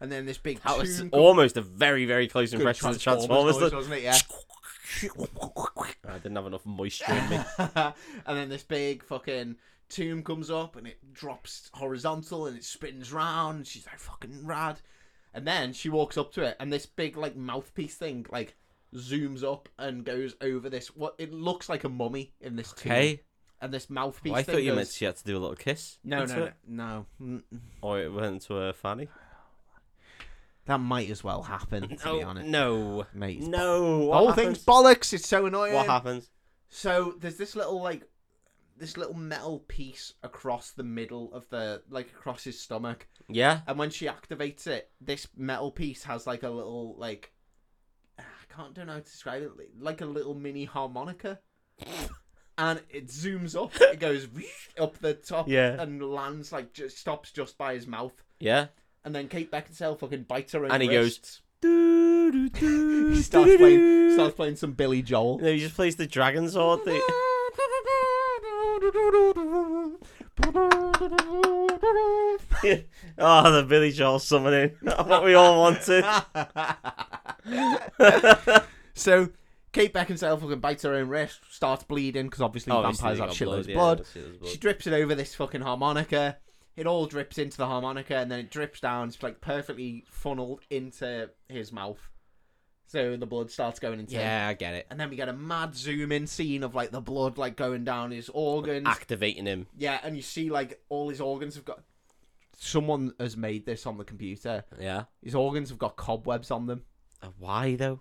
Speaker 1: And then this big
Speaker 2: That was
Speaker 1: tomb
Speaker 2: almost a very, very close
Speaker 1: Good
Speaker 2: impression of the
Speaker 1: Transformers noise,
Speaker 2: Transformers. look.
Speaker 1: wasn't it? Yeah. [LAUGHS]
Speaker 2: I didn't have enough moisture in me.
Speaker 1: and then this big fucking tomb comes up and it drops horizontal and it spins round. And she's like, fucking rad. And then she walks up to it and this big, like, mouthpiece thing, like, zooms up and goes over this. What It looks like a mummy in this tomb.
Speaker 2: Okay.
Speaker 1: And this mouthpiece
Speaker 2: Well, I
Speaker 1: thing.
Speaker 2: thought you
Speaker 1: goes-
Speaker 2: meant she had to do a little kiss.
Speaker 1: No,
Speaker 2: into
Speaker 1: no,
Speaker 2: it.
Speaker 1: no, no. Mm,
Speaker 2: Or it went to her fanny.
Speaker 1: That might as well happen, to be
Speaker 2: No,
Speaker 1: honest.
Speaker 2: no,
Speaker 1: Mate, it's
Speaker 2: no.
Speaker 1: The
Speaker 2: What
Speaker 1: whole
Speaker 2: happens?
Speaker 1: thing's bollocks. It's so annoying.
Speaker 2: What happens?
Speaker 1: So there's this little like this little metal piece across the middle of the like across his stomach
Speaker 2: Yeah.
Speaker 1: and when she activates it this metal piece has like a little like I can't don't know how to describe it li- like a little mini harmonica and it zooms up it goes [LAUGHS] up the top
Speaker 2: Yeah.
Speaker 1: and lands like just stops just by his mouth
Speaker 2: Yeah.
Speaker 1: and then Kate Beckinsale fucking bites her own
Speaker 2: And he
Speaker 1: wrist.
Speaker 2: [LAUGHS] He
Speaker 1: he starts playing starts playing some Billy Joel
Speaker 2: No, he just plays the dragon sword [LAUGHS] thing. oh, the Billy Joel summoning. [LAUGHS] what we all [LAUGHS] wanted.
Speaker 1: [LAUGHS] so Kate Beckinsale fucking bites her own wrist, starts bleeding because obviously vampires have shitloads of blood. She drips it over this fucking harmonica. It all drips into the harmonica and then it drips down. It's like perfectly funneled into his mouth. So the blood starts going into him.
Speaker 2: Yeah, I get it.
Speaker 1: And then we get a mad zoom in scene of like the blood like going down his organs.
Speaker 2: Activating him.
Speaker 1: Yeah, and you see like all his organs have got. Someone has made this on the computer.
Speaker 2: Yeah.
Speaker 1: His organs have got cobwebs on them,
Speaker 2: Uh, Why though?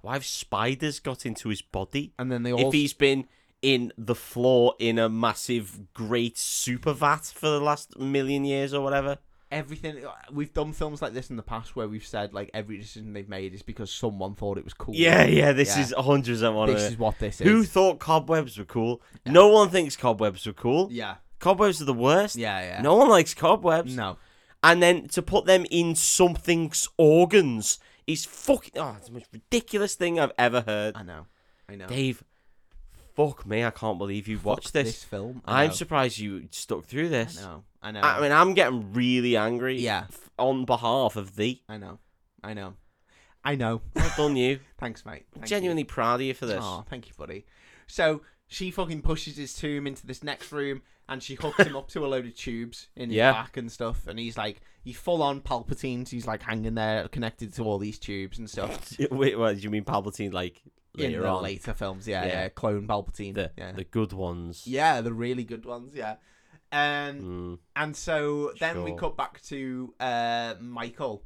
Speaker 2: Why have spiders got into his body?
Speaker 1: and then they all.
Speaker 2: If he's been in the floor in a massive great super vat for the last million years or whatever.
Speaker 1: Everything we've done films like this in the past where we've said like every decision they've made is because someone thought it was cool.
Speaker 2: Yeah, yeah, this
Speaker 1: Yeah.
Speaker 2: is 100% one
Speaker 1: this
Speaker 2: of
Speaker 1: is
Speaker 2: it.
Speaker 1: what this is.
Speaker 2: [LAUGHS] Who thought cobwebs were cool? No one thinks cobwebs were cool.
Speaker 1: yeah,
Speaker 2: Cobwebs are the worst.
Speaker 1: yeah, yeah.
Speaker 2: No one likes cobwebs.
Speaker 1: no.
Speaker 2: And then to put them in something's organs is fucking. Oh, it's the most ridiculous thing I've ever heard.
Speaker 1: I know, I know.
Speaker 2: Dave, fuck me, I can't believe you watched
Speaker 1: Fuck
Speaker 2: this.
Speaker 1: film. I
Speaker 2: I'm
Speaker 1: know.
Speaker 2: surprised you stuck through this.
Speaker 1: I know. I know.
Speaker 2: I mean, I'm getting really angry.
Speaker 1: Yeah.
Speaker 2: f- On behalf of thee.
Speaker 1: I know. I know. I know.
Speaker 2: Well done, [LAUGHS] you.
Speaker 1: Thanks, mate. Thank you.
Speaker 2: Genuinely proud of you for this.
Speaker 1: Oh, thank you, buddy. So she fucking pushes his tomb into this next room and she hooks him up to a load of tubes in his
Speaker 2: Yeah.
Speaker 1: back and stuff. And he's like, he full on Palpatine's. He's like hanging there, connected to all these tubes and stuff.
Speaker 2: [LAUGHS] Wait, what, you mean Palpatine, like,
Speaker 1: in
Speaker 2: later
Speaker 1: the
Speaker 2: on?
Speaker 1: later films, yeah,
Speaker 2: Yeah.
Speaker 1: yeah, clone Palpatine,
Speaker 2: The,
Speaker 1: yeah,
Speaker 2: the good ones.
Speaker 1: yeah, the really good ones, yeah. Um,
Speaker 2: Mm.
Speaker 1: and so then we
Speaker 2: Sure.
Speaker 1: cut back to uh Michael,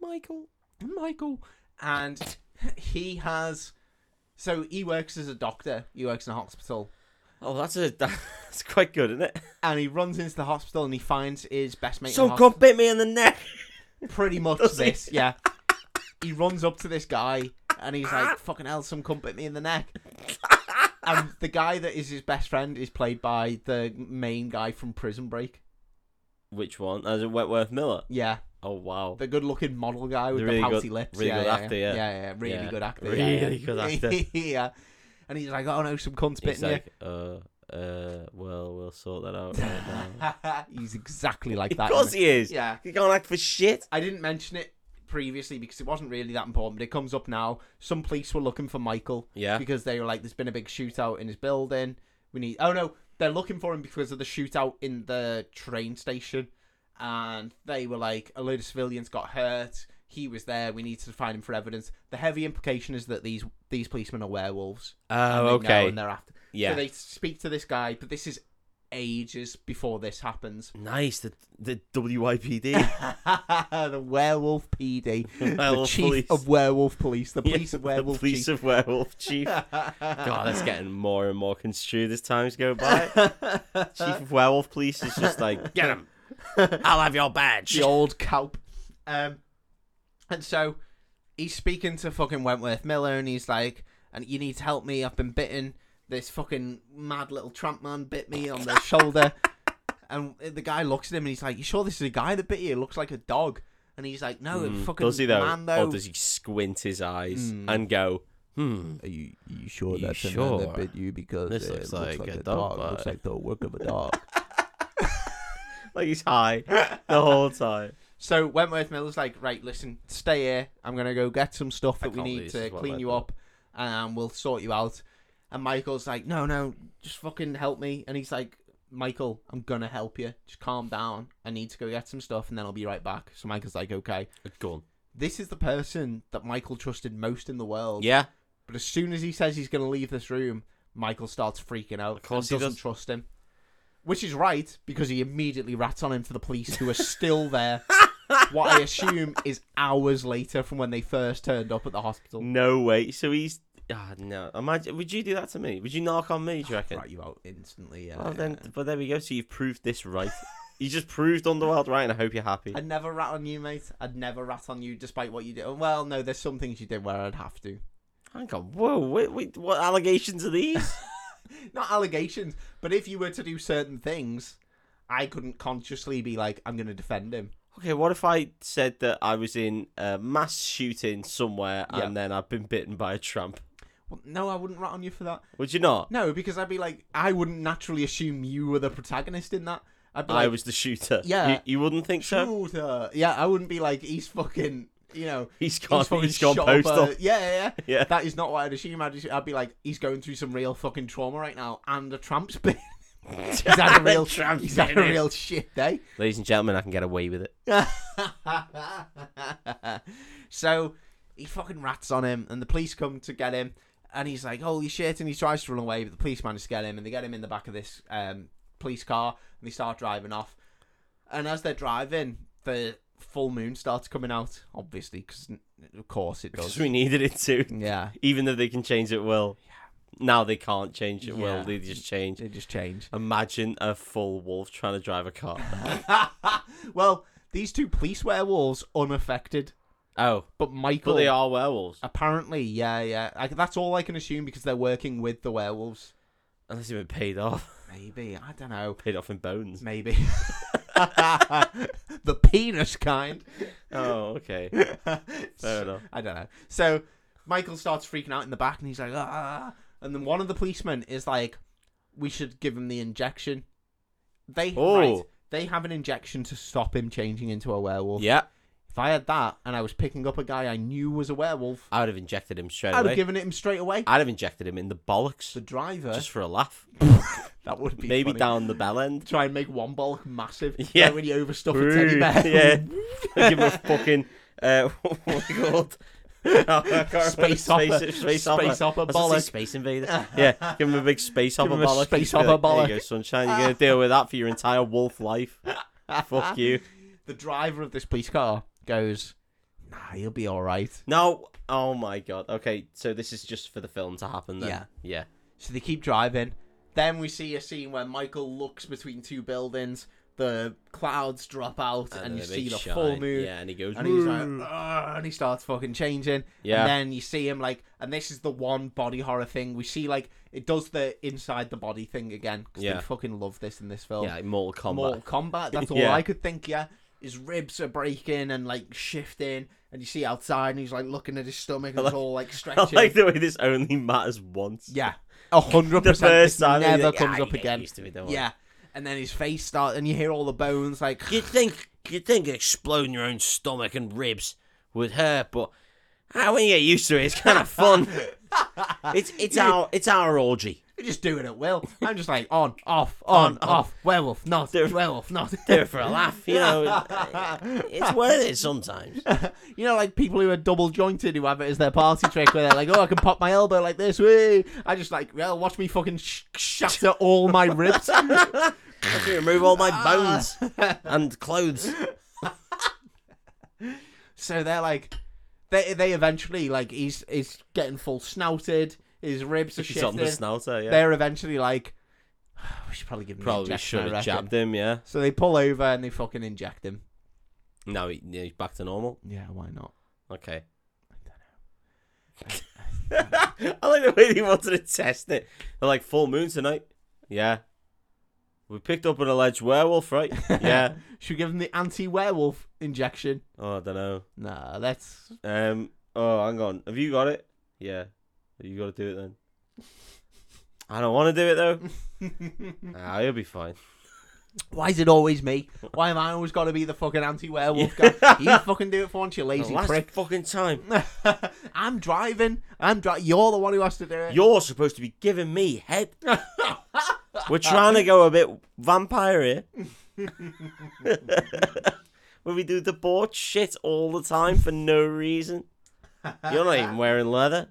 Speaker 2: Michael.
Speaker 1: Michael, and he has. So he works as a doctor. He works in a hospital.
Speaker 2: Oh, that's a [LAUGHS] that's quite good, isn't it?
Speaker 1: and he runs into the hospital and he finds his best mate. in the
Speaker 2: Some cop bit me in the [LAUGHS] neck.
Speaker 1: hosp- pretty much
Speaker 2: Does he?
Speaker 1: this, yeah. He runs up to this guy and he's like, "Fucking hell, some cunt bit me in the neck." and the guy that is his best friend is played by the main guy from Prison Break.
Speaker 2: Which one? As in Wentworth Miller.
Speaker 1: Yeah,
Speaker 2: Oh wow.
Speaker 1: the good-looking model guy with
Speaker 2: The
Speaker 1: the,
Speaker 2: really
Speaker 1: pouty
Speaker 2: good-
Speaker 1: lips.
Speaker 2: really
Speaker 1: yeah,
Speaker 2: good
Speaker 1: yeah,
Speaker 2: actor,
Speaker 1: yeah,
Speaker 2: yeah.
Speaker 1: yeah, yeah, really
Speaker 2: Yeah.
Speaker 1: good actor,
Speaker 2: Really
Speaker 1: [LAUGHS]
Speaker 2: good actor.
Speaker 1: yeah. And he's like, "Oh no, some cunt's
Speaker 2: He's
Speaker 1: bitten [LAUGHS]
Speaker 2: like, uh, uh, well, we'll sort that [LAUGHS] out right now.
Speaker 1: you." he's exactly like that.
Speaker 2: of course
Speaker 1: isn't
Speaker 2: he is.
Speaker 1: he? Yeah.
Speaker 2: He can't act for shit.
Speaker 1: I didn't mention it previously because it wasn't really that important, but it comes up now. Some police were looking for Michael
Speaker 2: Yeah.
Speaker 1: because they were like, "There's been a big shootout in his building. We need." Oh no, they're looking for him because of the shootout in the train station, and they were like, "A load of civilians got hurt. He was there. We need to find him for evidence." The heavy implication is that these these policemen are werewolves. and
Speaker 2: Oh,
Speaker 1: they Know,
Speaker 2: okay.
Speaker 1: and they're after.
Speaker 2: Yeah.
Speaker 1: So they speak to this guy, but this is ages before this happens.
Speaker 2: Nice. The the WIPD.
Speaker 1: [LAUGHS] the werewolf PD, the
Speaker 2: Werewolf
Speaker 1: chief
Speaker 2: police.
Speaker 1: of werewolf police, the police of
Speaker 2: [LAUGHS] The
Speaker 1: werewolf
Speaker 2: police
Speaker 1: chief.
Speaker 2: of werewolf chief. [LAUGHS] God,
Speaker 1: [LAUGHS]
Speaker 2: that's getting more and more construed as times go [LAUGHS] by. Chief of werewolf police is just like, [LAUGHS]
Speaker 1: [LAUGHS]
Speaker 2: get him. I'll have your badge. [LAUGHS]
Speaker 1: the old cope. Um, and so he's speaking to fucking Wentworth Miller, and he's like, "And you need to help me. I've been bitten. This fucking mad little tramp man bit me on the
Speaker 2: [LAUGHS]
Speaker 1: shoulder." And the guy looks at him, and he's like, "You sure this is a guy that bit you? It looks like a dog." And he's like, "No, it
Speaker 2: Mm,
Speaker 1: fucking
Speaker 2: does he though,
Speaker 1: man though."
Speaker 2: or does he squint his eyes
Speaker 1: Mm.
Speaker 2: and go, "Hmm,
Speaker 1: Are you you sure
Speaker 2: You
Speaker 1: that's the man
Speaker 2: sure?
Speaker 1: that bit you because
Speaker 2: This
Speaker 1: it
Speaker 2: looks
Speaker 1: looks
Speaker 2: like
Speaker 1: like,
Speaker 2: a
Speaker 1: a, dog?
Speaker 2: dog
Speaker 1: Looks
Speaker 2: bite."
Speaker 1: like the work
Speaker 2: [LAUGHS]
Speaker 1: of a dog.
Speaker 2: like he's high the [LAUGHS] whole time."
Speaker 1: So Wentworth Miller's like, right, listen, stay here. I'm gonna go get some stuff
Speaker 2: I
Speaker 1: that we
Speaker 2: can't
Speaker 1: need
Speaker 2: believe this
Speaker 1: to
Speaker 2: is what
Speaker 1: clean
Speaker 2: Wentworth
Speaker 1: you
Speaker 2: Miller-
Speaker 1: up, and we'll sort you out. And Michael's like, no, no, just fucking help me. And he's like, Michael, I'm gonna help you. Just calm down. I need to go get some stuff, and then I'll be right back. So Michael's like, okay.
Speaker 2: A gun.
Speaker 1: This is the person that Michael trusted most in the world.
Speaker 2: Yeah,
Speaker 1: But as soon as he says he's gonna leave this room, Michael starts freaking out.
Speaker 2: Of course
Speaker 1: and
Speaker 2: he
Speaker 1: doesn't
Speaker 2: does.
Speaker 1: trust him. Which is right because he immediately rats on him to the police, who are still
Speaker 2: [LAUGHS]
Speaker 1: there. what I assume is hours later from when they first turned up at the hospital.
Speaker 2: no way. So he's ah no. Imagine, would you do that to me? Would you knock on me? Do you reckon?
Speaker 1: Rat you out instantly. Yeah.
Speaker 2: Well then, but there we go. So you've proved this right. [LAUGHS] you just proved Underworld right, and I hope you're happy.
Speaker 1: I'd never rat on you, mate. I'd never rat on you, despite what you did. Well, no, there's some things you did where I'd have to.
Speaker 2: Hang on, whoa, wait, wait, what allegations are these?
Speaker 1: Not allegations, but if you were to do certain things, I couldn't consciously be like, I'm going to defend him.
Speaker 2: okay, what if I said that I was in a mass shooting somewhere
Speaker 1: Yeah.
Speaker 2: and then I've been bitten by a tramp?
Speaker 1: Well, no, I wouldn't rat on you for that.
Speaker 2: Would you not?
Speaker 1: No, because I'd be like, I wouldn't naturally assume you were the protagonist in that. I'd be
Speaker 2: I
Speaker 1: like,
Speaker 2: was the shooter.
Speaker 1: Yeah.
Speaker 2: You, you wouldn't think so?
Speaker 1: shooter. Yeah, I wouldn't be like, he's fucking, you know,
Speaker 2: He's
Speaker 1: he's
Speaker 2: gone,
Speaker 1: fucking
Speaker 2: he's gone
Speaker 1: shot
Speaker 2: postal.
Speaker 1: Up a, yeah, yeah, yeah.
Speaker 2: [LAUGHS] Yeah.
Speaker 1: That is not what I'd assume. I'd, assume- I'd be like, he's going through some real fucking trauma right now, and a tramp's [LAUGHS] been. he's
Speaker 2: [LAUGHS]
Speaker 1: had a real,
Speaker 2: Tramp's
Speaker 1: he's had
Speaker 2: been
Speaker 1: a
Speaker 2: in.
Speaker 1: real shit day.
Speaker 2: Ladies and gentlemen, I can get away with it.
Speaker 1: so he fucking rats on him, and the police come to get him, and he's like, "Holy shit!" And he tries to run away, but the police manage to get him, and they get him in the back of this um, police car, and they start driving off. And as they're driving, the full moon starts coming out, obviously, because of course it
Speaker 2: Because
Speaker 1: does.
Speaker 2: we needed it to.
Speaker 1: Yeah,
Speaker 2: Even though they can change it will. Now they can't change it will.
Speaker 1: Yeah.
Speaker 2: They just change.
Speaker 1: they just change. [LAUGHS]
Speaker 2: Imagine a full wolf trying to drive a car.
Speaker 1: well, these two police werewolves unaffected,
Speaker 2: oh.
Speaker 1: but
Speaker 2: But
Speaker 1: Michael
Speaker 2: they are werewolves.
Speaker 1: Apparently, yeah, yeah. I, that's all I can assume because they're working with the werewolves.
Speaker 2: Unless they've been paid off.
Speaker 1: Maybe I don't know.
Speaker 2: Paid off in
Speaker 1: [LAUGHS]
Speaker 2: bones.
Speaker 1: Maybe the penis kind.
Speaker 2: Oh, okay. Fair enough.
Speaker 1: [LAUGHS] I don't know. So Michael starts freaking out in the back, and he's like, ah. And then one of the policemen is like, "We should give him the injection." They
Speaker 2: Oh.
Speaker 1: right, they have an injection to stop him changing into a werewolf.
Speaker 2: Yeah.
Speaker 1: If I had that, and I was picking up a guy I knew was a werewolf,
Speaker 2: I would have injected him straight
Speaker 1: I'd
Speaker 2: away.
Speaker 1: have given it him straight away.
Speaker 2: I'd have injected him in the bollocks.
Speaker 1: The driver,
Speaker 2: Just for a laugh.
Speaker 1: that would be
Speaker 2: Maybe
Speaker 1: funny.
Speaker 2: down the
Speaker 1: [LAUGHS]
Speaker 2: bell end.
Speaker 1: try and make one bulk [LAUGHS] massive.
Speaker 2: Yeah.
Speaker 1: Yeah. when you overstuff a teddy [LAUGHS] bear.
Speaker 2: [LAUGHS] yeah. Give him a fucking uh, [LAUGHS] what was it
Speaker 1: [LAUGHS]
Speaker 2: called? [LAUGHS] Oh, I can't remember.
Speaker 1: Space hopper.
Speaker 2: space,
Speaker 1: Space
Speaker 2: hopper.
Speaker 1: hopper
Speaker 2: I was gonna say
Speaker 1: bollock. [LAUGHS]
Speaker 2: space invader. yeah, give him a big space hopper
Speaker 1: him a
Speaker 2: bollock.
Speaker 1: space
Speaker 2: Just be like,
Speaker 1: hopper
Speaker 2: There you
Speaker 1: bollock."
Speaker 2: go, sunshine. You're gonna deal with that for your entire wolf life.
Speaker 1: [LAUGHS]
Speaker 2: Fuck you.
Speaker 1: The driver of this police car goes, "Nah, you'll be all right."
Speaker 2: No. Oh my god. Okay, so this is just for the film to happen. Then.
Speaker 1: Yeah.
Speaker 2: Yeah.
Speaker 1: So they keep driving. Then we see a scene where Michael looks between two buildings. The clouds drop out, and,
Speaker 2: then
Speaker 1: you
Speaker 2: a big
Speaker 1: see the
Speaker 2: shine.
Speaker 1: full moon.
Speaker 2: Yeah, and he goes.
Speaker 1: And he's like,
Speaker 2: "Woo."
Speaker 1: "Ugh," and he starts fucking changing.
Speaker 2: Yeah.
Speaker 1: And then you see him like, and this is the one body horror thing we see. Like, it does the inside the body thing again. 'cause
Speaker 2: Yeah.
Speaker 1: They fucking love this in this film.
Speaker 2: yeah, like Mortal Kombat.
Speaker 1: Mortal Kombat. That's
Speaker 2: [LAUGHS]
Speaker 1: all
Speaker 2: Yeah.
Speaker 1: I could think. Yeah, his ribs are breaking and like shifting, and you see outside, and he's like looking at his stomach, and
Speaker 2: like-
Speaker 1: it's all like
Speaker 2: [LAUGHS] I
Speaker 1: stretching.
Speaker 2: like the way this only matters once.
Speaker 1: yeah, a hundred
Speaker 2: The
Speaker 1: percent.
Speaker 2: first
Speaker 1: This
Speaker 2: time he's
Speaker 1: never
Speaker 2: like, "Ah,
Speaker 1: comes
Speaker 2: you
Speaker 1: up
Speaker 2: get
Speaker 1: again.
Speaker 2: used to it, don't worry."
Speaker 1: Yeah, and then his face starts, and you hear all the bones like.
Speaker 2: You'd think you'd think exploding your own stomach and ribs would hurt, but [LAUGHS] ah, when you get used to it, it's kind of fun. it's it's our it's our orgy.
Speaker 1: They're just doing it will. I'm just like on, off, on,
Speaker 2: [LAUGHS] On, on.
Speaker 1: off. Werewolf, not
Speaker 2: [LAUGHS] They're-
Speaker 1: werewolf, not.
Speaker 2: Do it for a laugh, you [LAUGHS] know. It's worth it sometimes.
Speaker 1: [LAUGHS]
Speaker 2: [LAUGHS]
Speaker 1: you know, like people who are double jointed who have it as their party trick, where they're like, "Oh, I can pop my elbow like this." Wee. I just like, well, watch me fucking sh- shatter all my
Speaker 2: [LAUGHS]
Speaker 1: ribs.
Speaker 2: Let me remove all my [LAUGHS] bones and clothes.
Speaker 1: So they're like, they they eventually like he's he's getting full snouted. His ribs are
Speaker 2: He's on the
Speaker 1: shifted.
Speaker 2: snouter, yeah.
Speaker 1: They're eventually like, we should probably give him
Speaker 2: Probably
Speaker 1: an
Speaker 2: should
Speaker 1: injection, I
Speaker 2: have
Speaker 1: reckon."
Speaker 2: jabbed him, yeah.
Speaker 1: So they pull over and they fucking inject him.
Speaker 2: Now he, yeah, he's back to normal.
Speaker 1: Yeah, why not?
Speaker 2: Okay. [LAUGHS] I like the way they wanted to test it. They're like, full moon tonight? Yeah. We picked up an alleged werewolf, right? [LAUGHS] Yeah.
Speaker 1: Should we give him the anti-werewolf injection?
Speaker 2: oh, I don't know.
Speaker 1: Nah, that's
Speaker 2: [LAUGHS] Um. Oh, hang on. Have you got it? Yeah. You got to do it then. I don't want to do it though. nah, you'll be fine.
Speaker 1: why is it always me? Why am I always got to be the fucking anti-werewolf guy? You fucking do it for once, you lazy
Speaker 2: Last
Speaker 1: prick. [LAUGHS]
Speaker 2: fucking time.
Speaker 1: I'm driving. I'm dri- You're the one who has to do it.
Speaker 2: You're supposed to be giving me
Speaker 1: [LAUGHS]
Speaker 2: head. We're trying to go a bit vampire
Speaker 1: [LAUGHS]
Speaker 2: here. Where we do debauch shit all the time for no reason. You're not even
Speaker 1: [LAUGHS]
Speaker 2: wearing leather.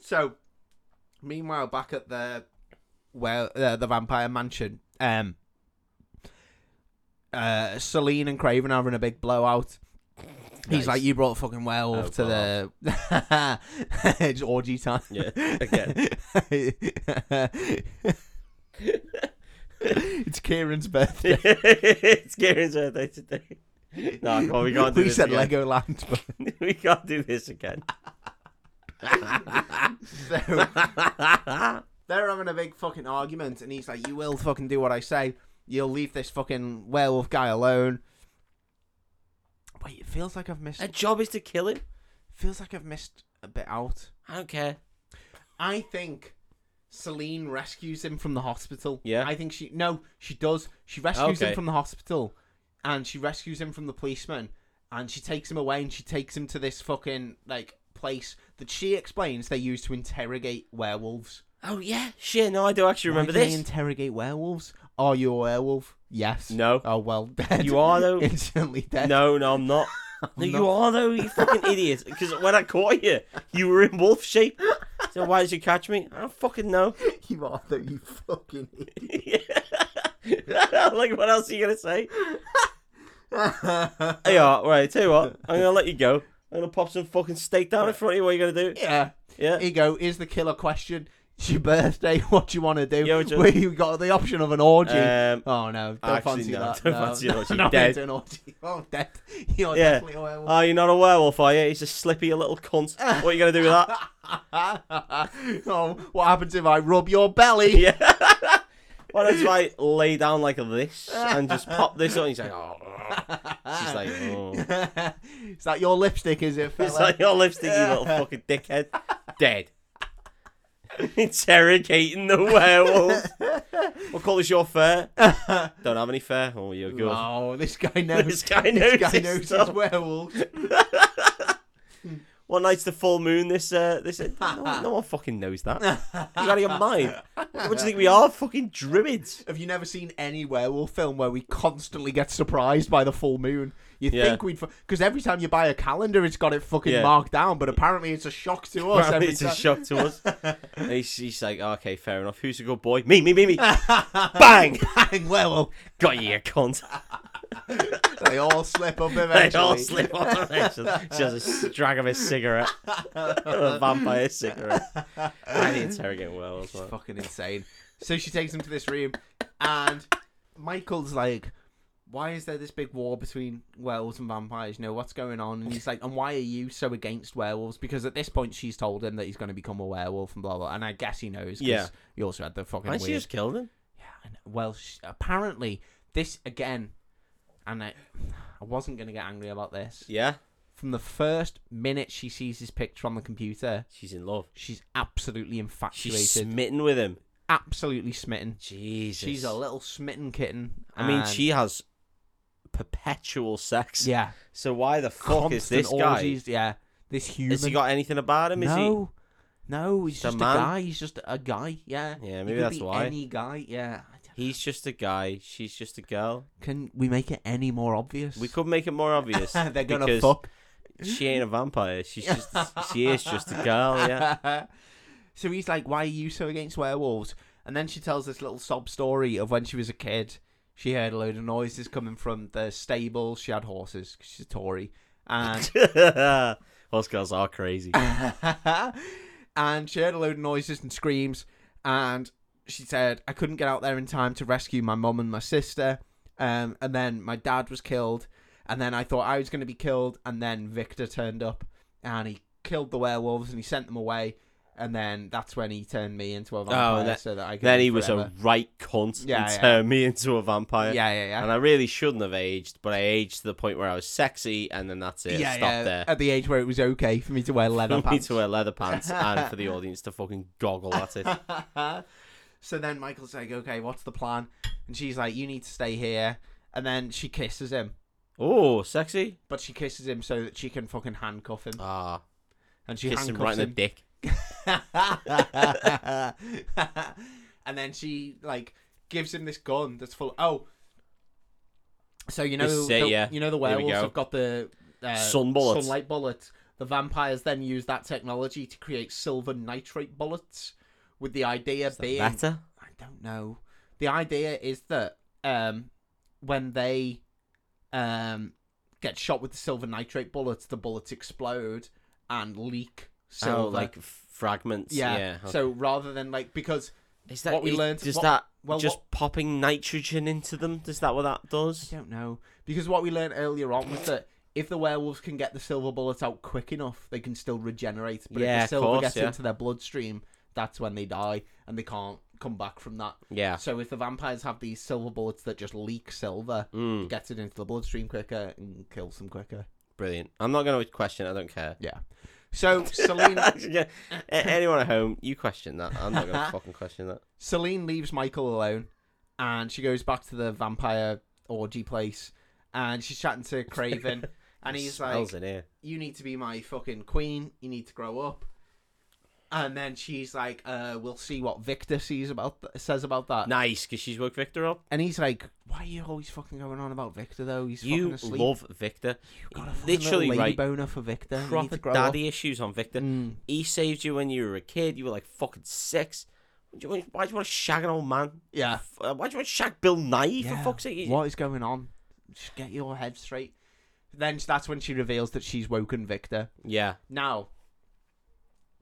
Speaker 1: so, meanwhile, back at the well, uh, the vampire mansion, um, uh, Celine and Craven are having a big blowout. He's
Speaker 2: Nice.
Speaker 1: like, "You brought fucking werewolf
Speaker 2: Oh,
Speaker 1: to the [LAUGHS] it's orgy time."
Speaker 2: Yeah, again.
Speaker 1: [LAUGHS] it's Kieran's birthday.
Speaker 2: it's Garen's birthday today. No, I can't- we can't do
Speaker 1: We
Speaker 2: this
Speaker 1: said
Speaker 2: again.
Speaker 1: Legoland,
Speaker 2: [LAUGHS]
Speaker 1: but
Speaker 2: we can't do
Speaker 1: [LAUGHS]
Speaker 2: this again.
Speaker 1: so they're having a big fucking argument, and he's like, "You will fucking do what I say. You'll leave this fucking werewolf guy alone." Wait, it feels like I've missed.
Speaker 2: Our job is to kill him.
Speaker 1: feels like I've missed a bit out.
Speaker 2: I don't care.
Speaker 1: I think Celine rescues him from the hospital.
Speaker 2: Yeah.
Speaker 1: I think she no, she does. She rescues him
Speaker 2: Okay.
Speaker 1: from the hospital and she rescues him from the policeman and she takes him away and she takes him to this fucking like place that she explains they use to interrogate werewolves.
Speaker 2: Oh yeah, shit. No, I do actually remember
Speaker 1: Why do
Speaker 2: this.
Speaker 1: They interrogate werewolves. Are you a werewolf? Yes.
Speaker 2: No.
Speaker 1: Oh well, dead.
Speaker 2: You are,
Speaker 1: [LAUGHS]
Speaker 2: though.
Speaker 1: Instantly
Speaker 2: [LAUGHS]
Speaker 1: dead.
Speaker 2: No, no, I'm not. No, you are though. You fucking idiot. Because when I caught you, you were in wolf shape. So why did you catch me? I don't fucking know. [LAUGHS]
Speaker 1: You are though. You fucking. idiot.
Speaker 2: like what else are you gonna [LAUGHS] say? Yeah, right. Tell you what, I'm gonna let you go. I'm gonna pop some fucking steak down in front of you. What are you gonna do?
Speaker 1: yeah.
Speaker 2: Yeah.
Speaker 1: Here you go. Here's the killer question. It's your birthday. [LAUGHS] What do you want to do?
Speaker 2: Yeah, what do you-
Speaker 1: Where you got the option of an orgy.
Speaker 2: Um,
Speaker 1: oh no! Don't
Speaker 2: actually,
Speaker 1: fancy
Speaker 2: no,
Speaker 1: that.
Speaker 2: don't
Speaker 1: no.
Speaker 2: fancy an
Speaker 1: [LAUGHS]
Speaker 2: orgy.
Speaker 1: no,
Speaker 2: Dead.
Speaker 1: Into an orgy. Oh, dead. [LAUGHS] You're
Speaker 2: Yeah.
Speaker 1: definitely a werewolf. [LAUGHS]
Speaker 2: Oh, you're not a werewolf, are you? He's a slippy little cunt. What are you gonna do with that? [LAUGHS]
Speaker 1: oh, what happens if I rub your belly?
Speaker 2: Yeah. Why don't I lay down like this and just pop this on? He's [LAUGHS] like, oh. She's like, oh.
Speaker 1: [LAUGHS] is that your lipstick? Is it? Fella?
Speaker 2: It's like your lipstick, you
Speaker 1: [LAUGHS]
Speaker 2: little fucking dickhead. Dead. [LAUGHS] Interrogating the werewolf. What colour's your fur? Don't have any fur. Oh, you're good.
Speaker 1: Oh, this guy knows.
Speaker 2: [LAUGHS] This guy knows
Speaker 1: This guy
Speaker 2: his
Speaker 1: knows his
Speaker 2: stuff.
Speaker 1: werewolves.
Speaker 2: What night's the full moon? This, uh, this. No, one- no one fucking knows that. You're out of your mind. What do you think we are? Fucking druids.
Speaker 1: [LAUGHS] Have you never seen any werewolf film where we constantly get surprised by the full moon? You
Speaker 2: Yeah.
Speaker 1: think we'd because every time you buy a calendar, it's got it fucking
Speaker 2: Yeah.
Speaker 1: marked down, but apparently it's a shock to us.
Speaker 2: Apparently
Speaker 1: every
Speaker 2: it's a
Speaker 1: time.
Speaker 2: shock to us. And he's, he's like, "Oh, okay, fair enough. Who's a good boy? Me, me,
Speaker 1: [LAUGHS]
Speaker 2: me, me. Bang!
Speaker 1: Bang, werewolf.
Speaker 2: Got you, you cunt.
Speaker 1: They all slip up eventually.
Speaker 2: [LAUGHS] They all slip [LAUGHS] off eventually. She has a strag of a cigarette. [LAUGHS] a vampire cigarette. I need interrogate well as well.
Speaker 1: Fucking insane. So she takes him to this room, and Michael's like, "Why is there this big war between werewolves and vampires? You know what's going on?" And he's like, "And why are you so against werewolves?" Because at this point, she's told him that he's going to become a werewolf and blah blah. And I guess he knows. 'cause
Speaker 2: Yeah.
Speaker 1: He also had the fucking.
Speaker 2: And
Speaker 1: Weird...
Speaker 2: she just killed him.
Speaker 1: I know. Well, sh- apparently, this again, and I, I wasn't going to get angry about this.
Speaker 2: Yeah.
Speaker 1: From the first minute she sees his picture on the computer,
Speaker 2: She's in love.
Speaker 1: she's absolutely infatuated,
Speaker 2: She's smitten with him.
Speaker 1: absolutely smitten.
Speaker 2: Jesus.
Speaker 1: She's a little smitten kitten.
Speaker 2: I mean,
Speaker 1: and-
Speaker 2: she has perpetual sex.
Speaker 1: yeah,
Speaker 2: So why the fuck is
Speaker 1: constant
Speaker 2: this guy?
Speaker 1: orgies, Yeah, this human.
Speaker 2: Has he got anything about him? Is
Speaker 1: no, No, he's just
Speaker 2: Just a
Speaker 1: a,
Speaker 2: man?
Speaker 1: guy. He's just a guy. Yeah.
Speaker 2: Yeah,
Speaker 1: He
Speaker 2: maybe
Speaker 1: could
Speaker 2: that's
Speaker 1: be
Speaker 2: why.
Speaker 1: Any guy. Yeah. I don't-
Speaker 2: He's just a guy. She's just a girl.
Speaker 1: Can we make it any more obvious?
Speaker 2: We could make it more [LAUGHS]
Speaker 1: [LAUGHS]
Speaker 2: obvious.
Speaker 1: They're gonna
Speaker 2: because
Speaker 1: fuck.
Speaker 2: She ain't a vampire. She's just. [LAUGHS] she is just a girl. Yeah.
Speaker 1: [LAUGHS] so he's like, "Why are you so against werewolves?" And then she tells this little sob story of when she was a kid. She heard a load of noises coming from the stable. She had horses 'cause she's a Tory, and
Speaker 2: [LAUGHS] Horse girls are crazy.
Speaker 1: [LAUGHS] and she heard a load of noises and screams. And she said, "I couldn't get out there in time to rescue my mum and my sister." Um, and then my dad was killed. And then I thought I was going to be killed. And then Victor turned up, and he killed the werewolves and he sent them away. And then that's when he turned me into a vampire,
Speaker 2: Oh, that-
Speaker 1: so that I could.
Speaker 2: Then
Speaker 1: live
Speaker 2: he was a
Speaker 1: forever.
Speaker 2: right cunt
Speaker 1: Yeah,
Speaker 2: and
Speaker 1: yeah.
Speaker 2: turned me into a vampire.
Speaker 1: yeah, yeah, yeah.
Speaker 2: And I really shouldn't have aged, but I aged to the point where I was sexy, and then that's it.
Speaker 1: yeah,
Speaker 2: Stop
Speaker 1: yeah,
Speaker 2: there.
Speaker 1: At the age where it was okay for me to wear leather
Speaker 2: [LAUGHS] For me
Speaker 1: pants.
Speaker 2: to wear leather pants and
Speaker 1: [LAUGHS]
Speaker 2: for the audience to fucking goggle at it.
Speaker 1: so then Michael's like, okay, what's the plan? And she's like, you need to stay here. And then she kisses him,
Speaker 2: Oh, sexy.
Speaker 1: but she kisses him so that she can fucking handcuff him.
Speaker 2: Ah,
Speaker 1: And she
Speaker 2: kiss him right
Speaker 1: handcuffs him.
Speaker 2: in the dick.
Speaker 1: [LAUGHS] and then she like gives him this gun that's full. Oh, so you know,
Speaker 2: This is it,
Speaker 1: the,
Speaker 2: yeah.
Speaker 1: you know the
Speaker 2: we
Speaker 1: werewolves
Speaker 2: go.
Speaker 1: have got the uh,
Speaker 2: Sun bullets.
Speaker 1: sunlight bullets. The vampires then use that technology to create silver nitrate bullets, with the idea being
Speaker 2: Better.
Speaker 1: I don't know. The idea is that um, when they um, get shot with the silver nitrate bullets, the bullets explode and leak silver.
Speaker 2: Oh, like f- fragments.
Speaker 1: yeah.
Speaker 2: Yeah.
Speaker 1: So rather than like because
Speaker 2: is that
Speaker 1: what we
Speaker 2: is-
Speaker 1: learned-
Speaker 2: Does
Speaker 1: what-
Speaker 2: that
Speaker 1: well,
Speaker 2: just
Speaker 1: what-
Speaker 2: popping nitrogen into them? Is that what that does?
Speaker 1: I don't know because what we learned earlier on was that if the werewolves can get the silver bullets out quick enough, they can still regenerate. But
Speaker 2: Yeah,
Speaker 1: if the
Speaker 2: of
Speaker 1: silver
Speaker 2: course,
Speaker 1: gets
Speaker 2: yeah.
Speaker 1: into their bloodstream, that's when they die and they can't come back from that.
Speaker 2: Yeah.
Speaker 1: So if the vampires have these silver bullets that just leak silver,
Speaker 2: Mm,
Speaker 1: gets it into the bloodstream quicker and kills them quicker.
Speaker 2: brilliant. I'm not going to question. it, I don't care.
Speaker 1: Yeah. So
Speaker 2: [LAUGHS]
Speaker 1: Celine
Speaker 2: Yeah, a- Anyone at home, you question that. I'm not
Speaker 1: [LAUGHS]
Speaker 2: going to fucking question that.
Speaker 1: Celine leaves Michael alone, and she goes back to the vampire orgy place, and she's chatting
Speaker 2: [LAUGHS]
Speaker 1: to Craven, and
Speaker 2: It
Speaker 1: he's like,
Speaker 2: smells in here.
Speaker 1: "You need to be my fucking queen. You need to grow up." And then she's like, uh, "We'll see what Victor sees about th- says about that."
Speaker 2: Nice, because she's woke Victor up.
Speaker 1: And he's like, "Why are you always fucking going on about Victor though? He's fucking
Speaker 2: You
Speaker 1: asleep.
Speaker 2: love Victor.
Speaker 1: You've got a fucking literally
Speaker 2: literally,
Speaker 1: lady
Speaker 2: right,
Speaker 1: boner for Victor. You need
Speaker 2: Proper
Speaker 1: to grow
Speaker 2: daddy issues on Victor.
Speaker 1: up." Mm.
Speaker 2: He saved you when you were a kid. You were like fucking six. Why do you want, why do you want to shag an old man?
Speaker 1: Yeah.
Speaker 2: F- uh, Why do you want to shag Bill Nye for
Speaker 1: Yeah.
Speaker 2: fuck's sake?
Speaker 1: What is going on? Just get your head straight. Then that's when she reveals that she's woken Victor.
Speaker 2: Yeah.
Speaker 1: Now,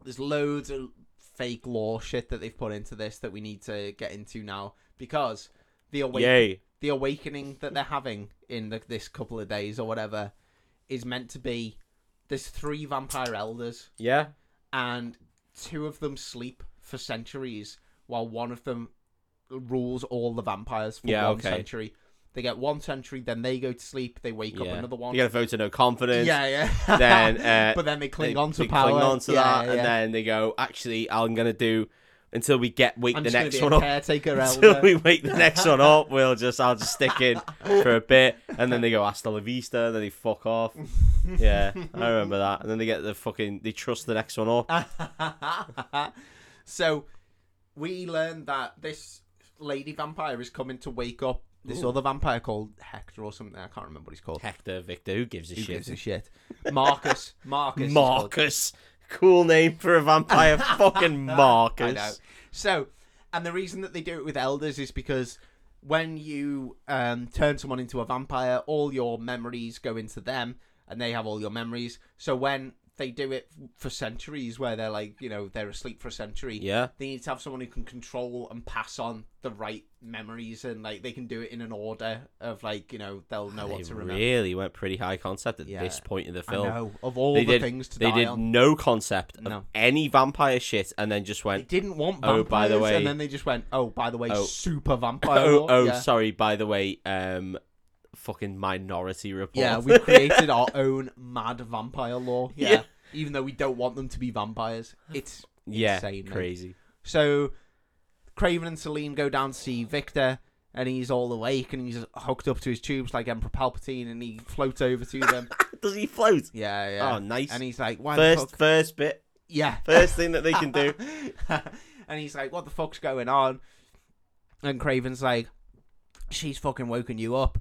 Speaker 1: there's loads of fake law shit that they've put into this that we need to get into now because the awakening,
Speaker 2: Yay.
Speaker 1: the awakening that they're having in the, this couple of days or whatever is meant to be there's three vampire elders
Speaker 2: Yeah.
Speaker 1: and two of them sleep for centuries while one of them rules all the vampires for
Speaker 2: Yeah,
Speaker 1: one
Speaker 2: okay.
Speaker 1: century. They get one century, then they go to sleep, they wake up
Speaker 2: yeah.
Speaker 1: another one.
Speaker 2: You got a vote of no confidence.
Speaker 1: yeah, yeah.
Speaker 2: [LAUGHS] Then, uh,
Speaker 1: [LAUGHS] but then they cling
Speaker 2: They-
Speaker 1: on to
Speaker 2: they
Speaker 1: power.
Speaker 2: Cling on to
Speaker 1: yeah,
Speaker 2: that,
Speaker 1: yeah.
Speaker 2: and then they go, actually, I'm going to do until we get wake
Speaker 1: I'm
Speaker 2: the
Speaker 1: just gonna
Speaker 2: next
Speaker 1: be
Speaker 2: one
Speaker 1: a [LAUGHS]
Speaker 2: up.
Speaker 1: caretaker
Speaker 2: [LAUGHS] Until
Speaker 1: elder.
Speaker 2: we wake the next one up, we'll just I'll just stick in for a bit, and then they go hasta la vista, and then they fuck off. Yeah, I remember that. And then they get the fucking they trust the next one up.
Speaker 1: [LAUGHS] so we learned that this lady vampire is coming to wake up this
Speaker 2: Ooh.
Speaker 1: other vampire called Hector or something. I can't remember what he's called.
Speaker 2: Hector, Victor, who gives a
Speaker 1: Who
Speaker 2: shit?
Speaker 1: gives a shit? Marcus. Marcus. he's called.
Speaker 2: Marcus, cool name for
Speaker 1: [LAUGHS]
Speaker 2: a vampire. fucking Marcus.
Speaker 1: I know. So, and the reason that they do it with elders is because when you um, turn someone into a vampire, all your memories go into them, and they have all your memories. So when they do it for centuries, where they're like, you know, they're asleep for a century.
Speaker 2: Yeah.
Speaker 1: They need to have someone who can control and pass on the right memories, and like they can do it in an order of like you know they'll know
Speaker 2: They
Speaker 1: what to remember.
Speaker 2: really went pretty high concept at
Speaker 1: Yeah.
Speaker 2: this point in the
Speaker 1: I
Speaker 2: film.
Speaker 1: know of all
Speaker 2: They
Speaker 1: the
Speaker 2: did-
Speaker 1: things to
Speaker 2: They
Speaker 1: die
Speaker 2: did
Speaker 1: on.
Speaker 2: no concept of
Speaker 1: No.
Speaker 2: any vampire shit, and then just
Speaker 1: They
Speaker 2: went.
Speaker 1: didn't want vampires,
Speaker 2: Oh, by the way-
Speaker 1: and then they just went, "Oh, by the way,
Speaker 2: [LAUGHS] Oh.
Speaker 1: super vampire."
Speaker 2: Oh,
Speaker 1: war."
Speaker 2: oh,
Speaker 1: yeah.
Speaker 2: sorry. By the way, um, fucking Minority Report.
Speaker 1: Yeah, we
Speaker 2: [LAUGHS]
Speaker 1: created our own mad vampire law. Yeah.
Speaker 2: Yeah.
Speaker 1: Even though we don't want them to be vampires. It's
Speaker 2: yeah,
Speaker 1: insane, mate.
Speaker 2: crazy.
Speaker 1: so Craven and Celine go down to see Victor and he's all awake and he's hooked up to his tubes like Emperor Palpatine and he floats over to them.
Speaker 2: [LAUGHS] Does he float?
Speaker 1: yeah, yeah.
Speaker 2: Oh, nice.
Speaker 1: And he's like, Why the
Speaker 2: first,
Speaker 1: fuck
Speaker 2: first bit.
Speaker 1: yeah.
Speaker 2: First thing that they can do.
Speaker 1: [LAUGHS] and he's like, "What the fuck's going on?" And Craven's like, "She's fucking woken you up."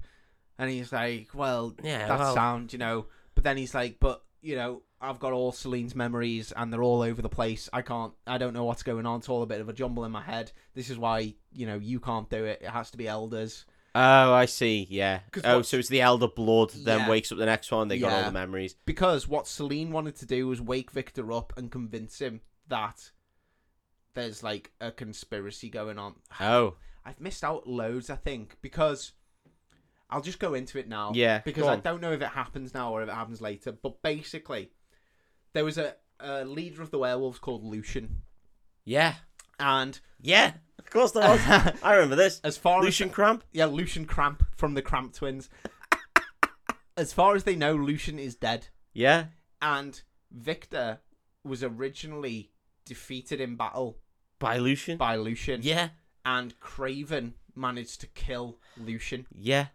Speaker 1: And he's like, "Well,
Speaker 2: Yeah,
Speaker 1: that
Speaker 2: well-
Speaker 1: sound, you know." But then he's like, "But you know, I've got all Celine's memories, and they're all over the place. I can't. I don't know what's going on. It's all a bit of a jumble in my head. This is why you know you can't do it. It has to be elders."
Speaker 2: Oh, I see. Yeah.
Speaker 1: 'Cause
Speaker 2: Oh,
Speaker 1: what-
Speaker 2: so it's the elder blood. Then
Speaker 1: Yeah.
Speaker 2: wakes up the next one. They got all
Speaker 1: Yeah.
Speaker 2: the [SIGHS] memories.
Speaker 1: Because what Celine wanted to do was wake Victor up and convince him that there's like a conspiracy going on.
Speaker 2: Oh,
Speaker 1: I've missed out loads, I think, because I'll just go into it now.
Speaker 2: yeah.
Speaker 1: Because
Speaker 2: go
Speaker 1: I
Speaker 2: on.
Speaker 1: don't know if it happens now or if it happens later. But basically, there was a, a leader of the werewolves called Lucian.
Speaker 2: Yeah.
Speaker 1: And
Speaker 2: Yeah. Of course there [LAUGHS] was. I remember
Speaker 1: [LAUGHS]
Speaker 2: this.
Speaker 1: as far
Speaker 2: Lucian Cramp.
Speaker 1: as. Yeah, Lucian Cramp from the Cramp Twins. [LAUGHS] as far as they know, Lucian is dead.
Speaker 2: Yeah.
Speaker 1: And Victor was originally defeated in battle
Speaker 2: By Lucian.
Speaker 1: by Lucian.
Speaker 2: Yeah.
Speaker 1: And Craven managed to kill Lucian.
Speaker 2: Yeah.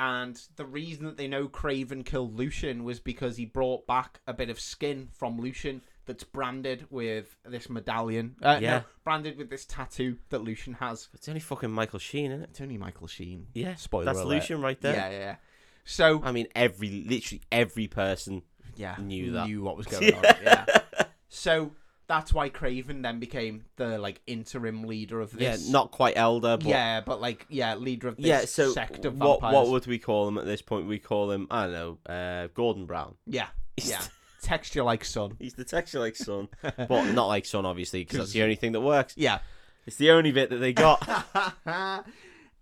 Speaker 1: and the reason that they know Craven killed Lucian was because he brought back a bit of skin from Lucian that's branded with this medallion. Uh, no,
Speaker 2: Yeah.
Speaker 1: branded with this tattoo that Lucian has.
Speaker 2: It's only fucking Michael Sheen, isn't it?
Speaker 1: Tony Michael Sheen.
Speaker 2: Yeah.
Speaker 1: Spoiler
Speaker 2: That's
Speaker 1: alert.
Speaker 2: Lucian right there.
Speaker 1: Yeah, yeah, yeah. So
Speaker 2: uh, I mean, every literally every person.
Speaker 1: yeah,
Speaker 2: Knew that.
Speaker 1: knew what
Speaker 2: [LAUGHS]
Speaker 1: was going on. Yeah. So that's why Craven then became the like interim leader of this.
Speaker 2: Yeah, not quite elder, but yeah.
Speaker 1: yeah, but like yeah, leader of this
Speaker 2: Yeah, so
Speaker 1: sect of
Speaker 2: what
Speaker 1: vampires.
Speaker 2: what would we call him at this point? We call him I don't know, uh, Gordon Brown.
Speaker 1: Yeah,
Speaker 2: [LAUGHS] He's-
Speaker 1: yeah. Texture like sun.
Speaker 2: He's the texture like [LAUGHS] Sun, but not like Sun, obviously, because that's the only thing that works.
Speaker 1: Yeah.
Speaker 2: It's the only bit that they got.
Speaker 1: [LAUGHS]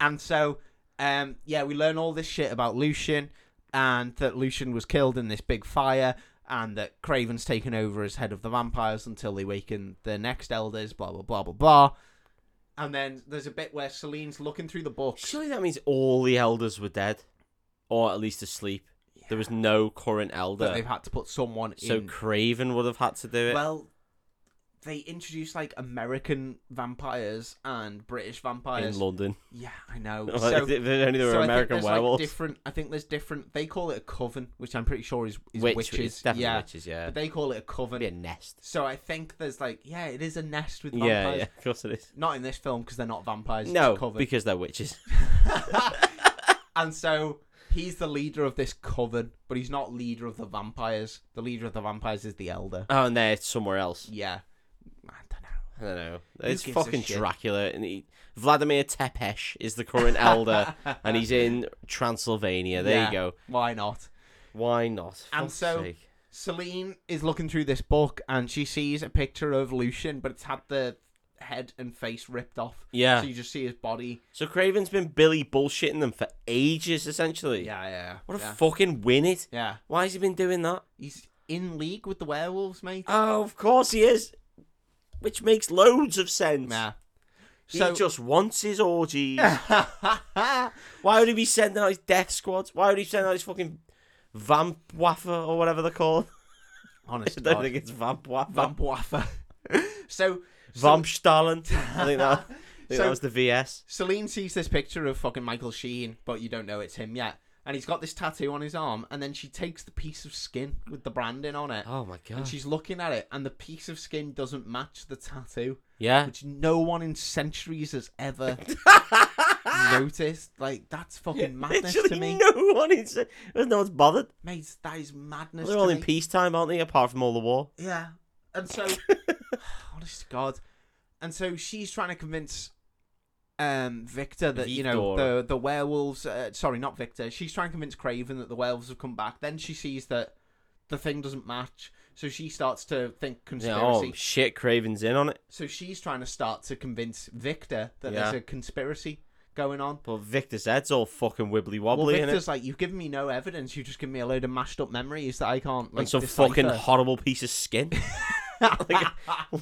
Speaker 1: and so, um, yeah, we learn all this shit about Lucian and that Lucian was killed in this big fire and that Craven's taken over as head of the vampires until they waken the next elders, blah, blah, blah, blah, blah. And then there's a bit where Celine's looking through the books.
Speaker 2: [LAUGHS] Surely that means all the elders were dead, or at least asleep. There was no current
Speaker 1: That they've
Speaker 2: elder,
Speaker 1: had to put someone
Speaker 2: so
Speaker 1: in.
Speaker 2: Craven would have had to do it.
Speaker 1: Well, they introduced like American vampires and British
Speaker 2: in
Speaker 1: vampires.
Speaker 2: London, [LAUGHS]
Speaker 1: yeah, I know.
Speaker 2: Like,
Speaker 1: So-
Speaker 2: if only there were
Speaker 1: So I think
Speaker 2: American
Speaker 1: there's, like,
Speaker 2: werewolves,
Speaker 1: different. I think there's different. They call it a coven, which I'm pretty sure is, is
Speaker 2: Witch-
Speaker 1: witches.
Speaker 2: it's definitely
Speaker 1: yeah,
Speaker 2: witches. Yeah,
Speaker 1: but they call it a coven.
Speaker 2: be a nest.
Speaker 1: So I think there's like, yeah, it is a nest with vampires.
Speaker 2: Yeah, yeah, of course it
Speaker 1: [LAUGHS]
Speaker 2: is.
Speaker 1: Not in this film because they're not vampires.
Speaker 2: no,
Speaker 1: it's a coven.
Speaker 2: because they're witches. [LAUGHS]
Speaker 1: and so he's the leader of this coven, but he's not leader of the vampires. The leader of the vampires is the elder.
Speaker 2: Oh, and they're somewhere else.
Speaker 1: Yeah, I don't know.
Speaker 2: I don't know.
Speaker 1: Who
Speaker 2: It's
Speaker 1: gives a
Speaker 2: fucking
Speaker 1: shit?
Speaker 2: Dracula, and he, Vladimir Tepesh is the current elder, and he's in Transylvania. There
Speaker 1: Yeah.
Speaker 2: you go.
Speaker 1: Why not?
Speaker 2: Why not?
Speaker 1: And
Speaker 2: Fuck's
Speaker 1: so-
Speaker 2: sake.
Speaker 1: Celine is looking through this book and she sees a picture of Lucian, but it's had the head and face ripped off.
Speaker 2: Yeah.
Speaker 1: So you just see his body.
Speaker 2: So Craven's been Billy bullshitting them for ages, essentially.
Speaker 1: Yeah, yeah. yeah.
Speaker 2: What a
Speaker 1: yeah.
Speaker 2: fucking win it!
Speaker 1: yeah.
Speaker 2: Why has he been doing that?
Speaker 1: He's in league with the werewolves, mate.
Speaker 2: Oh, of course he is. Which makes loads of sense.
Speaker 1: Nah.
Speaker 2: he just wants
Speaker 1: [LAUGHS]
Speaker 2: his orgies. Why would he be sending out his death squads? Why would he send out his fucking vamp wafer or whatever they're called? [LAUGHS]
Speaker 1: honest,
Speaker 2: I [LAUGHS] don't
Speaker 1: God.
Speaker 2: think it's vamp wafer.
Speaker 1: vamp waffer. [LAUGHS] so
Speaker 2: Vamp Stalin.
Speaker 1: [LAUGHS]
Speaker 2: I think that, I think
Speaker 1: So-
Speaker 2: that was the VS.
Speaker 1: Celine sees this picture of fucking Michael Sheen, but you don't know it's him yet. And he's got this tattoo on his arm, and then she takes the piece of skin with the branding on it.
Speaker 2: Oh my
Speaker 1: And
Speaker 2: god.
Speaker 1: she's looking at it, and the piece of skin doesn't match the tattoo,
Speaker 2: [LAUGHS] Yeah.
Speaker 1: which no one in centuries has
Speaker 2: [LAUGHS]
Speaker 1: ever noticed. Like, that's fucking madness
Speaker 2: Ah! Literally
Speaker 1: to me.
Speaker 2: no one is. No one's bothered.
Speaker 1: Mate, that is madness
Speaker 2: They're
Speaker 1: to
Speaker 2: all
Speaker 1: me.
Speaker 2: in peacetime, aren't they? Apart from all the
Speaker 1: [LAUGHS]
Speaker 2: war.
Speaker 1: Yeah. And so honest to God. And so she's trying to convince um Victor that you know
Speaker 2: Victor.
Speaker 1: the the werewolves uh, sorry, not Victor. She's trying to convince Craven that the werewolves have come back. Then she sees that the thing doesn't match. So she starts to think
Speaker 2: Yeah,
Speaker 1: conspiracy.
Speaker 2: oh shit, Craven's in on it.
Speaker 1: So she's trying to start to convince Victor that
Speaker 2: Yeah.
Speaker 1: there's a conspiracy going on.
Speaker 2: But Victor's head's all fucking wibbly
Speaker 1: Well,
Speaker 2: wobbly in it.
Speaker 1: Victor's like, you've given me no evidence. You've just given me a load of mashed up memories that I can't like.
Speaker 2: and some
Speaker 1: decipher."
Speaker 2: fucking horrible piece
Speaker 1: [LAUGHS]
Speaker 2: of skin. [LAUGHS] like,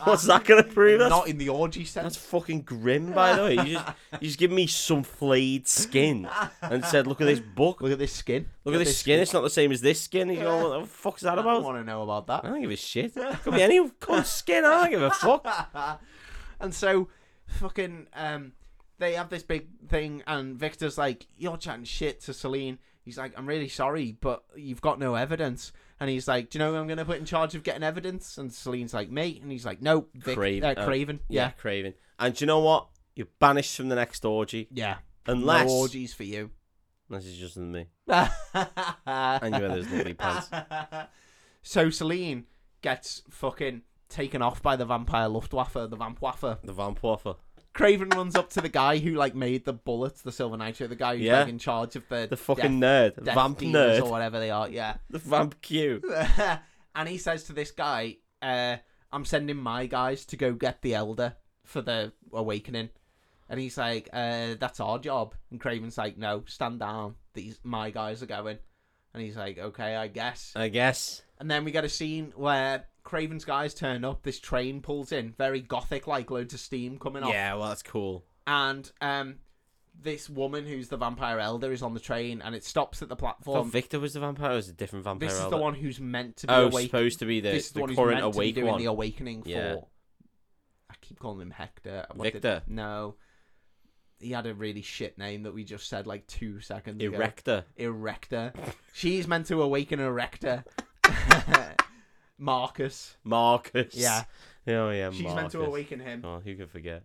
Speaker 2: what's that gonna prove? That's,
Speaker 1: not in the orgy sense.
Speaker 2: that's fucking grim, by the way. You just, you just give me some flayed skin and said, "Look at this book.
Speaker 1: Look at this skin.
Speaker 2: Look at this skin. It's not the same as this skin." You go, "What the fuck's that
Speaker 1: I don't
Speaker 2: about?"
Speaker 1: want to know about
Speaker 2: I
Speaker 1: that.
Speaker 2: don't give a shit. Could be any
Speaker 1: [LAUGHS]
Speaker 2: cunt skin. I don't give a fuck.
Speaker 1: And so, fucking um, they have this big thing, and Victor's like, "You're chatting shit to Celine." He's like, "I'm really sorry, but you've got no evidence." And he's like, "Do you know who I'm going to put in charge of getting evidence?" And Celine's like, "Me." And he's like, "No, Vic,
Speaker 2: Crave-
Speaker 1: uh,
Speaker 2: oh,
Speaker 1: Craven."
Speaker 2: Yeah,
Speaker 1: Yeah,
Speaker 2: Craven. And do you know what? You're banished from the next orgy
Speaker 1: yeah.
Speaker 2: unless
Speaker 1: No orgies for you.
Speaker 2: unless it's just me.
Speaker 1: and
Speaker 2: you wear those lovely pants.
Speaker 1: [LAUGHS] So Celine gets fucking taken off by the vampire Luftwaffe, the Vampwaffe.
Speaker 2: The Van Puffer.
Speaker 1: Craven runs up to the guy who like made the bullets, the Silver Nitro, the guy who's
Speaker 2: Yeah.
Speaker 1: like in charge of the
Speaker 2: The fucking nerd.
Speaker 1: death
Speaker 2: Vamp
Speaker 1: dealers or
Speaker 2: nerd.
Speaker 1: whatever they are. Yeah. [LAUGHS]
Speaker 2: The Vamp Q.
Speaker 1: and he says to this guy, uh, I'm sending my guys to go get the Elder for the awakening. And he's like, uh, that's our job. And Craven's like, no, stand down. These my guys are going. And he's like, okay, I guess.
Speaker 2: I guess.
Speaker 1: And then we get a scene where Craven's guys turn up. This train pulls in, very gothic, like loads of steam coming off
Speaker 2: Yeah, well that's cool.
Speaker 1: and um, this woman who's the vampire elder is on the train, and it stops at the
Speaker 2: I thought
Speaker 1: platform.
Speaker 2: Victor was the vampire. Or was it a different vampire?
Speaker 1: This is
Speaker 2: elder?
Speaker 1: the one who's meant to be
Speaker 2: Oh,
Speaker 1: awake.
Speaker 2: supposed to be the,
Speaker 1: this is the,
Speaker 2: the
Speaker 1: one who's
Speaker 2: current
Speaker 1: meant to be
Speaker 2: awake
Speaker 1: doing
Speaker 2: one.
Speaker 1: the awakening
Speaker 2: Yeah.
Speaker 1: for. I keep calling him Hector. did-
Speaker 2: Victor.
Speaker 1: no, he had a really shit name that we just said like two seconds ago.
Speaker 2: Erector.
Speaker 1: Erector. She's meant to awaken Erector. [LAUGHS] Marcus.
Speaker 2: Marcus.
Speaker 1: Yeah,
Speaker 2: Oh yeah.
Speaker 1: she's meant
Speaker 2: Marcus.
Speaker 1: to awaken him.
Speaker 2: Oh, who could forget?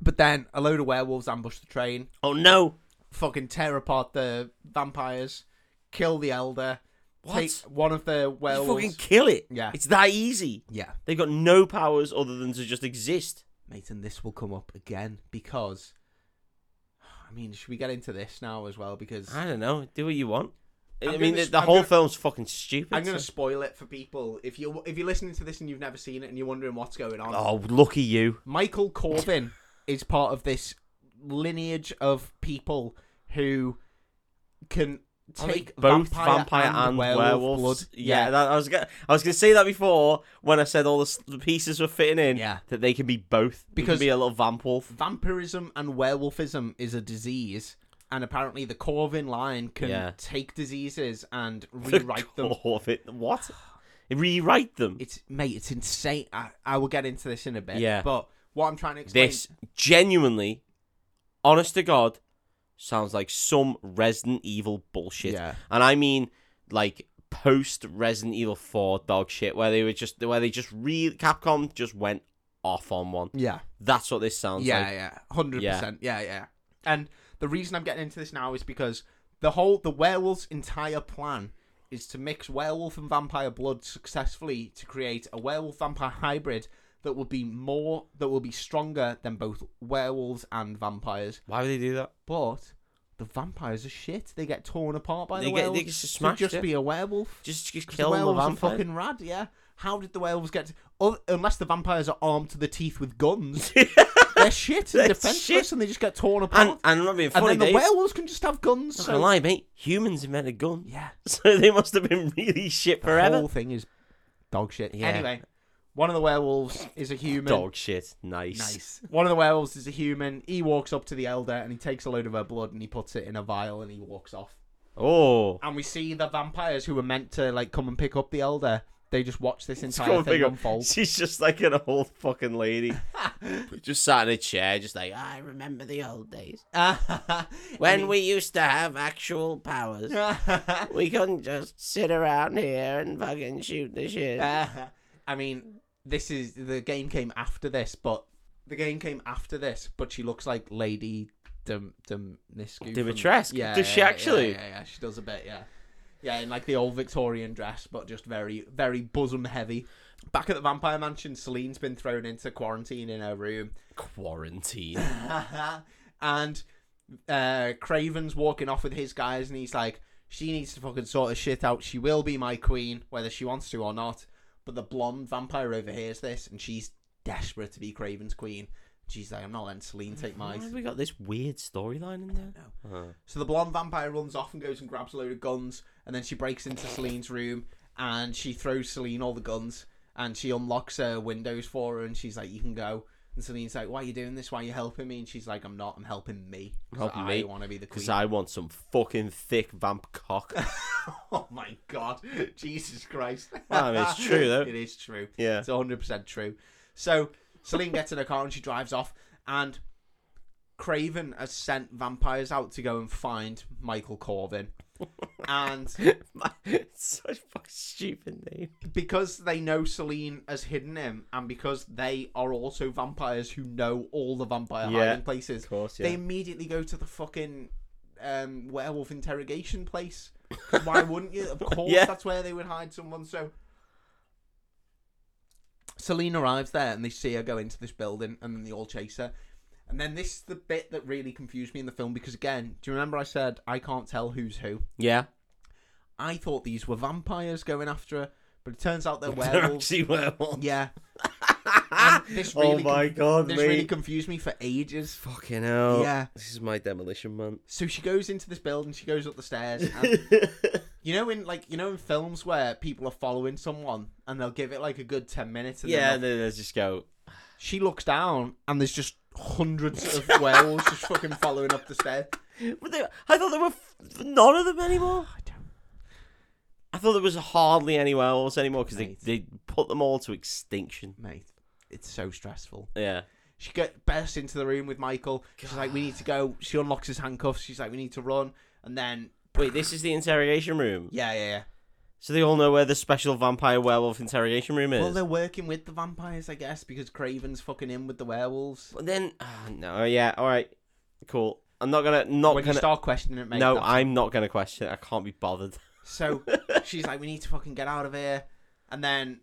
Speaker 1: But then a load of werewolves ambush the train.
Speaker 2: Oh no!
Speaker 1: fucking tear apart the vampires, kill the elder,
Speaker 2: What?
Speaker 1: take one of the
Speaker 2: You
Speaker 1: werewolves.
Speaker 2: fucking kill it.
Speaker 1: Yeah.
Speaker 2: It's that easy.
Speaker 1: Yeah,
Speaker 2: They've got no powers other than to just exist.
Speaker 1: mate, and this will come up again because, I mean, should we get into this now as well? Because
Speaker 2: I don't know. Do what you want. I
Speaker 1: I'm
Speaker 2: mean,
Speaker 1: gonna
Speaker 2: the,
Speaker 1: s-
Speaker 2: the
Speaker 1: I'm
Speaker 2: whole
Speaker 1: gonna-
Speaker 2: film's fucking stupid.
Speaker 1: I'm gonna
Speaker 2: so-
Speaker 1: spoil it for people. If you if you're listening to this and you've never seen it and you're wondering what's going on,
Speaker 2: Oh, lucky you.
Speaker 1: Michael Corbin is part of this lineage of people who can
Speaker 2: Aren't they
Speaker 1: take
Speaker 2: both
Speaker 1: vampire, and, werewolf blood.
Speaker 2: Yeah, That, I was gonna, I was gonna say that before when I said all the, s- the pieces were fitting in.
Speaker 1: Yeah.
Speaker 2: that they can be both. You
Speaker 1: Because-
Speaker 2: can be a little vamp wolf.
Speaker 1: vampirism and werewolfism is a disease, and apparently the Corvin line can
Speaker 2: Yeah.
Speaker 1: take diseases
Speaker 2: [LAUGHS]
Speaker 1: and rewrite them.
Speaker 2: All of it. What? Rewrite them.
Speaker 1: It's mate, it's insane. I, I will get into this in a bit.
Speaker 2: Yeah.
Speaker 1: but what I'm trying to explain.
Speaker 2: This genuinely, honest to God, sounds like some Resident Evil bullshit.
Speaker 1: Yeah.
Speaker 2: And I mean like post Resident Evil 4 dog shit where they were just where they just re Capcom just went off on one.
Speaker 1: Yeah,
Speaker 2: That's what this sounds
Speaker 1: yeah,
Speaker 2: like.
Speaker 1: yeah, hundred percent. Yeah, yeah. And the reason I'm getting into this now is because the whole the werewolf's entire plan is to mix werewolf and vampire blood successfully to create a werewolf vampire hybrid that will be more that will be stronger than both werewolves and vampires.
Speaker 2: Why would they do that?
Speaker 1: But the vampires are shit. They get torn apart by
Speaker 2: They
Speaker 1: the
Speaker 2: get- they
Speaker 1: werewolves.
Speaker 2: get just
Speaker 1: So
Speaker 2: smashed,
Speaker 1: just
Speaker 2: yeah.
Speaker 1: be a werewolf.
Speaker 2: Just, just
Speaker 1: 'Cause
Speaker 2: kill
Speaker 1: the
Speaker 2: the
Speaker 1: werewolves
Speaker 2: vampire.
Speaker 1: are fucking rad, yeah. How did the werewolves get? oh, unless the vampires are armed to the teeth with
Speaker 2: [LAUGHS]
Speaker 1: guns, they're shit and
Speaker 2: They're
Speaker 1: defenseless,
Speaker 2: shit.
Speaker 1: and they just get torn apart.
Speaker 2: And,
Speaker 1: And,
Speaker 2: and I'm not being funny,
Speaker 1: then the
Speaker 2: Dave.
Speaker 1: werewolves can just have guns.
Speaker 2: Not
Speaker 1: So
Speaker 2: gonna lie, mate. Humans invented guns,
Speaker 1: yeah,
Speaker 2: [LAUGHS] so they must have been really shit
Speaker 1: the whole
Speaker 2: forever.
Speaker 1: thing is dog shit.
Speaker 2: Yeah.
Speaker 1: Anyway, one of the werewolves is a human.
Speaker 2: Dog shit. Nice.
Speaker 1: Nice. One of the werewolves is a human. He walks up to the elder and he takes a load of her blood and he puts it in a vial and he walks off.
Speaker 2: Oh,
Speaker 1: and we see the vampires who were meant to like come and pick up the elder. They just watch this entire
Speaker 2: Come pick
Speaker 1: thing
Speaker 2: up.
Speaker 1: unfold. [LAUGHS]
Speaker 2: She's just like an old fucking [LAUGHS] lady. just sat in a chair, just like, "Ah, I remember the old days. [LAUGHS] When we used to have actual powers.
Speaker 1: [LAUGHS] I
Speaker 2: we couldn't just sit around here and fucking shoot the shit.
Speaker 1: mean, this is the game came after this, but the game came after this. But she looks like Lady Dim Dimnescu. from-
Speaker 2: Dimitrescu? Does she actually?
Speaker 1: Yeah, yeah, yeah, she does a bit. Yeah, yeah, in like the old Victorian dress, but just very, very bosom heavy. Back at the vampire mansion, Celine's been thrown into quarantine in her room.
Speaker 2: Quarantine.
Speaker 1: [LAUGHS] and uh, Craven's walking off with his guys, and he's like, "She needs to fucking sort her shit out. She will be my queen, whether she wants to or not." But the blonde vampire overhears this, and she's desperate to be Craven's queen. She's like, "I'm not letting Celine take
Speaker 2: Why
Speaker 1: my."
Speaker 2: have we got this weird storyline in there? Uh-huh.
Speaker 1: So the blonde vampire runs off and goes and grabs a load of guns, and then she breaks into Celine's room and she throws Celine all the guns and she unlocks her windows for her and she's like, "You can go." And Celine's like, "Why are you doing this? Why are you helping me?" And she's like, "I'm not. I'm helping me. 'cause
Speaker 2: Helping
Speaker 1: I
Speaker 2: me,
Speaker 1: want to be the
Speaker 2: Because
Speaker 1: queen."
Speaker 2: I want some fucking thick vamp [LAUGHS] cock.
Speaker 1: [LAUGHS] oh my god, Jesus Christ!
Speaker 2: I mean, it's [LAUGHS] true, though.
Speaker 1: [LAUGHS] It is true.
Speaker 2: yeah.
Speaker 1: It's 100 percent true. So Celine gets in her car and she drives off, and Craven has sent vampires out to go and find Michael
Speaker 2: [LAUGHS]
Speaker 1: Corvin, and
Speaker 2: it's [LAUGHS] such a fucking stupid name.
Speaker 1: because they know Celine has hidden him, and because they are also vampires who know all the vampire
Speaker 2: Yeah.
Speaker 1: hiding places,
Speaker 2: Of course,
Speaker 1: they immediately go to the fucking um, werewolf interrogation place.
Speaker 2: [LAUGHS]
Speaker 1: Why wouldn't you? Of course,
Speaker 2: Yeah.
Speaker 1: that's where they would hide someone. So Celine arrives there, and they see her go into this building, and then they all chase her. And then this is the bit that really confused me in the film because again, do you remember I said I can't tell who's who?
Speaker 2: Yeah.
Speaker 1: I thought these were vampires going after her, but it turns out they're
Speaker 2: [LAUGHS] [LAUGHS] They're
Speaker 1: werewolves.
Speaker 2: actually werewolves.
Speaker 1: [LAUGHS] yeah. And Um, this
Speaker 2: oh
Speaker 1: really
Speaker 2: my god,
Speaker 1: This
Speaker 2: mate. Oh.
Speaker 1: really confused me for ages.
Speaker 2: Fucking hell.
Speaker 1: Yeah.
Speaker 2: This is my demolition man.
Speaker 1: So she goes into this building, she goes up the stairs, and
Speaker 2: [LAUGHS] yeah,
Speaker 1: you know in like you know in films where people are following someone and they'll give it like a good ten minutes and then
Speaker 2: and then they just go.
Speaker 1: they'll- she looks down and there's just hundreds
Speaker 2: [LAUGHS]
Speaker 1: of werewolves just fucking following up the stairs.
Speaker 2: But they, I thought there were f- none of them anymore.
Speaker 1: [SIGHS] I don't
Speaker 2: I thought there was hardly any werewolves anymore because they,
Speaker 1: Mate.
Speaker 2: they put them all to extinction.
Speaker 1: mate. It's so stressful.
Speaker 2: Yeah.
Speaker 1: She get bursts into the room with Michael. She's like, We need to go. She unlocks his handcuffs, she's like, We need to run and then
Speaker 2: Wait, this is the interrogation room.
Speaker 1: Yeah, yeah, yeah.
Speaker 2: So they all know where the special vampire werewolf interrogation room is.
Speaker 1: Well they're working with the vampires, I guess, because Craven's fucking in with the werewolves.
Speaker 2: But then, ah, no, yeah, all right, cool. I'm not gonna, not
Speaker 1: when you
Speaker 2: gonna.
Speaker 1: start questioning it, mate.
Speaker 2: no,
Speaker 1: that's-
Speaker 2: I'm not gonna question. it. I can't be bothered. [LAUGHS]
Speaker 1: So she's like, "We need to fucking get out of here." And then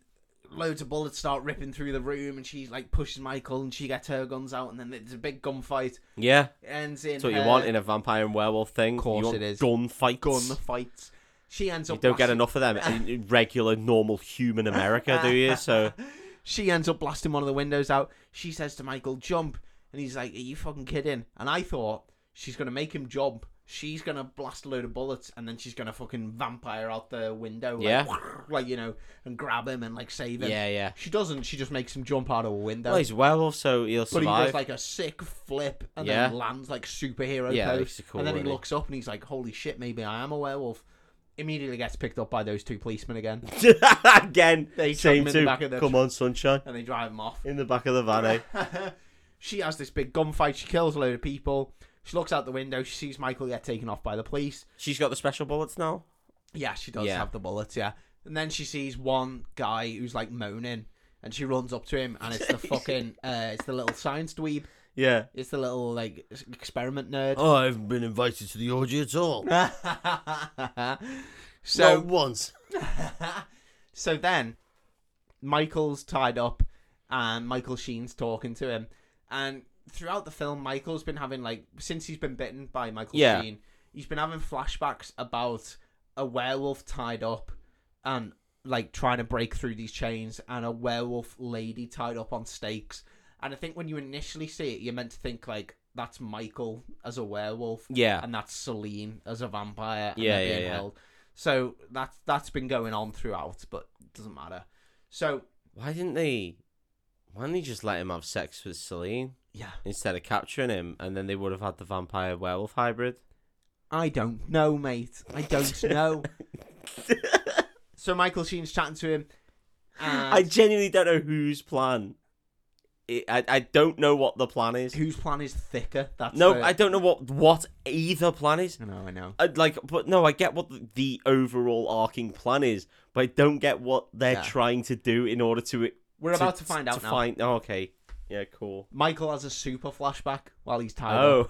Speaker 1: loads of bullets start ripping through the room, and she like pushes Michael, and she gets her guns out, and then there's a big gunfight.
Speaker 2: Yeah,
Speaker 1: It ends in
Speaker 2: that's what you
Speaker 1: her
Speaker 2: want in a vampire and werewolf thing.
Speaker 1: course
Speaker 2: you want
Speaker 1: it is.
Speaker 2: Gun fights.
Speaker 1: gun fights. She ends
Speaker 2: You
Speaker 1: up
Speaker 2: don't get
Speaker 1: blasting-
Speaker 2: enough of them in in regular, normal human America, do you?
Speaker 1: [LAUGHS]
Speaker 2: So
Speaker 1: she ends up blasting one of the windows out. She says to Michael, "Jump," and he's like, "Are you fucking kidding?" And I thought she's gonna make him jump. She's gonna blast a load of bullets, and then she's gonna fucking vampire out the window, like,
Speaker 2: Yeah.
Speaker 1: [LAUGHS] like you know, and grab him and like save him.
Speaker 2: yeah, yeah.
Speaker 1: She doesn't. She just makes him jump out of a window.
Speaker 2: Well, he's a werewolf, so he'll
Speaker 1: but he
Speaker 2: survive.
Speaker 1: does like a sick flip and
Speaker 2: Yeah.
Speaker 1: then lands like superhero
Speaker 2: Yeah, that
Speaker 1: pose.
Speaker 2: looks cool,
Speaker 1: and then he
Speaker 2: really.
Speaker 1: looks up and he's like, "Holy shit, maybe I am a werewolf." Immediately gets picked up by those two policemen again,
Speaker 2: [LAUGHS] Again,
Speaker 1: They chuck him
Speaker 2: same
Speaker 1: in the
Speaker 2: two.
Speaker 1: back of the
Speaker 2: Come
Speaker 1: tr-
Speaker 2: on, sunshine,
Speaker 1: and they drive him off.
Speaker 2: in the back of the van. Eh?
Speaker 1: [LAUGHS] she has this big gunfight. She kills a load of people. She looks out the window. She sees Michael get taken off by the police.
Speaker 2: She's got the special bullets now.
Speaker 1: Yeah, she does
Speaker 2: Yeah.
Speaker 1: have the bullets. Yeah, and then she sees one guy who's like moaning, and she runs up to him, and it's the fucking, uh, it's the little science dweeb.
Speaker 2: Yeah.
Speaker 1: It's the little like s- experiment nerd.
Speaker 2: Oh, I haven't been invited to the orgy at [LAUGHS] all.
Speaker 1: [LAUGHS] so
Speaker 2: once.
Speaker 1: so then Michael's tied up and Michael Sheen's talking to him and throughout the film Michael's been having like since he's been bitten by Michael
Speaker 2: Yeah.
Speaker 1: Sheen he's been having flashbacks about a werewolf tied up and like trying to break through these chains and a werewolf lady tied up on stakes and I think when you initially see it you're meant to think like that's Michael as a werewolf
Speaker 2: Yeah.
Speaker 1: and that's Celine as a vampire. And
Speaker 2: Yeah,
Speaker 1: they're
Speaker 2: yeah,
Speaker 1: being
Speaker 2: yeah.
Speaker 1: Held. So that's that's been going on throughout, but it doesn't matter. So
Speaker 2: Why didn't they? Why didn't they just let him have sex with Celine
Speaker 1: yeah,
Speaker 2: instead of capturing him, and then they would have had the vampire werewolf hybrid?
Speaker 1: I don't know, mate. I
Speaker 2: [LAUGHS]
Speaker 1: don't know. so Michael Sheen's chatting to him. And
Speaker 2: I genuinely don't know whose plan. It, I I don't know what the plan is.
Speaker 1: whose plan is thicker? That's
Speaker 2: No,
Speaker 1: the-
Speaker 2: I don't know what what either plan is.
Speaker 1: I know, I know.
Speaker 2: I, like, but no, I get what the, the overall arcing plan is, but I don't get what they're
Speaker 1: Yeah.
Speaker 2: trying to do in order to.
Speaker 1: We're about to find out now.
Speaker 2: Find, oh, okay. Yeah. Cool.
Speaker 1: Michael has a super flashback while he's tied up,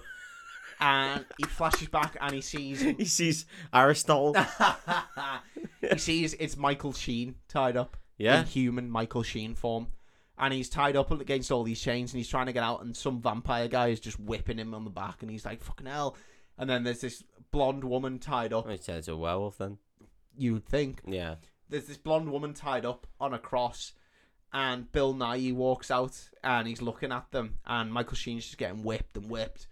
Speaker 2: [LAUGHS] Oh,
Speaker 1: and he flashes back and he sees [LAUGHS]
Speaker 2: he sees Aristotle.
Speaker 1: he sees it's Michael Sheen tied up.
Speaker 2: Yeah.
Speaker 1: In human Michael Sheen form. And he's tied up against all these chains and he's trying to get out, and some vampire guy is just whipping him on the back, and he's like, fucking hell. And then there's this blonde woman tied up,
Speaker 2: Oh, he turns a werewolf then.
Speaker 1: you would think.
Speaker 2: Yeah.
Speaker 1: There's this blonde woman tied up on a cross, and Bill Nye walks out and he's looking at them, and Michael Sheen's just getting whipped and whipped.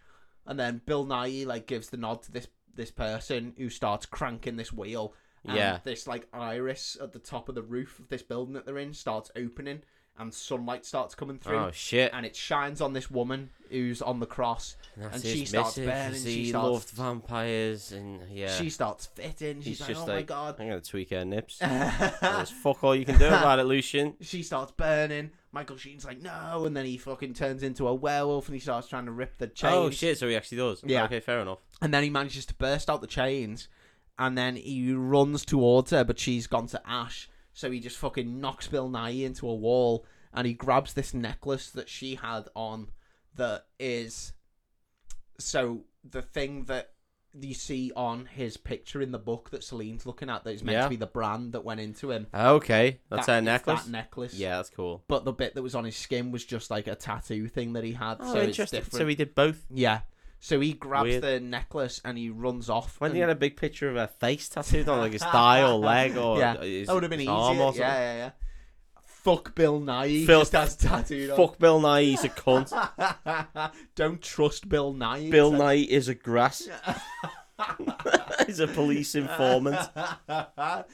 Speaker 1: And then Bill Nye like gives the nod to this this person who starts cranking this wheel and
Speaker 2: Yeah.
Speaker 1: this like iris at the top of the roof of this building that they're in starts opening and sunlight starts coming through
Speaker 2: Oh shit.
Speaker 1: and it shines on this woman who's on the cross
Speaker 2: That's
Speaker 1: and
Speaker 2: his
Speaker 1: she starts
Speaker 2: message,
Speaker 1: burning,
Speaker 2: is
Speaker 1: she
Speaker 2: he
Speaker 1: starts-
Speaker 2: loved vampires and yeah.
Speaker 1: she starts fitting she's
Speaker 2: He's
Speaker 1: like
Speaker 2: just
Speaker 1: oh
Speaker 2: like,
Speaker 1: my
Speaker 2: [LAUGHS] I'm gonna tweak her nips.
Speaker 1: god
Speaker 2: There's fuck all you can do about it, Lucian.
Speaker 1: she starts burning Michael Sheen's like, no, and then he fucking turns into a werewolf and he starts trying to rip the chains.
Speaker 2: [LAUGHS] Oh shit! So he actually does.
Speaker 1: Yeah.
Speaker 2: Okay, fair enough.
Speaker 1: And then he manages to burst out the chains and then he runs towards her, but she's gone to ash. So he just fucking knocks Bill Nye into a wall and he grabs this necklace that she had on that is. So the thing that you see on his picture in the book that Celine's looking at that is meant
Speaker 2: Yeah.
Speaker 1: to be the brand that went into him.
Speaker 2: Okay, that's
Speaker 1: That-
Speaker 2: our
Speaker 1: it's
Speaker 2: necklace.
Speaker 1: That necklace.
Speaker 2: yeah, that's cool.
Speaker 1: But the bit that was on his skin was just like a tattoo thing that he had.
Speaker 2: Oh,
Speaker 1: so
Speaker 2: interesting.
Speaker 1: It's different.
Speaker 2: So he did both.
Speaker 1: Yeah. So he grabs
Speaker 2: Weird.
Speaker 1: the necklace and he runs off.
Speaker 2: When
Speaker 1: and...
Speaker 2: he had a big picture of her face tattooed on, like his thigh or leg [LAUGHS] or
Speaker 1: Yeah,
Speaker 2: his,
Speaker 1: that would have been
Speaker 2: his
Speaker 1: easier.
Speaker 2: arm or
Speaker 1: Yeah,
Speaker 2: something.
Speaker 1: yeah, yeah. Fuck Bill Nye. He
Speaker 2: Phil-
Speaker 1: just has tattooed on.
Speaker 2: Fuck Bill Nye, [LAUGHS] he's a cunt.
Speaker 1: [LAUGHS] Don't trust Bill Nye.
Speaker 2: Bill
Speaker 1: It's
Speaker 2: Nye is a [LAUGHS] grass. [LAUGHS] he's a police informant.
Speaker 1: like- [LAUGHS]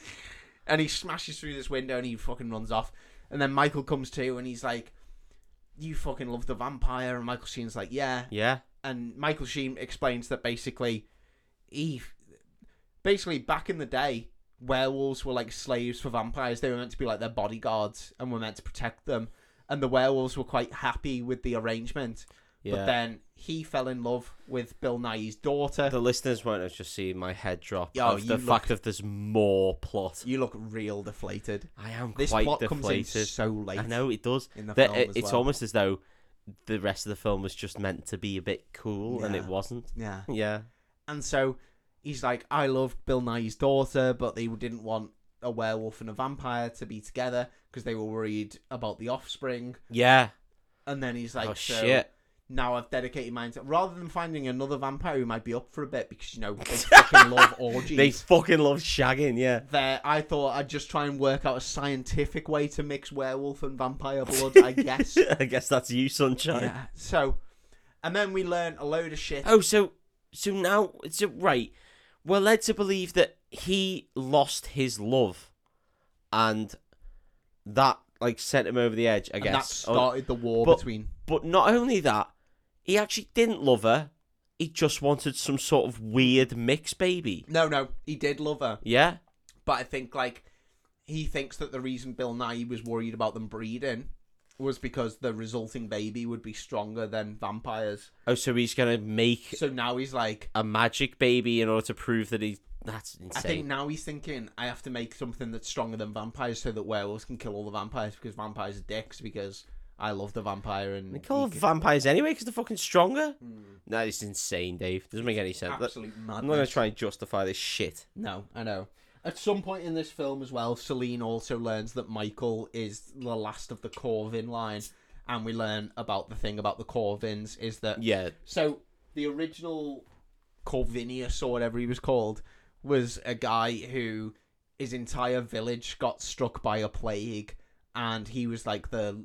Speaker 1: and he smashes through this window and he fucking runs off. And then Michael comes to and he's like, "You fucking love the vampire." And Michael Sheen's like, "Yeah."
Speaker 2: Yeah.
Speaker 1: and Michael Sheen explains that basically he basically back in the day werewolves were like slaves for vampires they were meant to be like their bodyguards and were meant to protect them and the werewolves were quite happy with the arrangement
Speaker 2: Yeah.
Speaker 1: but then he fell in love with Bill Nye's daughter
Speaker 2: the listeners won't have just seen my head drop
Speaker 1: Oh,
Speaker 2: of
Speaker 1: you
Speaker 2: the
Speaker 1: look-
Speaker 2: fact of there's more plot.
Speaker 1: you look real deflated
Speaker 2: I am
Speaker 1: this
Speaker 2: quite
Speaker 1: plot
Speaker 2: deflated.
Speaker 1: comes in so late
Speaker 2: I know it does.
Speaker 1: in the
Speaker 2: That-
Speaker 1: film
Speaker 2: it-
Speaker 1: as
Speaker 2: it's
Speaker 1: well.
Speaker 2: almost as though the rest of the film was just meant to be a bit cool, and it
Speaker 1: Yeah.
Speaker 2: wasn't.
Speaker 1: [LAUGHS] yeah
Speaker 2: Yeah.
Speaker 1: And so he's like, I love Bill Nye's daughter, but they didn't want a werewolf and a vampire to be together because they were worried about the offspring.
Speaker 2: Yeah.
Speaker 1: And then he's like,
Speaker 2: oh
Speaker 1: so
Speaker 2: shit.
Speaker 1: Now I've dedicated mine to rather than finding another vampire who might be up for a bit because you know they
Speaker 2: [LAUGHS]
Speaker 1: fucking love orgies.
Speaker 2: They fucking love shagging. Yeah.
Speaker 1: there, I thought I'd just try and work out a scientific way to mix werewolf and vampire blood.
Speaker 2: [LAUGHS]
Speaker 1: I guess.
Speaker 2: I guess that's you, sunshine.
Speaker 1: yeah. So, and then we learn a load of shit.
Speaker 2: Oh, so so now so right. We're led to believe that he lost his love, and that like sent him over the edge. I
Speaker 1: and that
Speaker 2: guess. Or-
Speaker 1: started the war
Speaker 2: But-
Speaker 1: between.
Speaker 2: But not only that, he actually didn't love her. He just wanted some sort of weird mix baby.
Speaker 1: No, no, he did love her.
Speaker 2: Yeah.
Speaker 1: But I think like he thinks that the reason Bill Nye was worried about them breeding was because the resulting baby would be stronger than vampires.
Speaker 2: Oh, so he's gonna make
Speaker 1: So now he's like,
Speaker 2: a magic baby in order to prove that he. That's insane.
Speaker 1: I think now he's thinking I have to make something that's stronger than vampires so that werewolves can kill all the vampires because vampires are dicks because I love the vampire and
Speaker 2: They call
Speaker 1: he-
Speaker 2: vampires anyway because they're fucking stronger.
Speaker 1: Hmm.
Speaker 2: No, it's insane, Dave. Doesn't make any sense. That-
Speaker 1: absolute madness.
Speaker 2: I'm not gonna try and justify this shit.
Speaker 1: No, I know. At some point in this film as well, Celine also learns that Michael is the last of the Corvin line, and we learn about the thing about the Corvins is that
Speaker 2: Yeah,
Speaker 1: So the original Corvinius or whatever he was called was a guy who his entire village got struck by a plague, and he was like the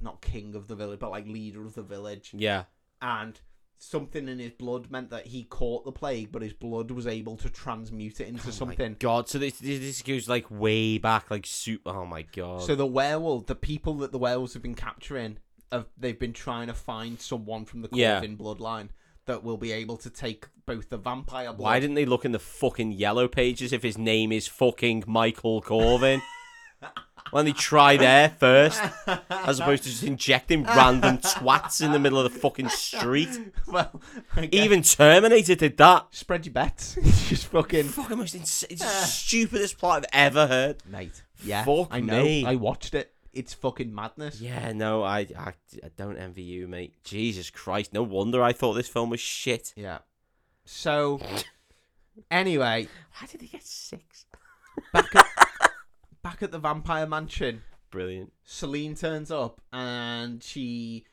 Speaker 1: not king of the village, but like leader of the village,
Speaker 2: yeah.
Speaker 1: and something in his blood meant that he caught the plague, but his blood was able to transmute it
Speaker 2: Oh
Speaker 1: into something.
Speaker 2: God, so this, this this goes like way back, like super. Oh my god.
Speaker 1: So the werewolf, the people that the werewolves have been capturing, have, they've been trying to find someone from the Corvin
Speaker 2: Yeah.
Speaker 1: bloodline that will be able to take both the vampire blood.
Speaker 2: Why didn't they look in the fucking yellow pages if his name is fucking
Speaker 1: [LAUGHS]
Speaker 2: Michael Corvin? Why don't they try there first, as opposed to just injecting random twats in the middle of the fucking street? [LAUGHS]
Speaker 1: well, I guess-
Speaker 2: Even Terminator did that.
Speaker 1: spread your
Speaker 2: [LAUGHS]
Speaker 1: bets. just fucking
Speaker 2: Fucking most ins- it's the stupidest plot I've ever heard.
Speaker 1: mate. Yeah,
Speaker 2: Fuck
Speaker 1: I know.
Speaker 2: me.
Speaker 1: I watched it. It's fucking madness.
Speaker 2: Yeah, no, I, I, I don't envy you, mate. Jesus Christ, no wonder I thought this film was shit.
Speaker 1: Yeah. So, anyway,
Speaker 2: Why did he get six?
Speaker 1: back at, back at the vampire mansion,
Speaker 2: Brilliant.
Speaker 1: Celine turns up and she.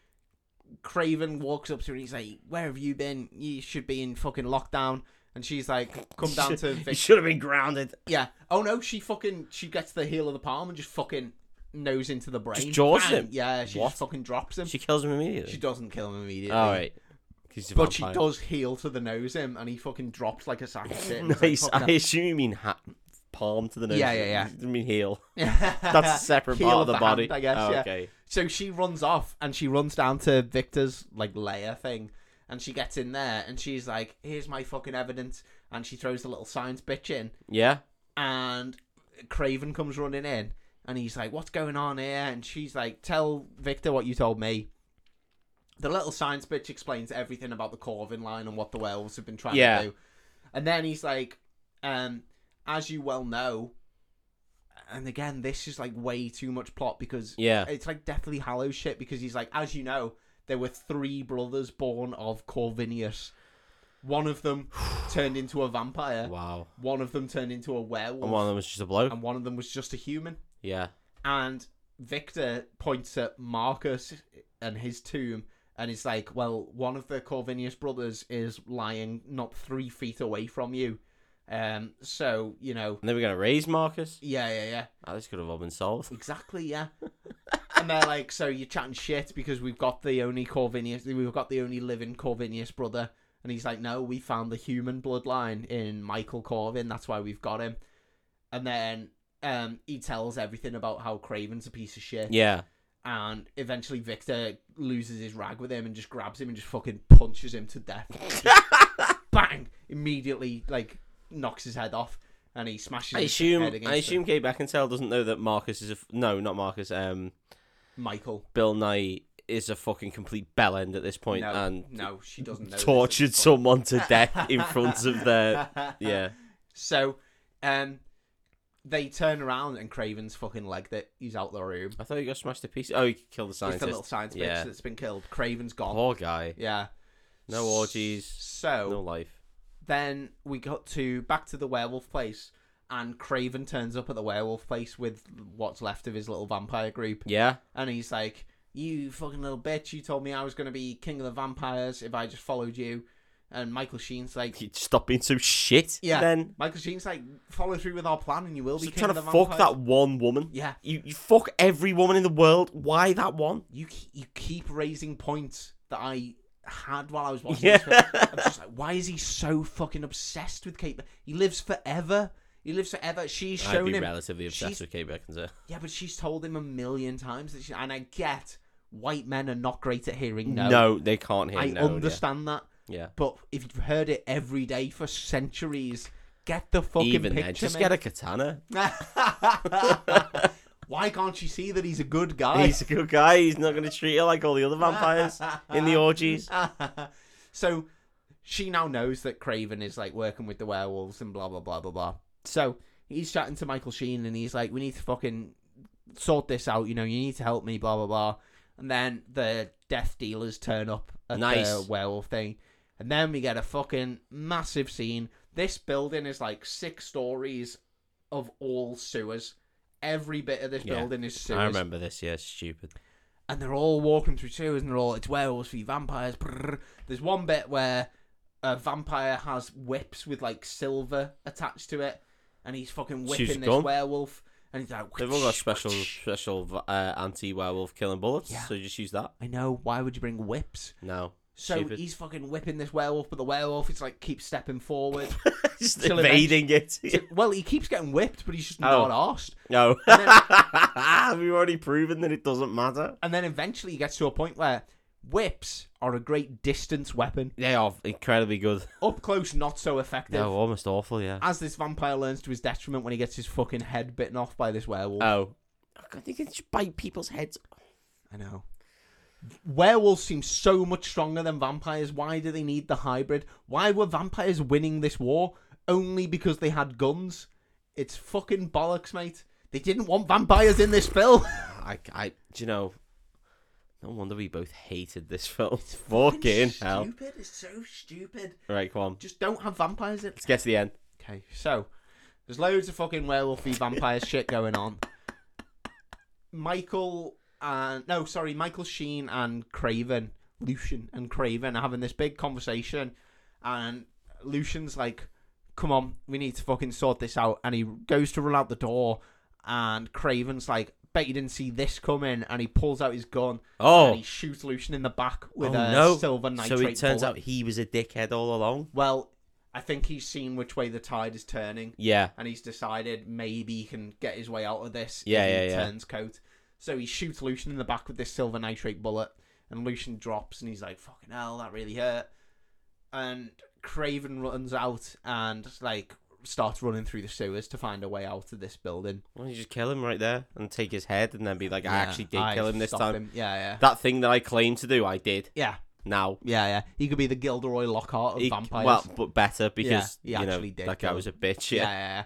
Speaker 1: Craven walks up to her and he's like, Where have you been? You should be in fucking lockdown. And she's like, Come down
Speaker 2: [LAUGHS]
Speaker 1: to.
Speaker 2: He
Speaker 1: Vic-
Speaker 2: should have been grounded.
Speaker 1: yeah. Oh no, she fucking. She gets the heel of the palm and just fucking nose into the brain.
Speaker 2: jaws
Speaker 1: Bang!
Speaker 2: him?
Speaker 1: Yeah, she
Speaker 2: What?
Speaker 1: just fucking drops him.
Speaker 2: She kills him immediately.
Speaker 1: She doesn't kill him immediately.
Speaker 2: All right. 'Cause he's a
Speaker 1: But she
Speaker 2: vampire.
Speaker 1: does heal to the nose him, and he fucking drops like a sack of
Speaker 2: [LAUGHS]
Speaker 1: shit. and it's like,
Speaker 2: Nice.
Speaker 1: "Fuck
Speaker 2: I assume you mean ha- palm to the nose.
Speaker 1: Yeah, yeah, yeah.
Speaker 2: You mean [LAUGHS] heel.
Speaker 1: that."
Speaker 2: That's a separate
Speaker 1: Heel
Speaker 2: part of the,
Speaker 1: hand,
Speaker 2: body.
Speaker 1: I guess.
Speaker 2: Oh,
Speaker 1: yeah.
Speaker 2: Okay.
Speaker 1: So she runs off, and she runs down to Victor's like lair thing, and she gets in there, and she's like, "Here's my fucking evidence," and she throws the little science bitch in,
Speaker 2: Yeah.
Speaker 1: and Craven comes running in. and he's like, "What's going on here?" And she's like, "Tell Victor what you told me." The little science bitch explains everything about the Corvin line and what the werewolves have been trying
Speaker 2: Yeah.
Speaker 1: to do, and then he's like, um, "As you well know," and again, this is like way too much plot because
Speaker 2: Yeah.
Speaker 1: it's like Deathly Hallows shit because he's like, as you know, there were three brothers born of Corvinius. One of them
Speaker 2: [SIGHS]
Speaker 1: turned into a vampire.
Speaker 2: Wow.
Speaker 1: One of them turned into a werewolf,
Speaker 2: And one of them was just a bloke.
Speaker 1: and one of them was just a human.
Speaker 2: Yeah.
Speaker 1: And Victor points at Marcus and his tomb, and is like, "Well, one of the Corvinius brothers is lying not three feet away from you, um, so you know,
Speaker 2: And they were gonna raise Marcus.
Speaker 1: yeah, yeah, yeah."
Speaker 2: Oh, this could have all been [LAUGHS] solved.
Speaker 1: Exactly, yeah. and they're like, so you're chatting shit because we've got the only Corvinius, we've got the only living Corvinius brother. And he's like, no, we found the human bloodline in Michael Corvin. That's why we've got him. And then um, he tells everything about how Craven's a piece of shit.
Speaker 2: Yeah.
Speaker 1: And eventually Victor loses his rag with him and just grabs him and just fucking punches him to
Speaker 2: [LAUGHS]
Speaker 1: death. Bang! Immediately, like, knocks his head off. And he smashes
Speaker 2: I
Speaker 1: his
Speaker 2: assume.
Speaker 1: head against
Speaker 2: I assume Kay Beckinsale doesn't know that Marcus is a f- no, not Marcus. Um,
Speaker 1: Michael.
Speaker 2: Bill Nye is a fucking complete bell end at this point
Speaker 1: No,
Speaker 2: and
Speaker 1: no, she doesn't know. this at
Speaker 2: tortured
Speaker 1: this point.
Speaker 2: someone
Speaker 1: [LAUGHS]
Speaker 2: to death in front of their [LAUGHS] yeah.
Speaker 1: So, um, they turn around and Craven's fucking legged it. He's out the room.
Speaker 2: I thought he got smashed to pieces. Oh, he killed the
Speaker 1: It's
Speaker 2: scientist.
Speaker 1: the little science bitch
Speaker 2: Yeah.
Speaker 1: that's been killed. Craven's gone.
Speaker 2: Poor guy.
Speaker 1: Yeah.
Speaker 2: No orgies.
Speaker 1: So
Speaker 2: No life.
Speaker 1: then we got to back to the werewolf place, and Craven turns up at the werewolf place with what's left of his little vampire group,
Speaker 2: Yeah.
Speaker 1: and he's like, "You fucking little bitch! You told me I was gonna be king of the vampires if I just followed you." And Michael Sheen's like,
Speaker 2: You'd stop being so shit.
Speaker 1: Yeah.
Speaker 2: Then
Speaker 1: Michael Sheen's like, follow through with our plan and you will be
Speaker 2: Stop
Speaker 1: king
Speaker 2: trying
Speaker 1: of
Speaker 2: to
Speaker 1: the
Speaker 2: fuck
Speaker 1: vampires."
Speaker 2: that one woman.
Speaker 1: Yeah.
Speaker 2: You you fuck every woman in the world. Why that one?
Speaker 1: You, ke- you keep raising points that I had while I was watching
Speaker 2: Yeah.
Speaker 1: this film. I'm just like, why is he so fucking obsessed with Kate? Be- He lives forever. He lives forever. She's
Speaker 2: I'd
Speaker 1: shown
Speaker 2: be
Speaker 1: him.
Speaker 2: relatively obsessed
Speaker 1: she's-
Speaker 2: with Kate Beckinsale.
Speaker 1: yeah, but she's told him a million times that she. And I get white men are not great at hearing no.
Speaker 2: No, they can't hear
Speaker 1: I
Speaker 2: no. yeah.
Speaker 1: understand that.
Speaker 2: Yeah.
Speaker 1: But if you've heard it every day for centuries, get the fucking
Speaker 2: Even
Speaker 1: picture.
Speaker 2: then, just
Speaker 1: mate.
Speaker 2: get a [LAUGHS] katana.
Speaker 1: [LAUGHS] Why can't she see that he's a good guy?
Speaker 2: He's a good guy. He's not going to treat her like all the other vampires in the orgies.
Speaker 1: [LAUGHS] so she now knows that Craven is like working with the werewolves and blah blah blah blah blah. So he's chatting to Michael Sheen and he's like, "We need to fucking sort this out. You know, you need to help me." Blah blah blah. And then the death dealers turn up at the
Speaker 2: Nice.
Speaker 1: werewolf thing, and then we get a fucking massive scene. This building is like six stories of all sewers. Every bit of this
Speaker 2: Yeah,
Speaker 1: building is sewers
Speaker 2: I remember this. Yeah, stupid.
Speaker 1: and they're all walking through sewers and they're all it's werewolves for you vampires. brrr." There's one bit where a vampire has whips with like silver attached to it, and he's fucking
Speaker 2: She's
Speaker 1: whipping this
Speaker 2: gone.
Speaker 1: werewolf, and he's like,
Speaker 2: They've all got special, special uh, anti-werewolf killing bullets.
Speaker 1: Yeah.
Speaker 2: So just use that.
Speaker 1: I know. Why would you bring whips?
Speaker 2: No,
Speaker 1: So
Speaker 2: stupid.
Speaker 1: he's fucking whipping this werewolf, but the werewolf is like keeps stepping
Speaker 2: [LAUGHS]
Speaker 1: forward.
Speaker 2: [LAUGHS] just
Speaker 1: till
Speaker 2: evading [LAUGHS] it.
Speaker 1: well, he keeps getting whipped, but he's just
Speaker 2: Oh.
Speaker 1: not arsed.
Speaker 2: [LAUGHS] No,
Speaker 1: And
Speaker 2: [LAUGHS] we've already proven that it doesn't matter.
Speaker 1: And then eventually he gets to a point where whips are a great distance weapon.
Speaker 2: They are incredibly good.
Speaker 1: Up close, not so effective.
Speaker 2: [LAUGHS] They're almost awful. Yeah.
Speaker 1: as this vampire learns to his detriment when he gets his fucking head bitten off by this werewolf.
Speaker 2: Oh. I think it should bite people's heads.
Speaker 1: I know. Werewolves seem so much stronger than vampires. Why do they need the hybrid? Why were vampires winning this war only because they had guns? It's fucking bollocks, mate. They didn't want vampires in this film.
Speaker 2: I, I, do you know? No wonder we both hated this film. Fucking hell!
Speaker 1: Stupid. It's so stupid.
Speaker 2: Right, come on.
Speaker 1: Just don't have vampires in.
Speaker 2: Let's get to the end.
Speaker 1: Okay, so there's loads of fucking werewolfy vampire shit going on. Michael and no, sorry, Michael Sheen and Craven, Lucian and Craven are having this big conversation, and Lucian's like, "Come on, we need to fucking sort this out," and he goes to run out the door, and Craven's like, "Bet you didn't see this coming," and he pulls out his gun and
Speaker 2: Oh,
Speaker 1: he shoots Lucian in the back with
Speaker 2: Oh,
Speaker 1: a
Speaker 2: no.
Speaker 1: silver nitrate.
Speaker 2: so it turns
Speaker 1: bullet.
Speaker 2: out he was a dickhead all along.
Speaker 1: well, I think he's seen which way the tide is turning
Speaker 2: Yeah,
Speaker 1: and he's decided maybe he can get his way out of this
Speaker 2: Yeah,
Speaker 1: if he
Speaker 2: yeah, yeah.
Speaker 1: turns coat. So he shoots Lucian in the back with this silver nitrate bullet, and Lucian drops, and he's like, "Fucking hell, that really hurt." And Craven runs out and like starts running through the sewers to find a way out of this building.
Speaker 2: Why don't you just kill him right there and take his head and then be like, I
Speaker 1: Yeah,
Speaker 2: actually did
Speaker 1: I
Speaker 2: kill him this
Speaker 1: stopped
Speaker 2: time.
Speaker 1: him. Yeah, yeah.
Speaker 2: That thing that I claimed to do, I did.
Speaker 1: yeah,
Speaker 2: Now.
Speaker 1: yeah, yeah. He could be the Gilderoy Lockhart of
Speaker 2: He-
Speaker 1: vampires.
Speaker 2: Well, but better because
Speaker 1: he
Speaker 2: you know
Speaker 1: actually did
Speaker 2: that
Speaker 1: kill
Speaker 2: guy
Speaker 1: him.
Speaker 2: was a bitch.
Speaker 1: yeah.
Speaker 2: Yeah.
Speaker 1: yeah, yeah.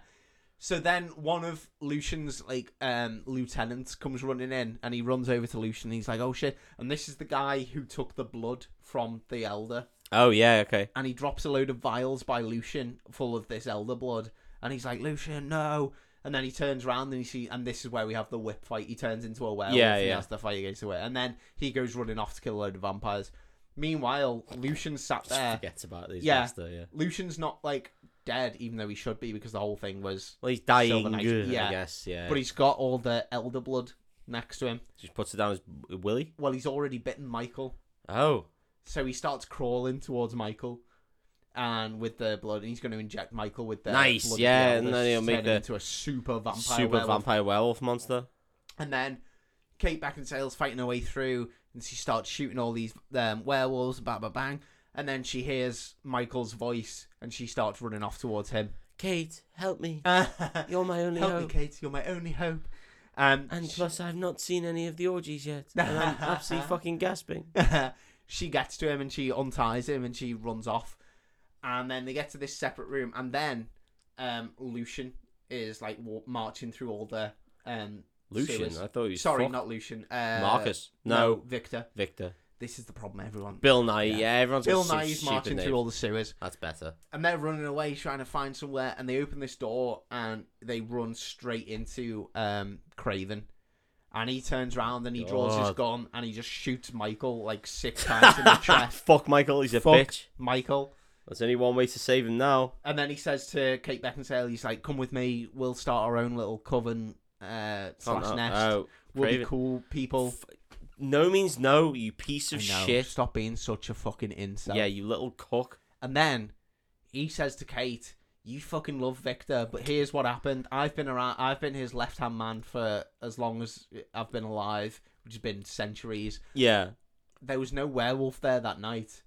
Speaker 1: So then one of Lucian's like um lieutenants comes running in and he runs over to Lucian and he's like, Oh shit and this is the guy who took the blood from the elder
Speaker 2: Oh yeah. Okay.
Speaker 1: and he drops a load of vials by Lucian full of this elder blood and he's like, Lucian, no and then he turns around and he see and this is where we have the whip fight. He turns into a werewolf
Speaker 2: Yeah,
Speaker 1: and he
Speaker 2: yeah.
Speaker 1: has to fight against the whip. And then he goes running off to kill a load of vampires. Meanwhile, Lucian sat
Speaker 2: Just
Speaker 1: there.
Speaker 2: forgets about these
Speaker 1: yeah.
Speaker 2: yeah. yeah.
Speaker 1: Lucian's not like dead, even though he should be, because the whole thing was
Speaker 2: Well, he's dying.
Speaker 1: Knight,
Speaker 2: good,
Speaker 1: yeah.
Speaker 2: I guess. Yeah.
Speaker 1: but he's got all the elder blood next to him.
Speaker 2: just puts it down as Willie.
Speaker 1: Well, he's already bitten Michael,
Speaker 2: Oh.
Speaker 1: so he starts crawling towards Michael, and with the blood, and he's going to inject Michael with the
Speaker 2: Nice,
Speaker 1: blood of
Speaker 2: yeah,
Speaker 1: the
Speaker 2: and
Speaker 1: elders,
Speaker 2: then he'll make
Speaker 1: turn him
Speaker 2: the
Speaker 1: into a super vampire,
Speaker 2: super
Speaker 1: werewolf.
Speaker 2: vampire werewolf monster.
Speaker 1: and then Kate Beckinsale's fighting her way through, and she starts shooting all these um, werewolves, bang, bang, bang, and then she hears Michael's voice, and she starts running off towards him. [LAUGHS]
Speaker 2: Kate, help me.
Speaker 1: Help
Speaker 2: You're my only
Speaker 1: me, Kate, you're my only hope. Um,
Speaker 2: And
Speaker 1: she-
Speaker 2: plus, I've not seen any of the orgies yet,
Speaker 1: [LAUGHS]
Speaker 2: and I'm absolutely fucking gasping.
Speaker 1: she gets to him and she unties him and she runs off. And then they get to this separate room, and then um, Lucian is like wa- marching through all the um,
Speaker 2: Lucian,
Speaker 1: sewers.
Speaker 2: I thought he was
Speaker 1: Sorry,
Speaker 2: fuck-
Speaker 1: not Lucian. Uh,
Speaker 2: Marcus. No,
Speaker 1: Victor.
Speaker 2: Victor.
Speaker 1: This is the problem, everyone.
Speaker 2: Bill Nye.
Speaker 1: Yeah.
Speaker 2: Yeah, everyone's
Speaker 1: Bill
Speaker 2: got some
Speaker 1: Nye is
Speaker 2: stupid
Speaker 1: marching
Speaker 2: name.
Speaker 1: through all the sewers,
Speaker 2: That's better.
Speaker 1: [LAUGHS] and they're running away trying to find somewhere. And they open this door, and they run straight into um, Craven. And he turns around and he draws his
Speaker 2: God.
Speaker 1: gun and he just shoots Michael like
Speaker 2: [LAUGHS]
Speaker 1: six times in the chest.
Speaker 2: Fuck Michael, he's a
Speaker 1: Fuck
Speaker 2: bitch.
Speaker 1: Michael.
Speaker 2: There's only one way to save him now.
Speaker 1: And then he says to Kate Beckinsale, he's like, come with me, we'll start our own little coven uh, slash
Speaker 2: Oh, no.
Speaker 1: nest.
Speaker 2: Oh,
Speaker 1: we'll be
Speaker 2: Craven.
Speaker 1: cool people.
Speaker 2: no means no, you piece of
Speaker 1: I know,
Speaker 2: shit.
Speaker 1: Stop being such a fucking incel.
Speaker 2: Yeah, you
Speaker 1: [LAUGHS]
Speaker 2: little cock.
Speaker 1: And then he says to Kate, you fucking love Victor, but here's what happened. I've been around, I've been his left hand man for as long as I've been alive, which has been centuries.
Speaker 2: Yeah.
Speaker 1: there was no werewolf there that night.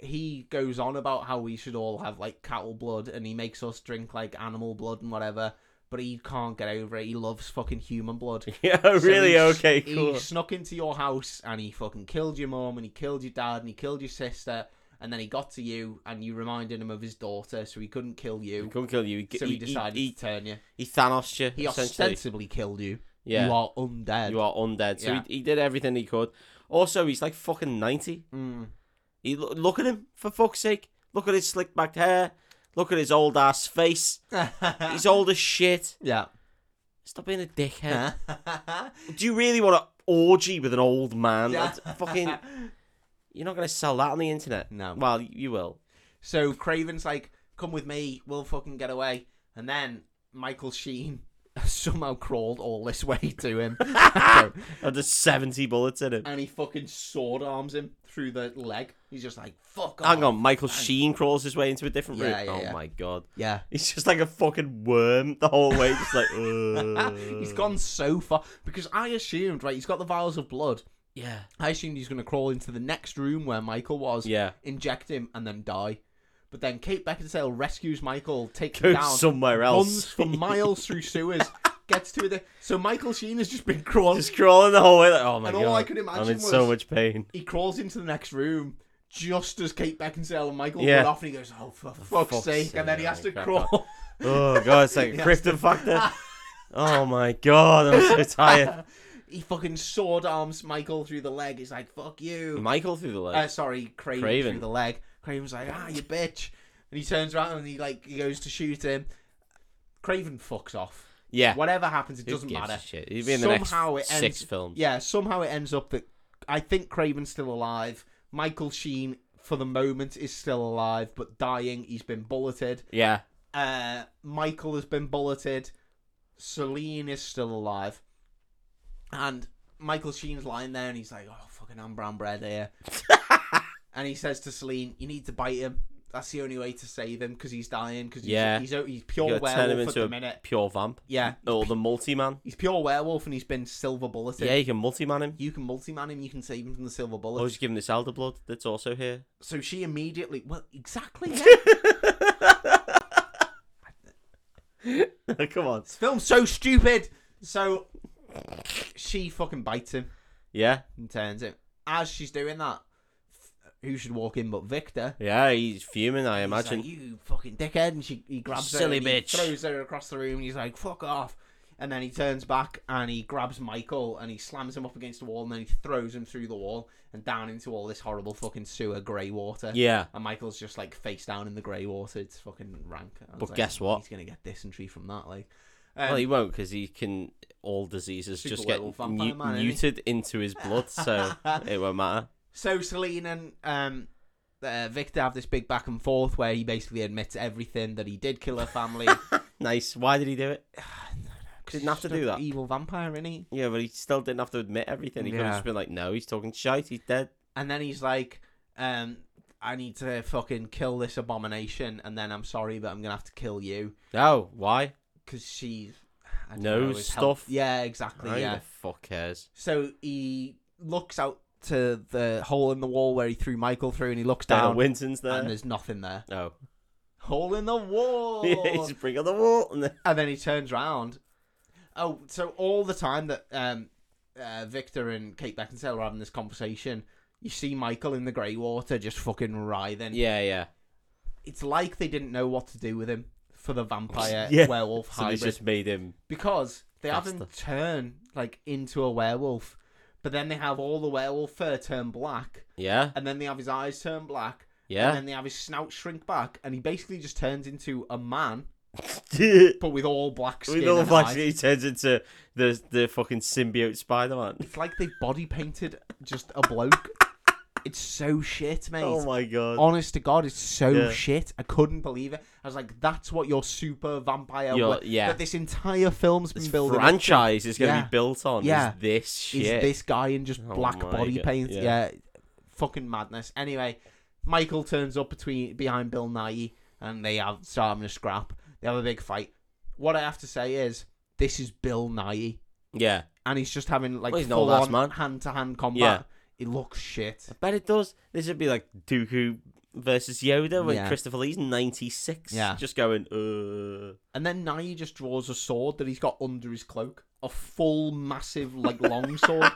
Speaker 1: He goes on about how we should all have like cattle blood and he makes us drink like animal blood and whatever, but he can't get over it. He loves fucking human blood.
Speaker 2: [LAUGHS] yeah,
Speaker 1: So
Speaker 2: [LAUGHS] really?
Speaker 1: he s-
Speaker 2: okay,
Speaker 1: He
Speaker 2: cool.
Speaker 1: snuck into your house and he fucking killed your mom and he killed your dad and he killed your sister and then he got to you and you reminded him of his daughter so he couldn't kill
Speaker 2: He
Speaker 1: you.
Speaker 2: couldn't kill you. He,
Speaker 1: So he
Speaker 2: he,
Speaker 1: decided
Speaker 2: he,
Speaker 1: to turn you.
Speaker 2: he, he Thanos'd you,
Speaker 1: He
Speaker 2: essentially.
Speaker 1: ostensibly killed you.
Speaker 2: Yeah.
Speaker 1: You are undead.
Speaker 2: You are undead. So
Speaker 1: Yeah.
Speaker 2: he, he did everything he could. Also, he's like fucking 90. [LAUGHS]
Speaker 1: Mm. [LAUGHS]
Speaker 2: He, lo- look at him, for fuck's sake. Look at his slick backed hair. Look at his old ass face. He's old as shit.
Speaker 1: yeah.
Speaker 2: Stop being a dickhead. Do you really want an orgy with an old man?
Speaker 1: Yeah.
Speaker 2: That's fucking.
Speaker 1: [LAUGHS]
Speaker 2: You're not going to sell that on the internet.
Speaker 1: No.
Speaker 2: Well, y- you will.
Speaker 1: So Craven's like, "Come with me, we'll fucking get away." And then Michael Sheen [LAUGHS] somehow crawled all this way to
Speaker 2: [LAUGHS]
Speaker 1: him,
Speaker 2: Oh, there's 70 bullets in him.
Speaker 1: and he fucking sword arms him through the leg. He's just like, "Fuck off."
Speaker 2: Hang on, Michael Sheen crawls his way into a different
Speaker 1: Yeah,
Speaker 2: room.
Speaker 1: yeah,
Speaker 2: oh
Speaker 1: yeah.
Speaker 2: my god.
Speaker 1: Yeah.
Speaker 2: He's just like a fucking worm the whole way, just like. "Ugh."
Speaker 1: [LAUGHS] He's gone so far because I assumed, right? He's got the vials of blood.
Speaker 2: Yeah.
Speaker 1: I assumed he's going to crawl into the next room where Michael was,
Speaker 2: Yeah.
Speaker 1: inject him, and then die. But then Kate Beckinsale rescues Michael, takes him
Speaker 2: Go
Speaker 1: down,
Speaker 2: somewhere
Speaker 1: runs
Speaker 2: else.
Speaker 1: for miles through sewers, gets to it. So Michael Sheen has just been [LAUGHS] crawling
Speaker 2: Just crawling the whole way. Like, oh my
Speaker 1: And
Speaker 2: god.
Speaker 1: all I could imagine
Speaker 2: I'm in
Speaker 1: was-
Speaker 2: so much pain.
Speaker 1: he crawls into the next room just as Kate Beckinsale and Michael
Speaker 2: Yeah.
Speaker 1: run off, and he goes, "Oh, for fuck's,
Speaker 2: fuck's
Speaker 1: sake.
Speaker 2: sake,
Speaker 1: And then he
Speaker 2: oh,
Speaker 1: has to
Speaker 2: crap.
Speaker 1: crawl.
Speaker 2: Oh god, it's like
Speaker 1: [LAUGHS]
Speaker 2: a
Speaker 1: Yeah.
Speaker 2: Krypton factor. Oh my god, I'm [LAUGHS]
Speaker 1: [LAUGHS]
Speaker 2: so tired.
Speaker 1: he fucking sword arms Michael through the leg. He's like, "Fuck you."
Speaker 2: Michael through the leg.
Speaker 1: Uh, sorry, Craven,
Speaker 2: Craven.
Speaker 1: through the leg. Craven's like, "Ah, you bitch," and he turns around and he like he goes to shoot him. Craven fucks off.
Speaker 2: yeah.
Speaker 1: Whatever happens, it
Speaker 2: Who
Speaker 1: doesn't
Speaker 2: gives a
Speaker 1: matter.
Speaker 2: Shit. He'd be in the
Speaker 1: Somehow
Speaker 2: next
Speaker 1: it
Speaker 2: six
Speaker 1: ends-
Speaker 2: films.
Speaker 1: Yeah, somehow it ends up that I think Craven's still alive. Michael Sheen, for the moment, is still alive but dying. He's been bulleted.
Speaker 2: Yeah.
Speaker 1: Uh, Michael has been bulleted. Celine is still alive. And Michael Sheen's lying there and he's like, oh, fucking I'm brown bread
Speaker 2: [LAUGHS]
Speaker 1: here. and he says to Celine, you need to bite him. That's the only way to save him because he's dying. Because
Speaker 2: Yeah.
Speaker 1: he's, he's, he's pure
Speaker 2: You gotta
Speaker 1: werewolf
Speaker 2: turn him
Speaker 1: at
Speaker 2: into
Speaker 1: the
Speaker 2: a
Speaker 1: minute.
Speaker 2: pure vamp.
Speaker 1: Yeah.
Speaker 2: Or the multi man.
Speaker 1: He's pure werewolf and he's been silver bulleted.
Speaker 2: Yeah, you can multi man him.
Speaker 1: You can multi-man him, you can save him from the silver bullet.
Speaker 2: Or just give him this elder blood that's also here. [LAUGHS]
Speaker 1: So she immediately, well, exactly. Yeah.
Speaker 2: Come on.
Speaker 1: This film's so stupid. So she fucking bites him
Speaker 2: Yeah,
Speaker 1: and turns him. As she's doing that, who should walk in but Victor?
Speaker 2: yeah, he's fuming. I imagine.
Speaker 1: He's like, you fucking dickhead, and she he grabs
Speaker 2: Silly
Speaker 1: her, and he
Speaker 2: bitch.
Speaker 1: throws her across the room, and he's like, "Fuck off!" And then he turns back and he grabs Michael and he slams him up against the wall, and then he throws him through the wall and down into all this horrible fucking sewer grey water.
Speaker 2: yeah,
Speaker 1: And Michael's just like face down in the grey water. It's fucking rank. I was
Speaker 2: But
Speaker 1: like,
Speaker 2: guess what?
Speaker 1: He's gonna get dysentery from that. Like, um,
Speaker 2: well, he won't because he can. All diseases
Speaker 1: Super
Speaker 2: just get
Speaker 1: werewolf vampire
Speaker 2: mu-
Speaker 1: man, isn't he?
Speaker 2: muted into his blood, so
Speaker 1: [LAUGHS]
Speaker 2: it won't matter.
Speaker 1: so Celine and um, uh, Victor have this big back and forth where he basically admits everything that he did kill her
Speaker 2: [LAUGHS]
Speaker 1: family.
Speaker 2: Nice. Why did he do it? Didn't have to
Speaker 1: He's just
Speaker 2: do
Speaker 1: an
Speaker 2: that.
Speaker 1: Evil vampire, innit?
Speaker 2: Yeah, but he still didn't have to admit everything. He could
Speaker 1: Yeah.
Speaker 2: have just been like, "No, he's talking shite. He's dead."
Speaker 1: And then he's like, um, I need to fucking kill this abomination, and then I'm sorry, but I'm gonna have to kill you
Speaker 2: No, why?
Speaker 1: because she I don't
Speaker 2: Knows
Speaker 1: know, is help-
Speaker 2: stuff.
Speaker 1: Yeah, exactly.
Speaker 2: Who
Speaker 1: yeah.
Speaker 2: the fuck cares?
Speaker 1: So he looks out to the hole in the wall where he threw Michael through, and he looks
Speaker 2: Down
Speaker 1: down,
Speaker 2: at Winton's
Speaker 1: and
Speaker 2: there.
Speaker 1: there's nothing
Speaker 2: [LAUGHS]
Speaker 1: there.
Speaker 2: Oh,
Speaker 1: [LAUGHS] Hole in the [LAUGHS] wall.
Speaker 2: yeah, he's bring on the wall. And then...
Speaker 1: and then he turns round. Oh, so all the time that um, uh, Victor and Kate Beckinsale are having this conversation, you see Michael in the grey water just fucking writhing.
Speaker 2: [LAUGHS] Yeah, yeah.
Speaker 1: It's like they didn't know what to do with him for the vampire
Speaker 2: [LAUGHS] Yeah.
Speaker 1: werewolf
Speaker 2: So they
Speaker 1: hybrid
Speaker 2: just made him.
Speaker 1: because they have him
Speaker 2: Bastard.
Speaker 1: turn like into a werewolf, but then they have all the werewolf fur turn black,
Speaker 2: Yeah,
Speaker 1: and then they have his eyes turn black, and
Speaker 2: yeah. [LAUGHS]
Speaker 1: then they have his snout shrink back, and he basically just turns into a man but with all black skin.
Speaker 2: We know
Speaker 1: and eyes.
Speaker 2: Flash he turns into the the fucking symbiote Spider [LAUGHS] Man.
Speaker 1: It's like they body painted just a bloke. it's so shit, mate.
Speaker 2: Oh my god.
Speaker 1: Honest to God, it's so
Speaker 2: Yeah.
Speaker 1: shit. I couldn't believe it. I was like, that's what your super vampire
Speaker 2: Your-
Speaker 1: wa-
Speaker 2: Oh, yeah.
Speaker 1: that this entire film's been
Speaker 2: this
Speaker 1: building. up to
Speaker 2: franchise is going to
Speaker 1: Yeah.
Speaker 2: be built on
Speaker 1: Yeah.
Speaker 2: is this
Speaker 1: Is
Speaker 2: shit.
Speaker 1: this guy in just
Speaker 2: Oh
Speaker 1: black
Speaker 2: my
Speaker 1: body
Speaker 2: God,
Speaker 1: paint?
Speaker 2: yeah.
Speaker 1: Yeah. Fucking madness. Anyway, Michael turns up between behind Bill Nye and they have start having a scrap. They have a big fight. What I have to say is this is Bill Nye.
Speaker 2: Yeah,
Speaker 1: And he's just having like
Speaker 2: Well, he's an
Speaker 1: full
Speaker 2: old ass
Speaker 1: on
Speaker 2: man.
Speaker 1: hand to hand combat.
Speaker 2: Yeah.
Speaker 1: It looks shit.
Speaker 2: I bet it does. This would be like Dooku versus Yoda when
Speaker 1: Yeah.
Speaker 2: Christopher Lee's ninety six.
Speaker 1: Yeah.
Speaker 2: just going. Uh, [LAUGHS]
Speaker 1: And then Nye just draws a sword that he's got under his cloak. A full, massive,
Speaker 2: [LAUGHS]
Speaker 1: like, long sword.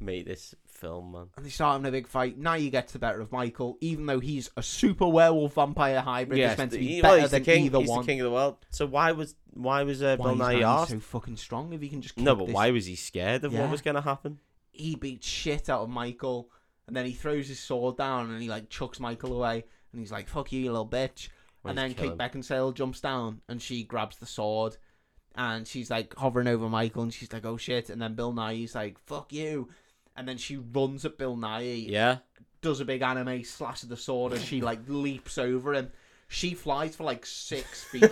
Speaker 2: mate, this film, man.
Speaker 1: And they start having a big fight. Nye gets the better of Michael, even though he's a super werewolf vampire hybrid that's meant to be
Speaker 2: he- well,
Speaker 1: better
Speaker 2: he's
Speaker 1: than
Speaker 2: the king.
Speaker 1: either
Speaker 2: he's
Speaker 1: one.
Speaker 2: the king of the world. So why was why was uh,
Speaker 1: Why
Speaker 2: Bill
Speaker 1: is
Speaker 2: Nye
Speaker 1: Nye
Speaker 2: asked?
Speaker 1: so fucking strong if he can just keep
Speaker 2: No, but
Speaker 1: this-
Speaker 2: why was he scared of what
Speaker 1: Yeah.
Speaker 2: was going to happen?
Speaker 1: He beats shit out of Michael, and then he throws his sword down and he, like, chucks Michael away. And he's like, fuck you, you little bitch. and
Speaker 2: Well, he's
Speaker 1: then Kate
Speaker 2: killing.
Speaker 1: Beckinsale jumps down and she grabs the sword and she's like hovering over Michael and she's like, oh shit. And then Bill Nye's like, fuck you. And then she runs at Bill Nye,
Speaker 2: Yeah,
Speaker 1: does a big anime slash of the sword as she like leaps over him. She flies for like
Speaker 2: [LAUGHS]
Speaker 1: six feet,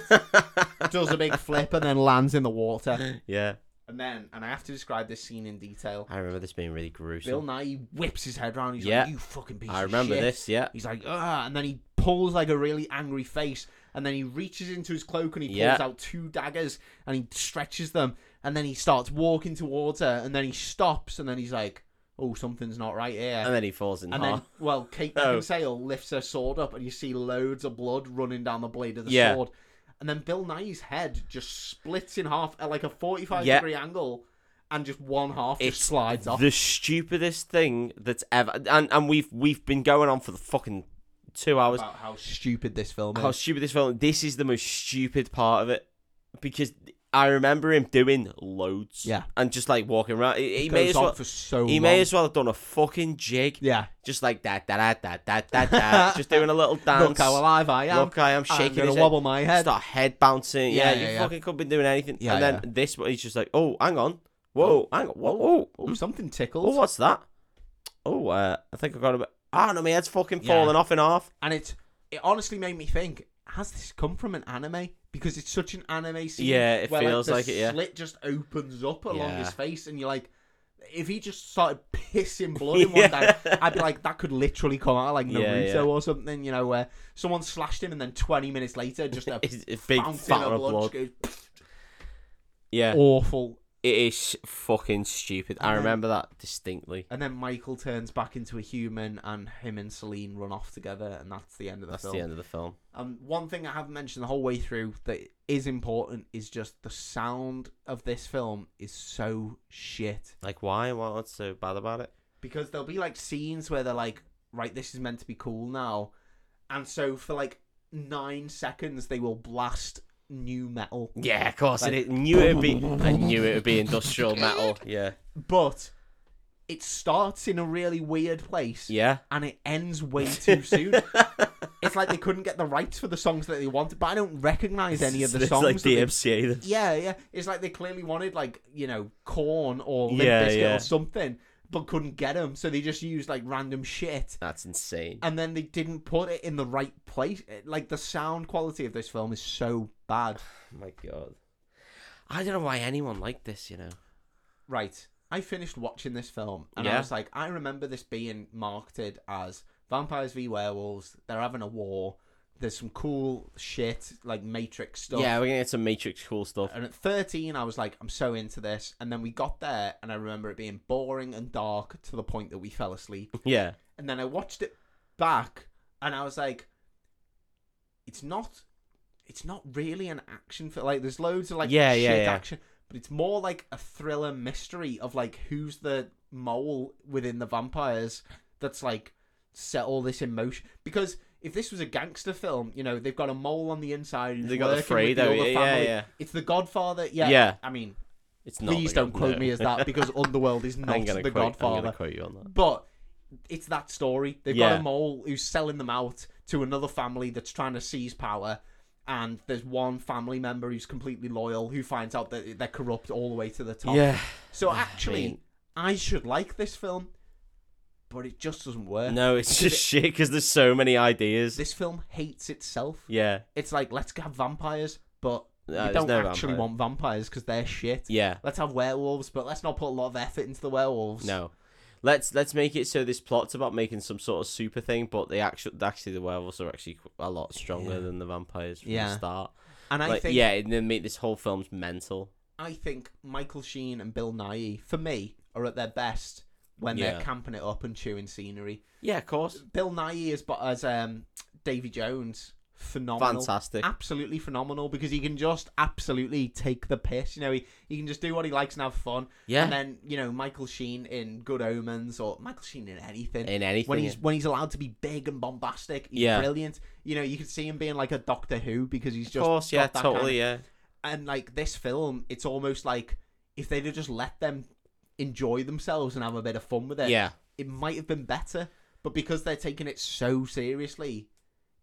Speaker 1: does a big flip, and then lands in the water.
Speaker 2: yeah.
Speaker 1: And then, and I have to describe this scene in detail.
Speaker 2: I remember this being really gruesome.
Speaker 1: Bill Nye whips his head around. He's
Speaker 2: Yeah.
Speaker 1: like, you fucking piece
Speaker 2: I
Speaker 1: of
Speaker 2: remember
Speaker 1: shit.
Speaker 2: this. Yeah,
Speaker 1: He's like, ah, and then he pulls like a really angry face, and then he reaches into his cloak and he pulls
Speaker 2: Yeah.
Speaker 1: out two daggers and he stretches them, and then he starts walking towards her, and then he stops, and then he's like, oh, something's not right here.
Speaker 2: and then he falls in
Speaker 1: and
Speaker 2: half.
Speaker 1: then, well, Kate
Speaker 2: Oh.
Speaker 1: Beckinsale lifts her sword up, and you see loads of blood running down the blade of the
Speaker 2: Yeah.
Speaker 1: sword. And then Bill Nye's head just splits in half at like a 45
Speaker 2: Yeah.
Speaker 1: degree angle, and just one half
Speaker 2: It's
Speaker 1: just slides off.
Speaker 2: the stupidest thing that's ever and, and we've we've been going on for the fucking two hours
Speaker 1: About how stupid this film is.
Speaker 2: how stupid this film this is the most stupid part of it because i remember him doing loads
Speaker 1: Yeah.
Speaker 2: and just like walking around he, he
Speaker 1: It
Speaker 2: may
Speaker 1: goes
Speaker 2: as
Speaker 1: on
Speaker 2: well
Speaker 1: for so
Speaker 2: he
Speaker 1: long.
Speaker 2: may as well have done a fucking jig
Speaker 1: yeah.
Speaker 2: just like that that that that
Speaker 1: [LAUGHS]
Speaker 2: that that just doing a little dance
Speaker 1: Look how alive I am.
Speaker 2: Look, I am
Speaker 1: I'm
Speaker 2: shaking
Speaker 1: gonna
Speaker 2: his head.
Speaker 1: wobble my head.
Speaker 2: start head bouncing. Yeah,
Speaker 1: Yeah,
Speaker 2: you
Speaker 1: yeah, yeah.
Speaker 2: fucking could be doing anything.
Speaker 1: Yeah,
Speaker 2: and then
Speaker 1: yeah.
Speaker 2: this one, he's just like, oh, hang on, whoa, hang on, whoa, whoa,
Speaker 1: Oh, something
Speaker 2: Oh,
Speaker 1: tickles.
Speaker 2: what's that? Oh, uh, I think I got a bit. Ah, no, my head's fucking
Speaker 1: Yeah.
Speaker 2: falling off in half.
Speaker 1: And it it honestly made me think: Has this come from an anime? Because it's such an anime scene.
Speaker 2: Yeah, it
Speaker 1: where,
Speaker 2: feels
Speaker 1: the
Speaker 2: like it, yeah.
Speaker 1: Slit just opens up along
Speaker 2: Yeah.
Speaker 1: his face, and you're like, if he just started [LAUGHS] pissing blood
Speaker 2: [LAUGHS]
Speaker 1: in one
Speaker 2: Yeah.
Speaker 1: day, I'd be like, that could literally come out like
Speaker 2: Yeah,
Speaker 1: Naruto
Speaker 2: yeah.
Speaker 1: or something. You know, where someone slashed him, and then 20
Speaker 2: [LAUGHS]
Speaker 1: minutes later, just a
Speaker 2: It's a big
Speaker 1: fountain
Speaker 2: fountain
Speaker 1: of blood. just
Speaker 2: Yeah,
Speaker 1: Goes, awful.
Speaker 2: It is fucking stupid. I
Speaker 1: And then-
Speaker 2: remember that distinctly.
Speaker 1: And then Michael turns back into a human, and him and Celine run off together, and that's the end of the
Speaker 2: That's
Speaker 1: film.
Speaker 2: the end of the film.
Speaker 1: Um, one thing I haven't mentioned the whole way through that is important is just the sound of this film is so shit.
Speaker 2: Like, why? Why- What's so bad about it?
Speaker 1: because there'll be like scenes where they're like, right, this is meant to be cool now, and so for like nine seconds they will blast new metal,
Speaker 2: Yeah, of course.
Speaker 1: Like-
Speaker 2: it, is. knew it would be. I knew it would be industrial [LAUGHS] metal. Yeah.
Speaker 1: but it starts in a really weird place
Speaker 2: [LAUGHS] Yeah.
Speaker 1: and it ends way too soon.
Speaker 2: [LAUGHS]
Speaker 1: It's like they couldn't get the rights for the songs that they wanted, but I don't recognize any of the
Speaker 2: It's
Speaker 1: songs.
Speaker 2: like
Speaker 1: that they-
Speaker 2: DMCA. then.
Speaker 1: Yeah, yeah. It's like they clearly wanted like you know corn or Limp
Speaker 2: Yeah,
Speaker 1: Bizkit
Speaker 2: yeah.
Speaker 1: or something, but couldn't get them, so they just used like random shit.
Speaker 2: That's insane.
Speaker 1: and then they didn't put it in the right place. It- Like the sound quality of this film is so bad.
Speaker 2: Oh my god. I don't know why anyone liked this. You know.
Speaker 1: Right. I finished watching this film and I
Speaker 2: Yeah.
Speaker 1: was like, I remember this being marketed as vampires v werewolves. They're having a war. There's some cool shit like Matrix stuff. Uh,
Speaker 2: Yeah, we're gonna get some Matrix cool stuff.
Speaker 1: And at 13, I was like, I'm so into this. And then we got there, and I remember it being boring and dark to the point that we fell asleep.
Speaker 2: Yeah.
Speaker 1: and then I watched it back, and I was like, it's not, it's not really an action film. Like, there's loads of like
Speaker 2: Yeah,
Speaker 1: shit
Speaker 2: yeah, yeah.
Speaker 1: action, but it's more like a thriller mystery of like who's the mole within the vampires that's like set all this in motion because. If this was a gangster film, you know they've got a mole on the inside. Who's
Speaker 2: They got the
Speaker 1: working with
Speaker 2: Fredo,
Speaker 1: the other
Speaker 2: yeah, yeah,
Speaker 1: family.
Speaker 2: yeah.
Speaker 1: It's the Godfather. Yeah,
Speaker 2: Yeah.
Speaker 1: I mean,
Speaker 2: It's not.
Speaker 1: please
Speaker 2: the-
Speaker 1: don't quote
Speaker 2: no. [LAUGHS]
Speaker 1: me as that because Underworld is
Speaker 2: I'm
Speaker 1: not
Speaker 2: gonna
Speaker 1: the
Speaker 2: quote, I'm
Speaker 1: Godfather.
Speaker 2: gonna quote you on that.
Speaker 1: But it's that story. They've got
Speaker 2: Yeah.
Speaker 1: a mole who's selling them out to another family that's trying to seize power. And there's one family member who's completely loyal who finds out that they're corrupt all the way to the top.
Speaker 2: Yeah. Oh,
Speaker 1: So actually, I,
Speaker 2: mean-
Speaker 1: should like this film, but it just doesn't work.
Speaker 2: No,
Speaker 1: [LAUGHS]
Speaker 2: it's just shit because there's so many ideas.
Speaker 1: This film hates itself.
Speaker 2: Yeah.
Speaker 1: It's like, let's have vampires, but
Speaker 2: No,
Speaker 1: we
Speaker 2: Uh, there's
Speaker 1: don't
Speaker 2: no
Speaker 1: actually
Speaker 2: vampire.
Speaker 1: want vampires because they're shit.
Speaker 2: Yeah.
Speaker 1: Let's have werewolves, but let's not put a lot of effort into the werewolves.
Speaker 2: No. Let's let's make it so this plot's about making some sort of super thing, but the actual actually the werewolves are actually qu- a lot stronger
Speaker 1: Yeah.
Speaker 2: than the vampires from the
Speaker 1: Yeah.
Speaker 2: start.
Speaker 1: And I
Speaker 2: like,
Speaker 1: think
Speaker 2: yeah, and then make this whole film's mental.
Speaker 1: I think Michael Sheen and Bill Nye, for me, are at their best when
Speaker 2: Yeah.
Speaker 1: they're camping it up and chewing scenery.
Speaker 2: Yeah, of course.
Speaker 1: Bill Nye is but as um, Davy Jones, phenomenal,
Speaker 2: Fantastic.
Speaker 1: absolutely phenomenal because he can just absolutely take the piss. You know, he, he can just do what he likes and have fun.
Speaker 2: Yeah.
Speaker 1: And then you know Michael Sheen in Good Omens or Michael Sheen in anything.
Speaker 2: in anything.
Speaker 1: when he's when he's allowed to be big and bombastic, he's
Speaker 2: Yeah.
Speaker 1: brilliant. You know, you can see him being like a Doctor Who because he's
Speaker 2: of
Speaker 1: just
Speaker 2: course, yeah,
Speaker 1: got that kind of-
Speaker 2: totally, yeah.
Speaker 1: and like this film, it's almost like if they'd have just let them enjoy themselves and have a bit of fun with it,
Speaker 2: Yeah.
Speaker 1: it might have been better. But because they're taking it so seriously,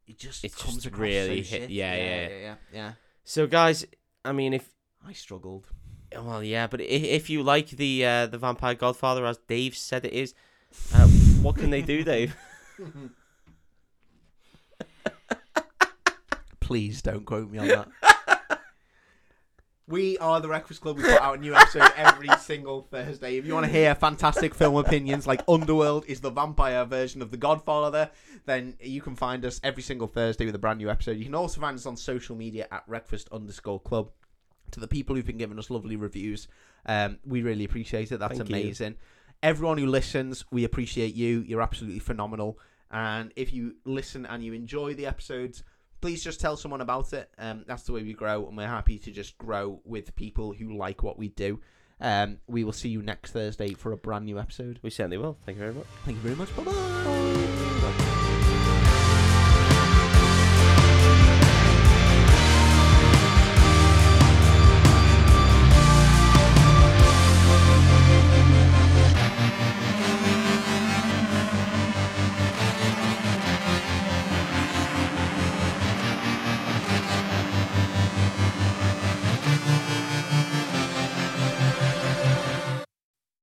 Speaker 1: it just
Speaker 2: It's
Speaker 1: comes
Speaker 2: just
Speaker 1: across
Speaker 2: really
Speaker 1: so
Speaker 2: hit-
Speaker 1: shit.
Speaker 2: yeah,
Speaker 1: yeah,
Speaker 2: yeah.
Speaker 1: yeah, yeah, yeah.
Speaker 2: So guys, I mean if
Speaker 1: I struggled.
Speaker 2: well, yeah, but i- if you like the uh, the Vampire Godfather as Dave said it is, uh, what can they do, Dave? [LAUGHS]
Speaker 1: Please don't quote me on that. [LAUGHS] We are the Breakfast Club. We put out a new episode [LAUGHS] every single Thursday. If you want to hear fantastic film opinions like Underworld is the vampire version of The Godfather, then you can find us every single Thursday with a brand new episode. You can also find us on social media at breakfast underscore club. To the people who've been giving us lovely reviews, um, we really appreciate it. That's
Speaker 2: Thank you.
Speaker 1: amazing. Everyone who listens, we appreciate you. You're absolutely phenomenal. And if you listen and you enjoy the episodes, please just tell someone about it. Um, that's the way we grow, and we're happy to just grow with people who like what we do. Um, we will see you next Thursday for a brand new episode.
Speaker 2: We certainly will. Thank you very much.
Speaker 1: Thank you very much. Bye bye.